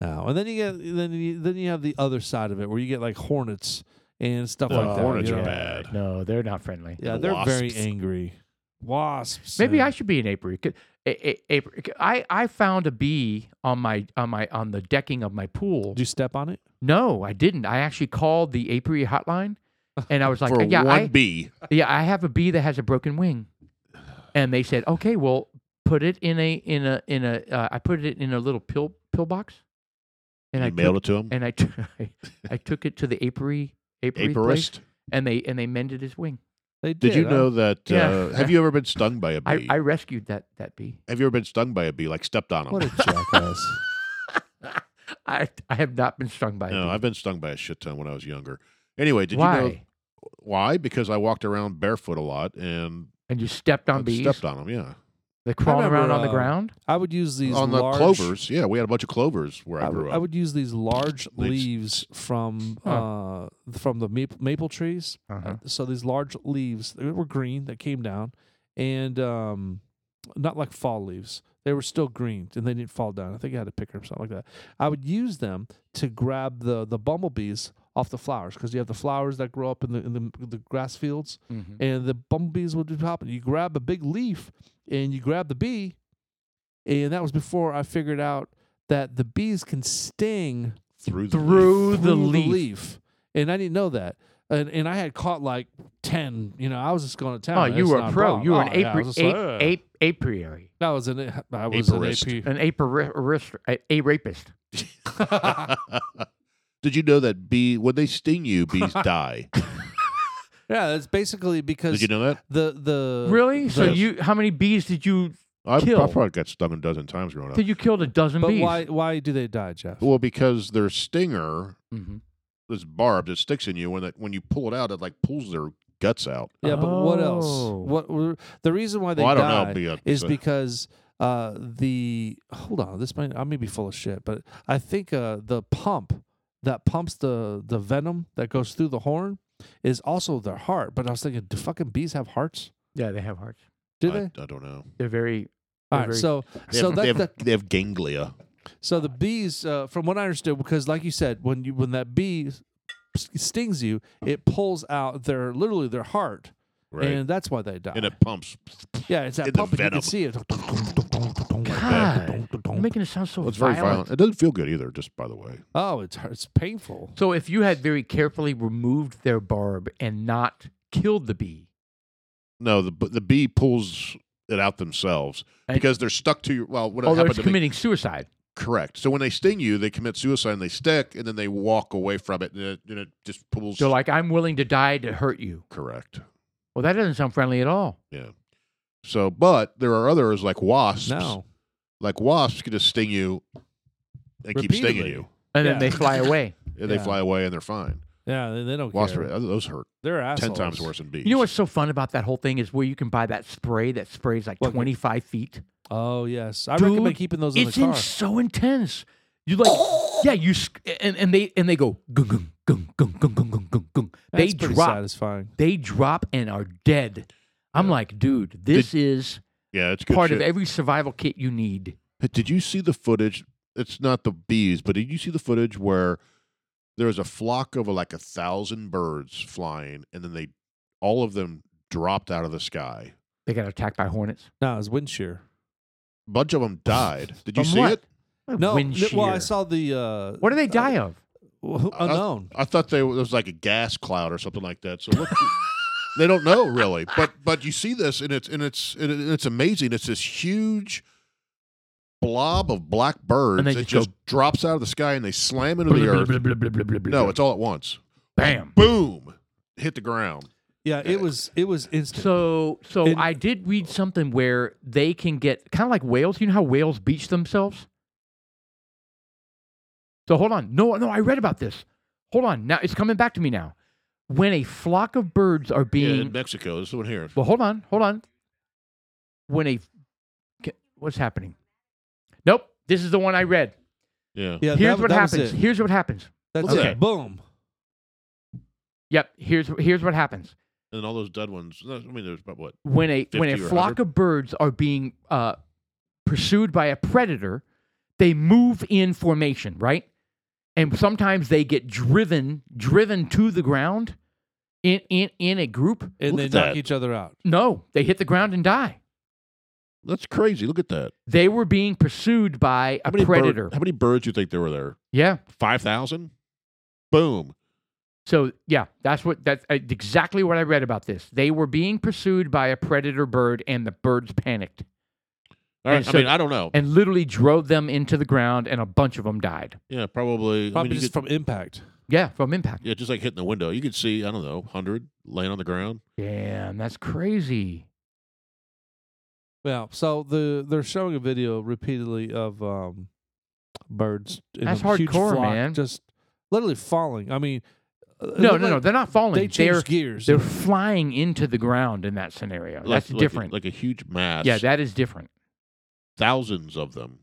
Speaker 2: No, and then you get then you, then you have the other side of it where you get like hornets and stuff
Speaker 1: No,
Speaker 2: like that.
Speaker 1: Oh, hornets
Speaker 2: you
Speaker 1: are
Speaker 2: know?
Speaker 1: bad.
Speaker 3: No, they're not friendly.
Speaker 2: Yeah,
Speaker 1: The
Speaker 2: they're very
Speaker 1: wasps.
Speaker 2: angry. Wasps.
Speaker 3: Maybe I
Speaker 2: and-
Speaker 3: should be an apiary. Could- a- a- apiary- I, I found a bee on my on my on the decking of my pool.
Speaker 2: Did you step on it?
Speaker 3: No, I didn't. I actually called the apiary hotline, and I was like,
Speaker 1: for
Speaker 3: "Yeah,
Speaker 1: one
Speaker 3: I,
Speaker 1: bee.
Speaker 3: yeah, I have a bee that has a broken wing," and they said, "Okay, well, put it in a in a in a uh, I put it in a little pill pill box, and
Speaker 1: You
Speaker 3: I
Speaker 1: mailed
Speaker 3: took,
Speaker 1: it to him.
Speaker 3: and I t- I took it to the apiary apiary place,
Speaker 1: Apiarist.
Speaker 3: and they and they mended his wing.
Speaker 2: They
Speaker 1: Did
Speaker 2: did.
Speaker 1: you
Speaker 2: huh?
Speaker 1: know that?
Speaker 3: Yeah.
Speaker 1: Uh, have you ever been stung by a
Speaker 3: I,
Speaker 1: bee?
Speaker 3: I rescued that that bee.
Speaker 1: have you ever been stung by a bee? Like stepped on
Speaker 2: What
Speaker 1: them?
Speaker 2: a jackass!
Speaker 3: I I have not been stung by a
Speaker 1: No,
Speaker 3: bee.
Speaker 1: I've been stung by a shit ton when I was younger. Anyway, did
Speaker 3: Why?
Speaker 1: you know why? Because I walked around barefoot a lot and
Speaker 3: And you stepped on
Speaker 1: and
Speaker 3: bees.
Speaker 1: stepped on them. Yeah,
Speaker 3: They crawling
Speaker 2: remember,
Speaker 3: around on the
Speaker 2: uh,
Speaker 3: ground.
Speaker 2: I would use these
Speaker 1: on the
Speaker 2: large, Oh,
Speaker 1: clovers. Yeah, we had a bunch of clovers where I,
Speaker 2: I,
Speaker 1: grew
Speaker 2: would,
Speaker 1: up.
Speaker 2: I would use these large
Speaker 1: Leaves.
Speaker 2: leaves from uh, from the maple, maple trees
Speaker 3: Uh-huh.
Speaker 2: Uh, so these large leaves they were green that came down and um not like fall leaves they were still green and they didn't fall down i think i had a picker or something like that i would use them to grab the the bumblebees off the flowers because you have the flowers that grow up in the in the, the grass fields
Speaker 3: Mm-hmm.
Speaker 2: and the bumblebees would be popping you grab a big leaf and you grab the bee and that was before i figured out that the bees can sting
Speaker 1: through the leaf.
Speaker 3: Through the
Speaker 2: through
Speaker 3: leaf.
Speaker 2: and I didn't know that. And and I had caught like ten. You know, I was just going to town.
Speaker 3: Oh,
Speaker 2: It's
Speaker 3: you were
Speaker 2: not
Speaker 3: a pro.
Speaker 2: problem.
Speaker 3: You were
Speaker 2: Oh,
Speaker 3: an
Speaker 2: yeah, I
Speaker 3: apiary.
Speaker 2: was just like,
Speaker 3: ape,
Speaker 2: "Ugh."
Speaker 3: ape, apiary.
Speaker 2: I was an. a- I was an
Speaker 1: Apiarist.
Speaker 2: AP.
Speaker 3: An apiarist. A, a rapist.
Speaker 1: Did you know that bee when they sting you, bees die?
Speaker 2: Yeah, that's basically
Speaker 1: Did
Speaker 2: because
Speaker 1: you know that?
Speaker 2: the Uh, the
Speaker 3: really? So
Speaker 1: the-
Speaker 3: you? How many bees did you?
Speaker 1: I, I
Speaker 3: Kill.
Speaker 1: probably got stung a dozen times growing up.
Speaker 3: Did you killed a dozen
Speaker 2: But
Speaker 3: bees?
Speaker 2: why why do they die, Jeff?
Speaker 1: Well, because their stinger,
Speaker 3: Mhm.
Speaker 1: this barb that sticks in you, when it, when you pull it out, it like pulls their guts out.
Speaker 2: yeah, but what else?
Speaker 3: Oh.
Speaker 2: What were, the reason why they
Speaker 1: Well, I don't
Speaker 2: die
Speaker 1: know. Be a,
Speaker 2: is
Speaker 1: uh,
Speaker 2: because uh the hold on this might I may be full of shit, but I think uh the pump that pumps the the venom that goes through the horn is also their heart. But I was thinking, do fucking bees have hearts?
Speaker 3: Yeah, they have hearts.
Speaker 2: Do
Speaker 1: I,
Speaker 2: they?
Speaker 1: I don't know.
Speaker 3: They're very.
Speaker 2: All right,
Speaker 3: very-
Speaker 2: so
Speaker 1: They
Speaker 2: so
Speaker 1: have,
Speaker 2: that,
Speaker 1: they, have,
Speaker 2: that
Speaker 1: they have ganglia.
Speaker 2: so the bees, uh, from what I understood, because like you said, when you when that bee s- stings you, it pulls out their literally their heart,
Speaker 1: Right.
Speaker 2: and uh, that's why they die.
Speaker 1: and it pumps.
Speaker 2: yeah, it's that
Speaker 1: in the
Speaker 2: pump, and you
Speaker 1: venom.
Speaker 2: can see it.
Speaker 1: that.
Speaker 3: You're making it sound so
Speaker 1: Well, it's very violent. It doesn't feel good either. Just by the way,
Speaker 2: Oh, it's it's painful.
Speaker 3: So if you had very carefully removed their barb and not killed the bee,
Speaker 1: no. The b- the bee pulls it out themselves
Speaker 3: And-
Speaker 1: because they're stuck to your. Well,
Speaker 2: Oh,
Speaker 1: what
Speaker 3: although
Speaker 1: happened
Speaker 3: it's
Speaker 1: to me?
Speaker 3: committing suicide.
Speaker 1: Correct. So when they sting you, they commit suicide and they stick, and then they walk away from it, and it, and it just pulls.
Speaker 3: So like, I'm willing to die to hurt you.
Speaker 1: correct.
Speaker 3: Well, that doesn't sound friendly at all.
Speaker 1: So, but there are others like wasps.
Speaker 2: No.
Speaker 1: Like wasps can just sting you and keep stinging
Speaker 2: Repeatedly.
Speaker 1: you,
Speaker 3: And
Speaker 2: Yeah.
Speaker 3: then they fly away.
Speaker 1: and they
Speaker 2: Yeah.
Speaker 1: fly away and they're fine.
Speaker 2: Yeah, they, they don't
Speaker 1: Wasps
Speaker 2: care.
Speaker 1: are, those hurt
Speaker 2: They're
Speaker 1: uh, ten
Speaker 2: assholes.
Speaker 1: times worse than bees.
Speaker 3: You know what's so fun about that whole thing is where you can buy that spray that sprays like
Speaker 2: Look, it-
Speaker 3: 25 feet.
Speaker 2: Oh yes, I
Speaker 3: Dude,
Speaker 2: recommend keeping those in the
Speaker 3: It's
Speaker 2: car.
Speaker 3: in so intense. You like, yeah, you sc- and, and they and they go gung gung gung gung gung gung gung gung gung. They
Speaker 2: That's pretty
Speaker 3: drop.
Speaker 2: satisfying.
Speaker 3: They drop and are dead. I'm like, dude, this is
Speaker 1: Yeah, it's good
Speaker 3: part of
Speaker 1: shit.
Speaker 3: every survival kit you need.
Speaker 1: Did you see the footage it's not the bees, but did you see the footage where there's a flock of like a thousand birds flying, and then they all of them dropped out of the sky.
Speaker 3: They got attacked by hornets.
Speaker 2: No, it's wind shear.
Speaker 1: A bunch of them died. Did you
Speaker 3: From
Speaker 1: see
Speaker 3: what?
Speaker 1: it?
Speaker 2: No,
Speaker 3: Wind
Speaker 2: n- well, I
Speaker 3: shear.
Speaker 2: saw the. Uh,
Speaker 3: What do they die of?
Speaker 2: Who-
Speaker 1: I- I-
Speaker 2: unknown.
Speaker 1: I thought they it was like a gas cloud or something like that. So look, they don't know really, but but you see this and it's and it's and it- it's amazing. It's this huge blob of black birds
Speaker 3: they
Speaker 1: that
Speaker 3: just go-
Speaker 1: just drops out of the sky and they slam into the earth. No, it's all at once.
Speaker 3: bam.
Speaker 1: Boom! Hit the ground.
Speaker 2: yeah,
Speaker 1: uh,
Speaker 2: it was. It was instant.
Speaker 3: So, so
Speaker 2: And-
Speaker 3: I did read something where they can get kind of like whales. You know how whales beach themselves. So hold on. No, no, I read about this. Hold on. Now it's coming back to me now. When a flock of birds are
Speaker 1: Yeah,
Speaker 3: being
Speaker 1: in Mexico. This one here.
Speaker 3: Well, hold on, hold on. When a ca- what's happening? Nope, this is the one I read.
Speaker 1: Yeah.
Speaker 2: yeah,
Speaker 3: here's
Speaker 2: that,
Speaker 3: what
Speaker 2: that was
Speaker 3: happens.
Speaker 2: it.
Speaker 3: Here's what happens.
Speaker 2: That's
Speaker 1: Okay.
Speaker 2: it. Boom.
Speaker 3: Yep, here's here's what happens.
Speaker 1: And all those dead ones. I mean, there's about what?
Speaker 3: When a when
Speaker 1: 50
Speaker 3: a
Speaker 1: or
Speaker 3: flock
Speaker 1: 100?
Speaker 3: of birds are being uh, pursued by a predator, they move in formation, right? And sometimes they get driven driven to the ground in in, in a group.
Speaker 2: And
Speaker 1: Look at
Speaker 2: they knock
Speaker 1: that.
Speaker 2: each other out.
Speaker 3: No, they hit the ground and die.
Speaker 1: That's crazy. Look at that.
Speaker 3: They were being pursued by
Speaker 1: How
Speaker 3: a
Speaker 1: many bird-
Speaker 3: predator.
Speaker 1: how many birds do you think there were there?
Speaker 3: yeah.
Speaker 1: Five thousand. Boom.
Speaker 3: So yeah, that's what that's uh, exactly what I read about this. They were being pursued by a predator bird, and the birds panicked
Speaker 1: All right.
Speaker 3: And
Speaker 1: I
Speaker 3: so-
Speaker 1: mean, I don't know.
Speaker 3: and literally drove them into the ground, and a bunch of them died.
Speaker 1: Yeah, probably. I
Speaker 2: Probably
Speaker 1: mean, you
Speaker 2: just
Speaker 1: could-
Speaker 2: from impact.
Speaker 3: Yeah, from impact.
Speaker 1: Yeah, just like hitting the window. You could see, I don't know, 100 laying on the ground.
Speaker 3: Damn, that's crazy.
Speaker 2: Yeah. So the they're showing a video repeatedly of um, birds. In
Speaker 3: That's
Speaker 2: a huge
Speaker 3: hardcore,
Speaker 2: flock
Speaker 3: man.
Speaker 2: Just literally falling. I mean, uh, it
Speaker 3: No,
Speaker 2: looked
Speaker 3: no, no,
Speaker 2: like
Speaker 3: they're not falling.
Speaker 2: They
Speaker 3: are
Speaker 2: changed gears.
Speaker 3: they're flying into the ground in that scenario.
Speaker 1: Like-
Speaker 3: that's
Speaker 1: like-
Speaker 3: different.
Speaker 1: Like, a huge mass.
Speaker 3: yeah, that is different.
Speaker 1: thousands of them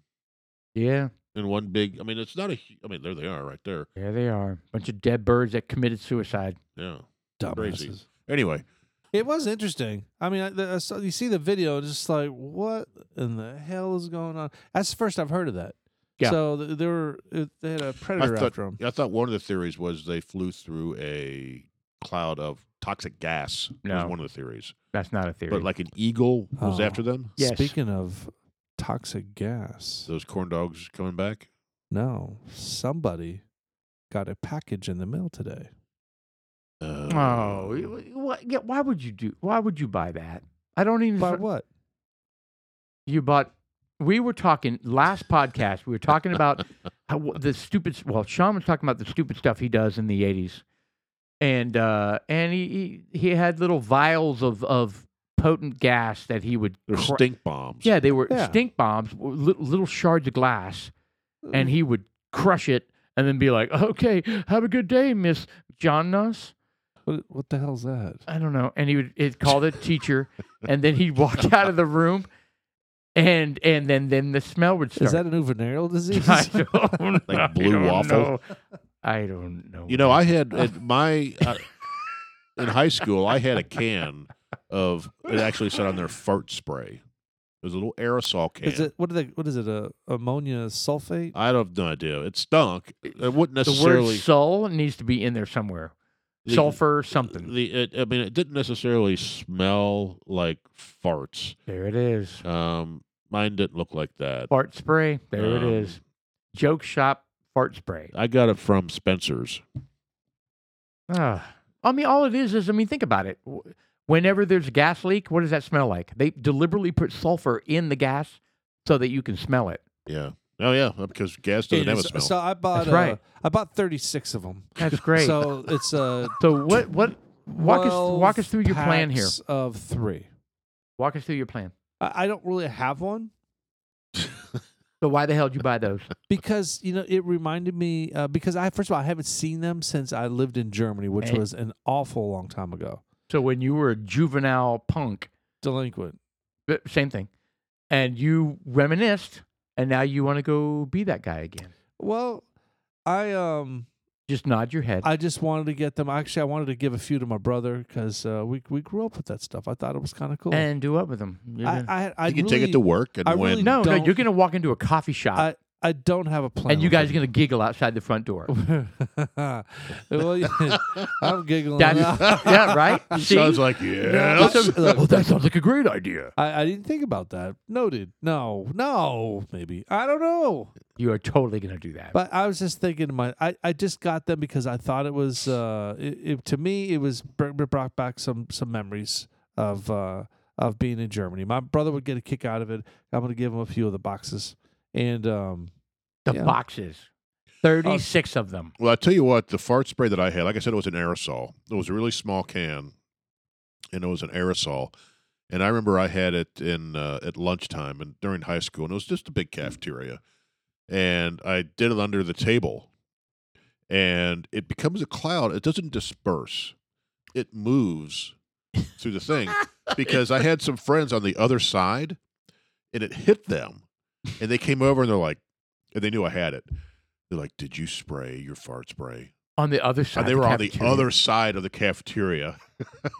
Speaker 3: Yeah,
Speaker 1: in one big. I mean, it's not a. hu- I mean, there they are right there.
Speaker 3: there they are, bunch of dead birds that committed suicide.
Speaker 1: Yeah.
Speaker 2: dumbasses.
Speaker 1: crazy. Anyway,
Speaker 2: It was interesting. I mean, I, the, I saw, you see the video, it's just like what in the hell is going on? That's the first I've heard of that.
Speaker 3: Yeah.
Speaker 2: So th- they were it- they had a predator
Speaker 1: thought-
Speaker 2: after them.
Speaker 1: I thought one of the theories was they flew through a cloud of toxic gas.
Speaker 3: No.
Speaker 1: Was one of the theories.
Speaker 3: That's not a theory.
Speaker 1: But like an eagle was
Speaker 2: Oh.
Speaker 1: after them.
Speaker 3: yes.
Speaker 2: Speaking of toxic gas,
Speaker 1: Those corn dogs coming back.
Speaker 2: no, somebody got a package in the mail today.
Speaker 1: Uh,
Speaker 3: oh, wh- wh- yeah, why would you do? Why would you buy that? I don't even.
Speaker 2: By
Speaker 3: fr-
Speaker 2: what?
Speaker 3: You bought. We were talking last podcast. We were talking about how, wh- the stupid. Well, Sean was talking about the stupid stuff he does in the '80s, and uh, and he, he he had little vials of of potent gas that he would.
Speaker 1: They're
Speaker 3: cra-
Speaker 1: stink bombs.
Speaker 3: yeah, they were
Speaker 2: Yeah.
Speaker 3: stink bombs, w- li- little shards of glass, and he would crush it and then be like, "Okay, have a good day, Miss Jonas."
Speaker 2: What, what the hell's that?
Speaker 3: I don't know. And he would he'd call the teacher, and then he'd walk out of the room, and and then then the smell would start.
Speaker 2: Is that a new venereal disease?
Speaker 3: I
Speaker 1: Like
Speaker 3: don't know.
Speaker 1: blue
Speaker 3: I don't
Speaker 1: waffle?
Speaker 3: know. I don't know.
Speaker 1: You know, I had at my uh, in high school, I had a can of it actually said on there fart spray. It was a little aerosol can.
Speaker 2: is it what are they? What is it? A ammonia sulfate?
Speaker 1: I have no idea. It stunk. It wouldn't
Speaker 3: the word
Speaker 1: necessarily
Speaker 3: "sul" needs to be in there somewhere.
Speaker 1: the-
Speaker 3: Sulfur something.
Speaker 1: The it, I mean, it didn't necessarily smell like farts.
Speaker 3: There it is.
Speaker 1: Um, mine didn't look like that.
Speaker 3: Fart spray. There it
Speaker 1: Um,
Speaker 3: is. Joke shop fart spray.
Speaker 1: I got it from Spencer's.
Speaker 3: Ah. I mean, all it is is I mean, think about it. W- Whenever there's a gas leak, what does that smell like? They deliberately put sulfur in the gas so that you can smell it.
Speaker 1: Yeah. Oh yeah, because gas doesn't
Speaker 2: It
Speaker 1: have a
Speaker 2: is- uh,
Speaker 1: smell.
Speaker 2: So I bought
Speaker 3: That's right.
Speaker 2: uh, I bought thirty six of them.
Speaker 3: That's great. so,
Speaker 2: So it's a
Speaker 3: what what walk us walk us through your plan here.
Speaker 2: 12 packs Of three,
Speaker 3: Walk us through your plan.
Speaker 2: I, I don't really have one
Speaker 3: So why the hell did you buy those?
Speaker 2: because you know it reminded me uh, because I first of all I haven't seen them since I lived in Germany, which
Speaker 3: Hey.
Speaker 2: was an awful long time ago.
Speaker 3: So when you were a juvenile punk,
Speaker 2: Delinquent.
Speaker 3: uh, same thing, and you reminisced, and now you want to go be that guy again.
Speaker 2: Well, I um
Speaker 3: Just nod your head.
Speaker 2: I just wanted to get them. Actually, I wanted to give a few to my brother because uh, we we grew up with that stuff. I thought it was kind of cool.
Speaker 3: and do up with them. You're
Speaker 2: I
Speaker 3: gonna-
Speaker 2: I, I
Speaker 1: you can
Speaker 2: really,
Speaker 1: take it to work and
Speaker 2: I
Speaker 1: when
Speaker 2: really
Speaker 3: no, no,
Speaker 2: don't-
Speaker 3: you're gonna walk into a coffee shop.
Speaker 2: I I don't have a plan.
Speaker 3: and you
Speaker 2: with
Speaker 3: guys
Speaker 2: it.
Speaker 3: are going to giggle outside the front door.
Speaker 2: well, yeah, I'm giggling.
Speaker 3: That's- yeah, right? See?
Speaker 1: Sounds like
Speaker 2: No,
Speaker 1: yeah.
Speaker 2: that's- look,
Speaker 3: oh, that sounds like a great idea.
Speaker 2: I, I didn't think about that. Noted. No, no, maybe. I don't know.
Speaker 3: You are totally going to do that.
Speaker 2: But I was just thinking, to my I, I just got them because I thought it was uh it, it- to me it was br- br- brought back some some memories of uh of being in Germany. My brother would get a kick out of it. I'm gonna give him a few of the boxes and um
Speaker 3: the
Speaker 2: yeah.
Speaker 3: boxes, 36 of them.
Speaker 1: Well, I tell you what, the fart spray that I had, like I said, it was an aerosol. It was a really small can, and it was an aerosol. And I remember I had it in uh, at lunchtime and during high school, and it was just a big cafeteria. And I did it under the table, and it becomes a cloud. It doesn't disperse; it moves through the thing. because I had some friends on the other side, and it hit them, and they came over and they're like, and they knew I had it. They're like, "Did you spray your fart spray?"
Speaker 3: Oh, On the other side.
Speaker 1: And they
Speaker 3: of
Speaker 1: were on the
Speaker 3: cafeteria.
Speaker 1: other side of the cafeteria.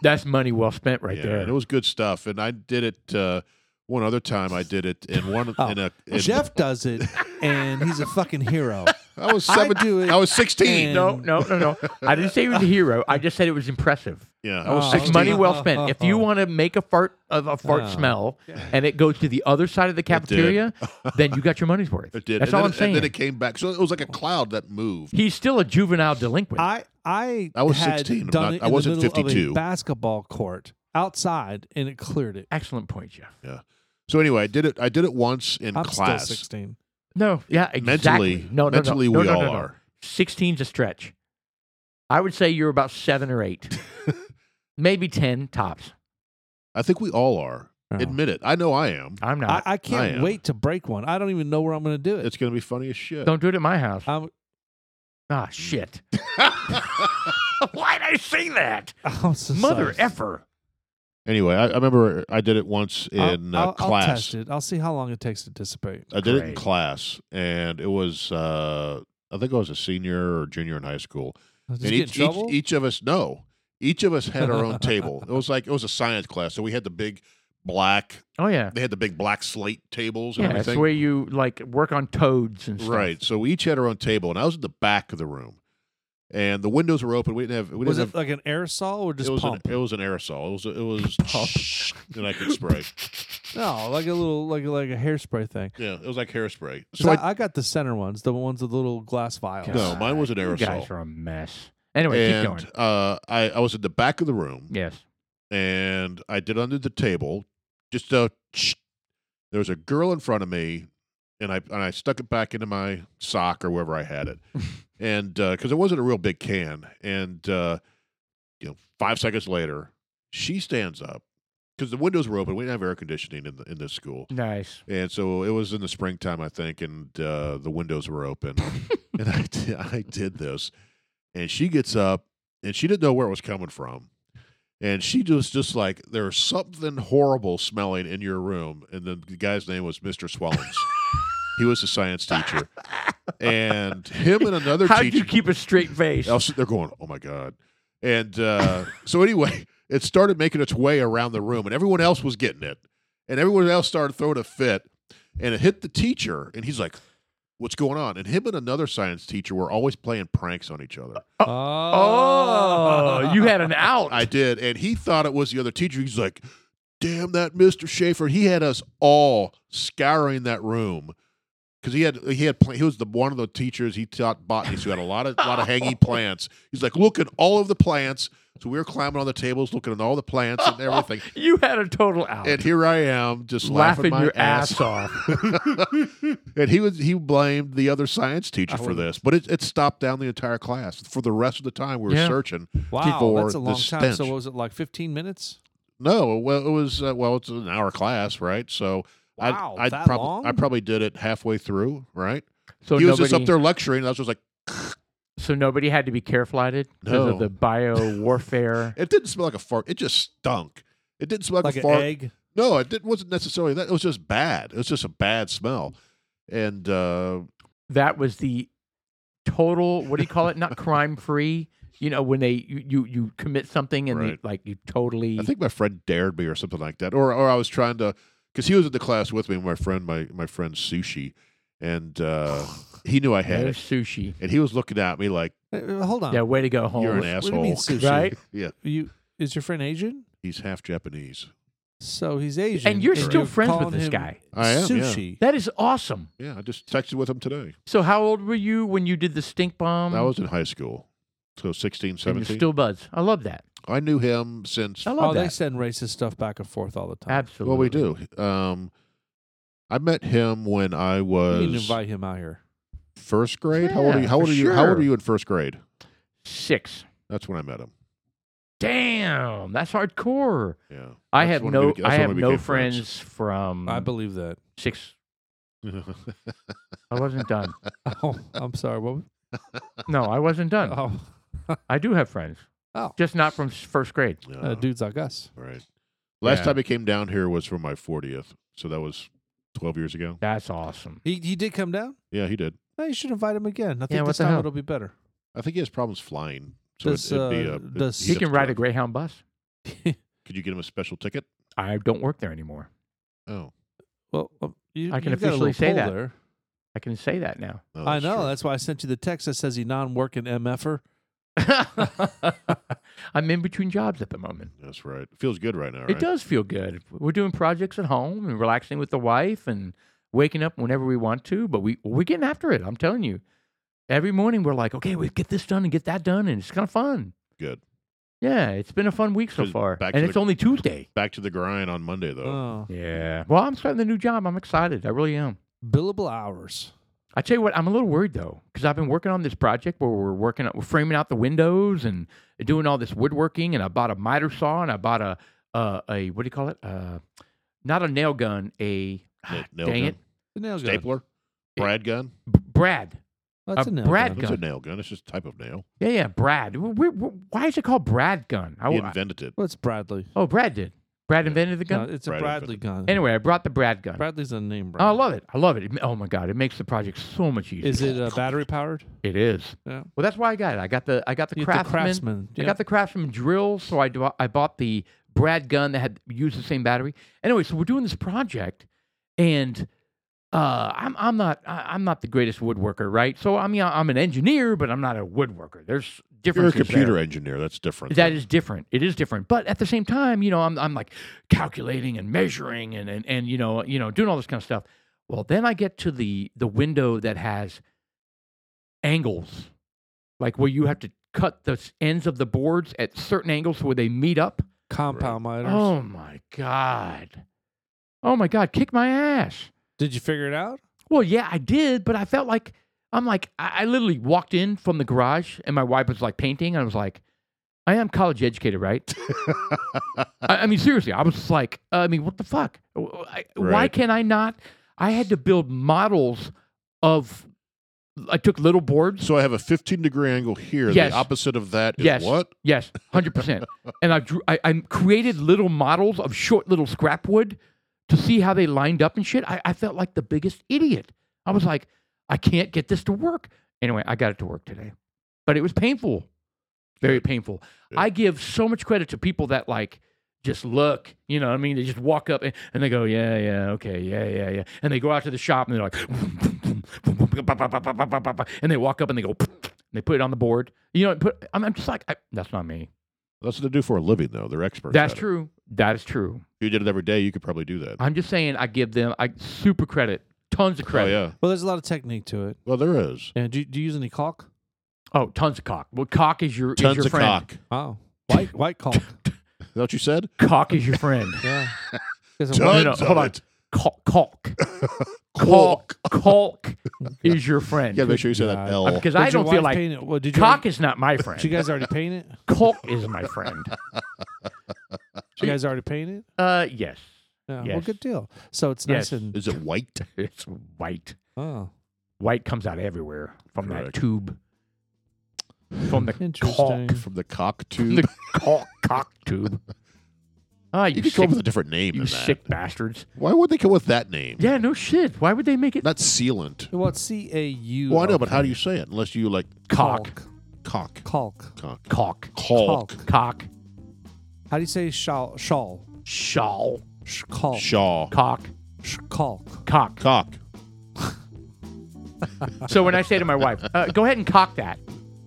Speaker 3: That's money well spent right
Speaker 1: Yeah,
Speaker 3: there.
Speaker 1: and it was good stuff. And I did it uh, one other time. I did it in one
Speaker 2: Oh,
Speaker 1: in a in,
Speaker 2: Jeff does it and he's a fucking hero.
Speaker 1: I was
Speaker 2: I
Speaker 1: seven.
Speaker 2: do it.
Speaker 1: I was sixteen.
Speaker 2: and-
Speaker 3: no, no, no, no. I didn't say he was a hero. I just said it was impressive.
Speaker 1: Yeah, I was
Speaker 2: Oh,
Speaker 1: sixteen.
Speaker 3: Ah. Money
Speaker 2: Steve.
Speaker 3: well spent. If you want to make a fart of a fart
Speaker 2: Ah.
Speaker 3: smell and it goes to the other side of the
Speaker 1: did.
Speaker 3: cafeteria, then you got your money's worth.
Speaker 1: It did.
Speaker 3: That's
Speaker 1: and
Speaker 3: all
Speaker 1: then,
Speaker 3: I'm saying.
Speaker 1: And then it came back. So it was like a cloud that moved.
Speaker 3: He's still a juvenile delinquint.
Speaker 2: I I
Speaker 1: I was
Speaker 2: had
Speaker 1: 16. I'm
Speaker 2: Done
Speaker 1: not-
Speaker 2: it
Speaker 1: I
Speaker 2: in
Speaker 1: wasn't
Speaker 2: the middle of a
Speaker 1: 52.
Speaker 2: basketball court outside and it cleared it.
Speaker 3: Excellent point, Jeff.
Speaker 1: So anyway, I did it. I did it once in
Speaker 2: I'm
Speaker 1: class.
Speaker 2: still 16.
Speaker 3: No, yeah, exactly.
Speaker 1: Mentally,
Speaker 3: no, no,
Speaker 1: mentally
Speaker 3: no. No,
Speaker 1: we
Speaker 3: no,
Speaker 1: all
Speaker 3: no, no.
Speaker 1: are.
Speaker 3: 16's a stretch. I would say you're about seven or eight, maybe 10 tops.
Speaker 1: I think we all are.
Speaker 2: Oh.
Speaker 1: Admit it. I know I am.
Speaker 3: I'm
Speaker 2: I,
Speaker 3: not.
Speaker 2: I can't
Speaker 1: am.
Speaker 2: wait to break one. I don't even know where I'm going to do it.
Speaker 1: It's going to be funny as shit.
Speaker 3: Don't do it at my house.
Speaker 2: I'm,
Speaker 3: ah, shit. Why'd I say that?
Speaker 2: I'm so
Speaker 3: Mother
Speaker 2: sorry.
Speaker 3: effer.
Speaker 1: anyway, I, I remember I did it once
Speaker 2: I'll-
Speaker 1: in uh,
Speaker 2: I'll, I'll
Speaker 1: class. Uh,
Speaker 2: test it. I'll see how long it takes to dissipate.
Speaker 1: I did it in
Speaker 3: Great.
Speaker 1: class, and it was uh, I think I was a senior or junior in high school.
Speaker 2: Does
Speaker 1: and
Speaker 2: it get in
Speaker 1: each, each
Speaker 2: trouble?
Speaker 1: each of us no, each of us had our own table. It was like it was a science class, so we had the big black.
Speaker 3: Oh, yeah.
Speaker 1: They had the big black slate tables and
Speaker 3: Yeah, that's
Speaker 1: everything.
Speaker 3: where you like work on toads and stuff.
Speaker 1: Right. So we each had our own table, and I was at the back of the room, and the windows were open. We didn't have. We didn't
Speaker 2: was
Speaker 1: have,
Speaker 2: it like an aerosol or just
Speaker 1: it was
Speaker 2: pump?
Speaker 1: An, it was an aerosol. It was it was that I could spray.
Speaker 2: no, like a little, like like a hairspray thing.
Speaker 1: Yeah, it was like hairspray.
Speaker 2: 'Cause
Speaker 1: So I,
Speaker 2: I, I got the center ones, the ones with little glass vials.
Speaker 1: No, mine was an
Speaker 3: You guys
Speaker 1: aerosol.
Speaker 3: are a mess. Anyway, keep
Speaker 1: and
Speaker 3: going.
Speaker 1: uh, I I was at the back of the room
Speaker 3: Yes.
Speaker 1: and I did under the table. Just a there was a girl in front of me, and I and I stuck it back into my sock or wherever I had it, and because it wasn't a real big can, and uh, you know, five seconds later, she stands up because the windows were open. We didn't have air conditioning in the, in this school.
Speaker 3: Nice.
Speaker 1: And so it was in the springtime, I think, and uh, the windows were open. and I did, I did this. And she gets up and she didn't know where it was coming from. And she just just like, there's something horrible smelling in your room. And then the guy's name was Mr. Swellens. he was a science teacher. And him and another
Speaker 3: How'd
Speaker 1: teacher
Speaker 3: you keep a straight face?
Speaker 1: I was sitting there going, "Oh my god!" And uh, so anyway, it started making its way around the room, and everyone else was getting it, and everyone else started throwing a fit, and it hit the teacher, and he's like, "What's going on?" And him and another science teacher were always playing pranks on each other.
Speaker 3: Oh, you had an out.
Speaker 1: I did, and he thought it was the other teacher. He's like, "Damn that Mr. Schaefer!" He had us all scouring that room. Because he had he had pla- he was the one of the teachers he taught botany, so he had a lot of lot of hanging plants. He's like, look at all of the plants. So we were climbing on the tables, looking at all the plants and everything.
Speaker 3: you had a total out.
Speaker 1: And here I am, just laughing,
Speaker 3: laughing
Speaker 1: my
Speaker 3: your
Speaker 1: ass,
Speaker 3: ass off.
Speaker 1: and he was he blamed the other science teacher for this, but it, it stopped down the entire class for the rest of the time we were
Speaker 3: Yeah.
Speaker 1: searching.
Speaker 2: wow,
Speaker 1: for
Speaker 2: that's a
Speaker 1: the
Speaker 2: long time. So
Speaker 1: stench.
Speaker 2: what was it like? 15 minutes?
Speaker 1: No, well, it was uh, well, it's an hour class, right? So
Speaker 2: Wow,
Speaker 1: I, I
Speaker 2: that
Speaker 1: probably
Speaker 2: long?
Speaker 1: I probably did it halfway through, right?
Speaker 3: So
Speaker 1: he was
Speaker 3: nobody,
Speaker 1: just up there lecturing. and I was just like,
Speaker 3: So nobody had to be care flighted because
Speaker 1: No.
Speaker 3: of the bio warfare.
Speaker 1: it didn't smell like a fart. It just stunk. It didn't smell like,
Speaker 2: Like
Speaker 1: a
Speaker 2: an
Speaker 1: fart.
Speaker 2: egg?
Speaker 1: No, it didn't, wasn't necessarily that. It was just bad. It was just a bad smell. And uh,
Speaker 3: that was the total. What do you call it? Not crime free. You know when they you you, you commit something and
Speaker 1: Right.
Speaker 3: you, like you totally.
Speaker 1: I think my friend dared me or something like that, or or I was trying to because he was in the class with me. My friend, my my friend Sushi, and uh, he knew I had
Speaker 3: No
Speaker 1: it,
Speaker 3: sushi.
Speaker 1: and he was looking at me like
Speaker 2: Uh, uh, Hold on.
Speaker 3: Yeah, way to go home.
Speaker 1: you're an
Speaker 2: what do you
Speaker 1: asshole.
Speaker 2: mean sushi?
Speaker 3: Right?
Speaker 1: yeah,
Speaker 2: You is your friend Asian?
Speaker 1: he's half Japanese.
Speaker 2: So he's Asian.
Speaker 3: and you're
Speaker 1: Correct.
Speaker 3: still friends
Speaker 2: calling
Speaker 3: with this
Speaker 2: him
Speaker 3: guy.
Speaker 1: I am.
Speaker 2: Sushi.
Speaker 3: That is awesome.
Speaker 1: Yeah, yeah. I just texted with him today.
Speaker 3: So how old were you when you did the stink bomb?
Speaker 1: I was in high school, so 16,
Speaker 3: Um, and you're
Speaker 1: 17.
Speaker 3: still buds. I love that.
Speaker 1: I knew him since.
Speaker 3: I
Speaker 2: Oh,
Speaker 3: love
Speaker 2: they
Speaker 3: that.
Speaker 2: send racist stuff back and forth all the time.
Speaker 3: Absolutely.
Speaker 1: Well, we do. Um, I met him when I
Speaker 2: You need to
Speaker 1: was
Speaker 2: invite him out here.
Speaker 1: first grade. how old are you?
Speaker 3: Yeah,
Speaker 1: How old
Speaker 3: for
Speaker 1: are you? How old are
Speaker 3: sure.
Speaker 1: you in first grade?
Speaker 3: Six.
Speaker 1: That's when I met him.
Speaker 3: Damn, that's hardcore.
Speaker 1: Yeah,
Speaker 3: I
Speaker 1: That's
Speaker 3: have
Speaker 1: when
Speaker 3: no,
Speaker 1: we beca- that's
Speaker 3: I
Speaker 1: when
Speaker 3: have
Speaker 1: we
Speaker 3: no
Speaker 1: became
Speaker 3: friends, from
Speaker 1: Mm.
Speaker 2: I believe that.
Speaker 3: six. Uh, I wasn't done.
Speaker 2: Oh, I'm sorry. What? was-
Speaker 3: No, I wasn't done.
Speaker 2: Oh,
Speaker 3: I do have friends.
Speaker 2: Oh.
Speaker 3: just not from s- first grade.
Speaker 1: Yeah.
Speaker 2: uh, dudes like us.
Speaker 1: All right. Last
Speaker 3: Yeah.
Speaker 1: time he came down here was for my 40th, so that was 12 years ago.
Speaker 3: That's awesome.
Speaker 2: He he did come down.
Speaker 1: Yeah, he did.
Speaker 2: No, you should invite him again. I think
Speaker 3: what
Speaker 2: this
Speaker 3: the
Speaker 2: time
Speaker 3: hell?
Speaker 2: it'll be better.
Speaker 1: I think he has problems flying, so
Speaker 2: Does,
Speaker 1: it, would be
Speaker 2: uh,
Speaker 1: a.
Speaker 2: does-
Speaker 1: he'd
Speaker 3: He
Speaker 1: have
Speaker 3: can
Speaker 1: to
Speaker 3: ride
Speaker 1: drive.
Speaker 3: a Greyhound bus.
Speaker 1: Could you get him a special ticket?
Speaker 3: I don't work there anymore.
Speaker 1: Oh,
Speaker 2: well, um, you,
Speaker 3: I can
Speaker 2: you've got a
Speaker 3: officially
Speaker 2: little
Speaker 3: say
Speaker 2: pull
Speaker 3: that.
Speaker 2: There.
Speaker 3: I can say that now.
Speaker 1: no, Oh,
Speaker 2: I
Speaker 1: that's
Speaker 2: know.
Speaker 1: true.
Speaker 2: That's why I sent you the text that says he non-working er. mf'er.
Speaker 3: I'm in between jobs at the moment.
Speaker 1: That's right. Feels good right now.
Speaker 3: It
Speaker 1: right?
Speaker 3: does feel good. We're doing projects at home and relaxing with the wife and waking up whenever we want to, but we we're getting after it. I'm telling you. Every morning we're like, okay, we get this done and get that done, and it's kind of fun.
Speaker 1: Good.
Speaker 3: Yeah, it's been a fun week so
Speaker 1: Just
Speaker 3: far,
Speaker 1: back
Speaker 3: and
Speaker 1: to
Speaker 3: it's
Speaker 1: the-
Speaker 3: only Tuesday.
Speaker 1: Back to the grind on Monday
Speaker 3: Uh,
Speaker 1: though.
Speaker 2: Oh,
Speaker 3: Yeah. Well, I'm starting the new job. I'm excited. I really am.
Speaker 2: billable hours.
Speaker 3: I tell you what, I'm a little worried though, because I've been working on this project where we're working, we're framing out the windows and doing all this woodworking, and I bought a miter saw and I bought a uh, a what do you call it? Uh, not a nail gun, a
Speaker 1: Na- nail
Speaker 3: dang
Speaker 1: gun?
Speaker 3: it,
Speaker 2: The nail gun.
Speaker 1: Stapler, Brad gun.
Speaker 3: B- Brad.
Speaker 2: That's
Speaker 3: a
Speaker 2: a nail
Speaker 3: Brad
Speaker 2: gun.
Speaker 1: That's a
Speaker 3: Gun.
Speaker 1: nail gun. It's just a type of nail.
Speaker 3: Yeah, yeah, Brad. W- w- w- why is it called Brad gun? I,
Speaker 1: He
Speaker 3: I-
Speaker 1: invented it.
Speaker 2: What's Bradley?
Speaker 3: oh, Brad did. Brad invented the
Speaker 2: No,
Speaker 3: gun.
Speaker 2: it's a
Speaker 1: Brad
Speaker 2: Bradley
Speaker 1: invented
Speaker 2: gun.
Speaker 3: Anyway, I brought the Brad gun.
Speaker 2: Bradley's a name
Speaker 3: Oh,
Speaker 2: brand.
Speaker 3: I love it. I love it. It ma- Oh my god, it makes the project so much easier.
Speaker 2: Is it uh, battery powered?
Speaker 3: It is.
Speaker 2: Yeah.
Speaker 3: Well, that's why I got it. I got the I got the
Speaker 2: You get
Speaker 3: craftsman.
Speaker 2: craftsman.
Speaker 3: I got the craftsman drill, so I do, I bought the Brad gun that had used the same battery. Anyway, so we're doing this project, and uh, I'm I'm not I- I'm not the greatest woodworker, right? So I mean I- I'm an engineer, but I'm not a woodworker. There's
Speaker 1: You're a
Speaker 3: differences.
Speaker 1: computer
Speaker 3: there.
Speaker 1: engineer. That's different.
Speaker 3: That is different. It is different. But at the same time, you know, I'm I'm like calculating and measuring and and, and you know, you know, doing all this kind of stuff. Well, then I get to the the window that has angles. Like where you have to cut the s- ends of the boards at certain angles where they meet up.
Speaker 2: compound miters.
Speaker 3: Oh my god. Oh my god, kick my ass.
Speaker 2: Did you figure it out?
Speaker 3: Well, yeah, I did, but I felt like I'm like I, I literally walked in from the garage and my wife was like painting and I was like I am college educated, right? I, I mean, seriously, I was just like, uh, I mean, what the fuck? W- I- Why
Speaker 1: Right.
Speaker 3: can I not? I had to build models of. I took little boards.
Speaker 1: so I have a 15 degree angle here.
Speaker 3: Yes.
Speaker 1: The opposite of that is
Speaker 3: Yes.
Speaker 1: what?
Speaker 3: Yes, hundred percent. And I drew. I, I created little models of short little scrap wood to see how they lined up and shit. I, I felt like the biggest idiot. I was like, I can't get this to work. Anyway, I got it to work today, but it was painful, very painful.
Speaker 1: Good.
Speaker 3: I give so much credit to people that like just look. You know what I mean? They just walk up and, and they go, yeah, yeah, okay, yeah, yeah, yeah. And they go out to the shop and they're like, and they walk up and they go, and they put it on the board. You know, put. I'm, I'm just like, I, that's not me.
Speaker 1: That's what they do for a living, though. They're experts.
Speaker 3: That's
Speaker 1: at it.
Speaker 3: true. That is true.
Speaker 1: If you did it every day, you could probably do that.
Speaker 3: I'm just saying, I give them I super credit, tons of
Speaker 1: Oh
Speaker 3: credit.
Speaker 1: yeah.
Speaker 2: Well, there's a lot of technique to it.
Speaker 1: Well, there is
Speaker 2: Yeah. Do, you- do you use any caulk?
Speaker 3: Oh, tons of cock. Well, cock is your is
Speaker 1: tons
Speaker 3: your
Speaker 1: of
Speaker 3: friend.
Speaker 1: cock.
Speaker 2: Oh, white white caulk.
Speaker 1: Is that what you said?
Speaker 3: Cock is your friend.
Speaker 2: Yeah. 'Cause I'm
Speaker 1: Tons
Speaker 2: wondering-
Speaker 3: no,
Speaker 1: of
Speaker 3: hold on.
Speaker 1: it.
Speaker 3: Caulk, caulk, caulk, caulk is your friend.
Speaker 1: Yeah, make sure you say that
Speaker 2: God.
Speaker 1: L.
Speaker 3: because
Speaker 2: Did
Speaker 3: I
Speaker 2: your
Speaker 3: don't feel
Speaker 2: wife
Speaker 3: like
Speaker 2: paint it? Well, did you
Speaker 3: cock
Speaker 2: already-
Speaker 3: is not my
Speaker 2: Did you
Speaker 3: friend.
Speaker 2: guys already paint it? Did
Speaker 3: Caulk is my friend.
Speaker 2: you guys already paint it?
Speaker 3: Uh, yes,
Speaker 2: Yeah. Well,
Speaker 3: Yes.
Speaker 2: good deal. So it's
Speaker 3: Yes.
Speaker 2: nice and
Speaker 1: Is it white?
Speaker 3: it's white.
Speaker 2: oh,
Speaker 3: White comes out everywhere from that
Speaker 1: Correct.
Speaker 3: tube, from the
Speaker 2: interesting.
Speaker 3: caulk,
Speaker 1: From the cock tube.
Speaker 3: the caulk cock tube. Ah, you,
Speaker 1: you could come up
Speaker 3: sick,
Speaker 1: with a different name
Speaker 3: you
Speaker 1: than that.
Speaker 3: sick bastards.
Speaker 1: Why would they come with that name?
Speaker 3: Yeah, no shit. Why would they make it
Speaker 1: Not sealant.
Speaker 2: Well, it's C A U.
Speaker 1: Well, I know, but how do you say it? Unless you like
Speaker 3: cock,
Speaker 1: cock,
Speaker 2: Caulk.
Speaker 1: cock,
Speaker 3: caulk,
Speaker 1: caulk,
Speaker 2: Caulk.
Speaker 3: cock,
Speaker 2: How do you say shawl? Shawl.
Speaker 3: shawl,
Speaker 2: Sh- Caulk.
Speaker 1: Shaw,
Speaker 3: cock,
Speaker 2: Sh- Caulk.
Speaker 3: cock,
Speaker 1: cock,
Speaker 3: So when I say to my wife, uh, "Go ahead and cock that,"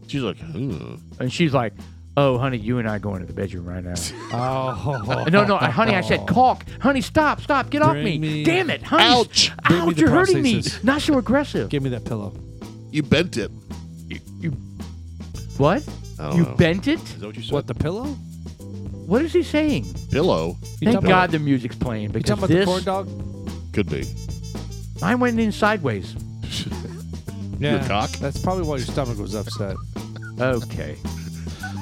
Speaker 1: She's like, "Ooh."
Speaker 3: and she's like, "Oh, honey, you and I go into the bedroom right now."
Speaker 2: Oh
Speaker 3: no, no, I- honey, I said caulk. Honey, stop, stop, get off
Speaker 2: Bring
Speaker 3: me.
Speaker 2: me-
Speaker 3: Damn it, honey.
Speaker 1: Ouch.
Speaker 2: Bring me
Speaker 3: Ouch,
Speaker 2: the
Speaker 3: you're hurting me.
Speaker 2: prosthesis.
Speaker 3: Not so aggressive.
Speaker 2: Give me that pillow.
Speaker 1: you bent it.
Speaker 3: You, you- what?
Speaker 1: I don't
Speaker 3: You
Speaker 1: know.
Speaker 3: bent it?
Speaker 1: Is that what you said?
Speaker 2: What the pillow?
Speaker 3: What is he saying?
Speaker 1: pillow?
Speaker 2: You
Speaker 3: Thank
Speaker 2: talking About,
Speaker 3: God the music's playing
Speaker 2: you
Speaker 3: because
Speaker 2: talking about
Speaker 3: this,
Speaker 2: the corn dog?
Speaker 1: Could be.
Speaker 3: mine went in sideways.
Speaker 1: Your cock?
Speaker 2: That's probably why your stomach was upset.
Speaker 3: Okay,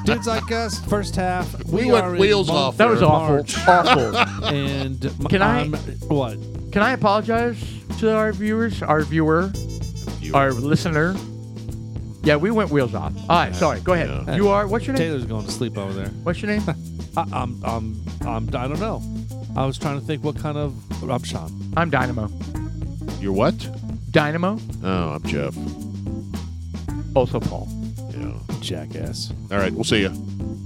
Speaker 2: Dudes like us, first half. We,
Speaker 1: We went
Speaker 2: are in
Speaker 1: wheels
Speaker 2: month
Speaker 1: off
Speaker 3: that was
Speaker 1: Fair.
Speaker 3: awful.
Speaker 2: March,
Speaker 3: awful.
Speaker 2: and m-
Speaker 3: Can I-
Speaker 2: I'm- What?
Speaker 3: Can I apologize to our viewers, our viewer,
Speaker 1: You-
Speaker 3: our listener? Yeah, we went wheels off. All right, sorry. Go ahead.
Speaker 1: Yeah.
Speaker 3: You are. What's your name?
Speaker 2: Taylor's going to sleep over there.
Speaker 3: What's your name?
Speaker 2: I, I'm, I'm, I'm. I don't know. I was trying to think what kind of. I'm Sean.
Speaker 3: I'm Dynamo.
Speaker 1: You're what?
Speaker 3: Dynamo.
Speaker 1: Oh, I'm Jeff.
Speaker 3: Also Paul.
Speaker 1: Yeah.
Speaker 2: Jackass.
Speaker 1: All right, we'll see you.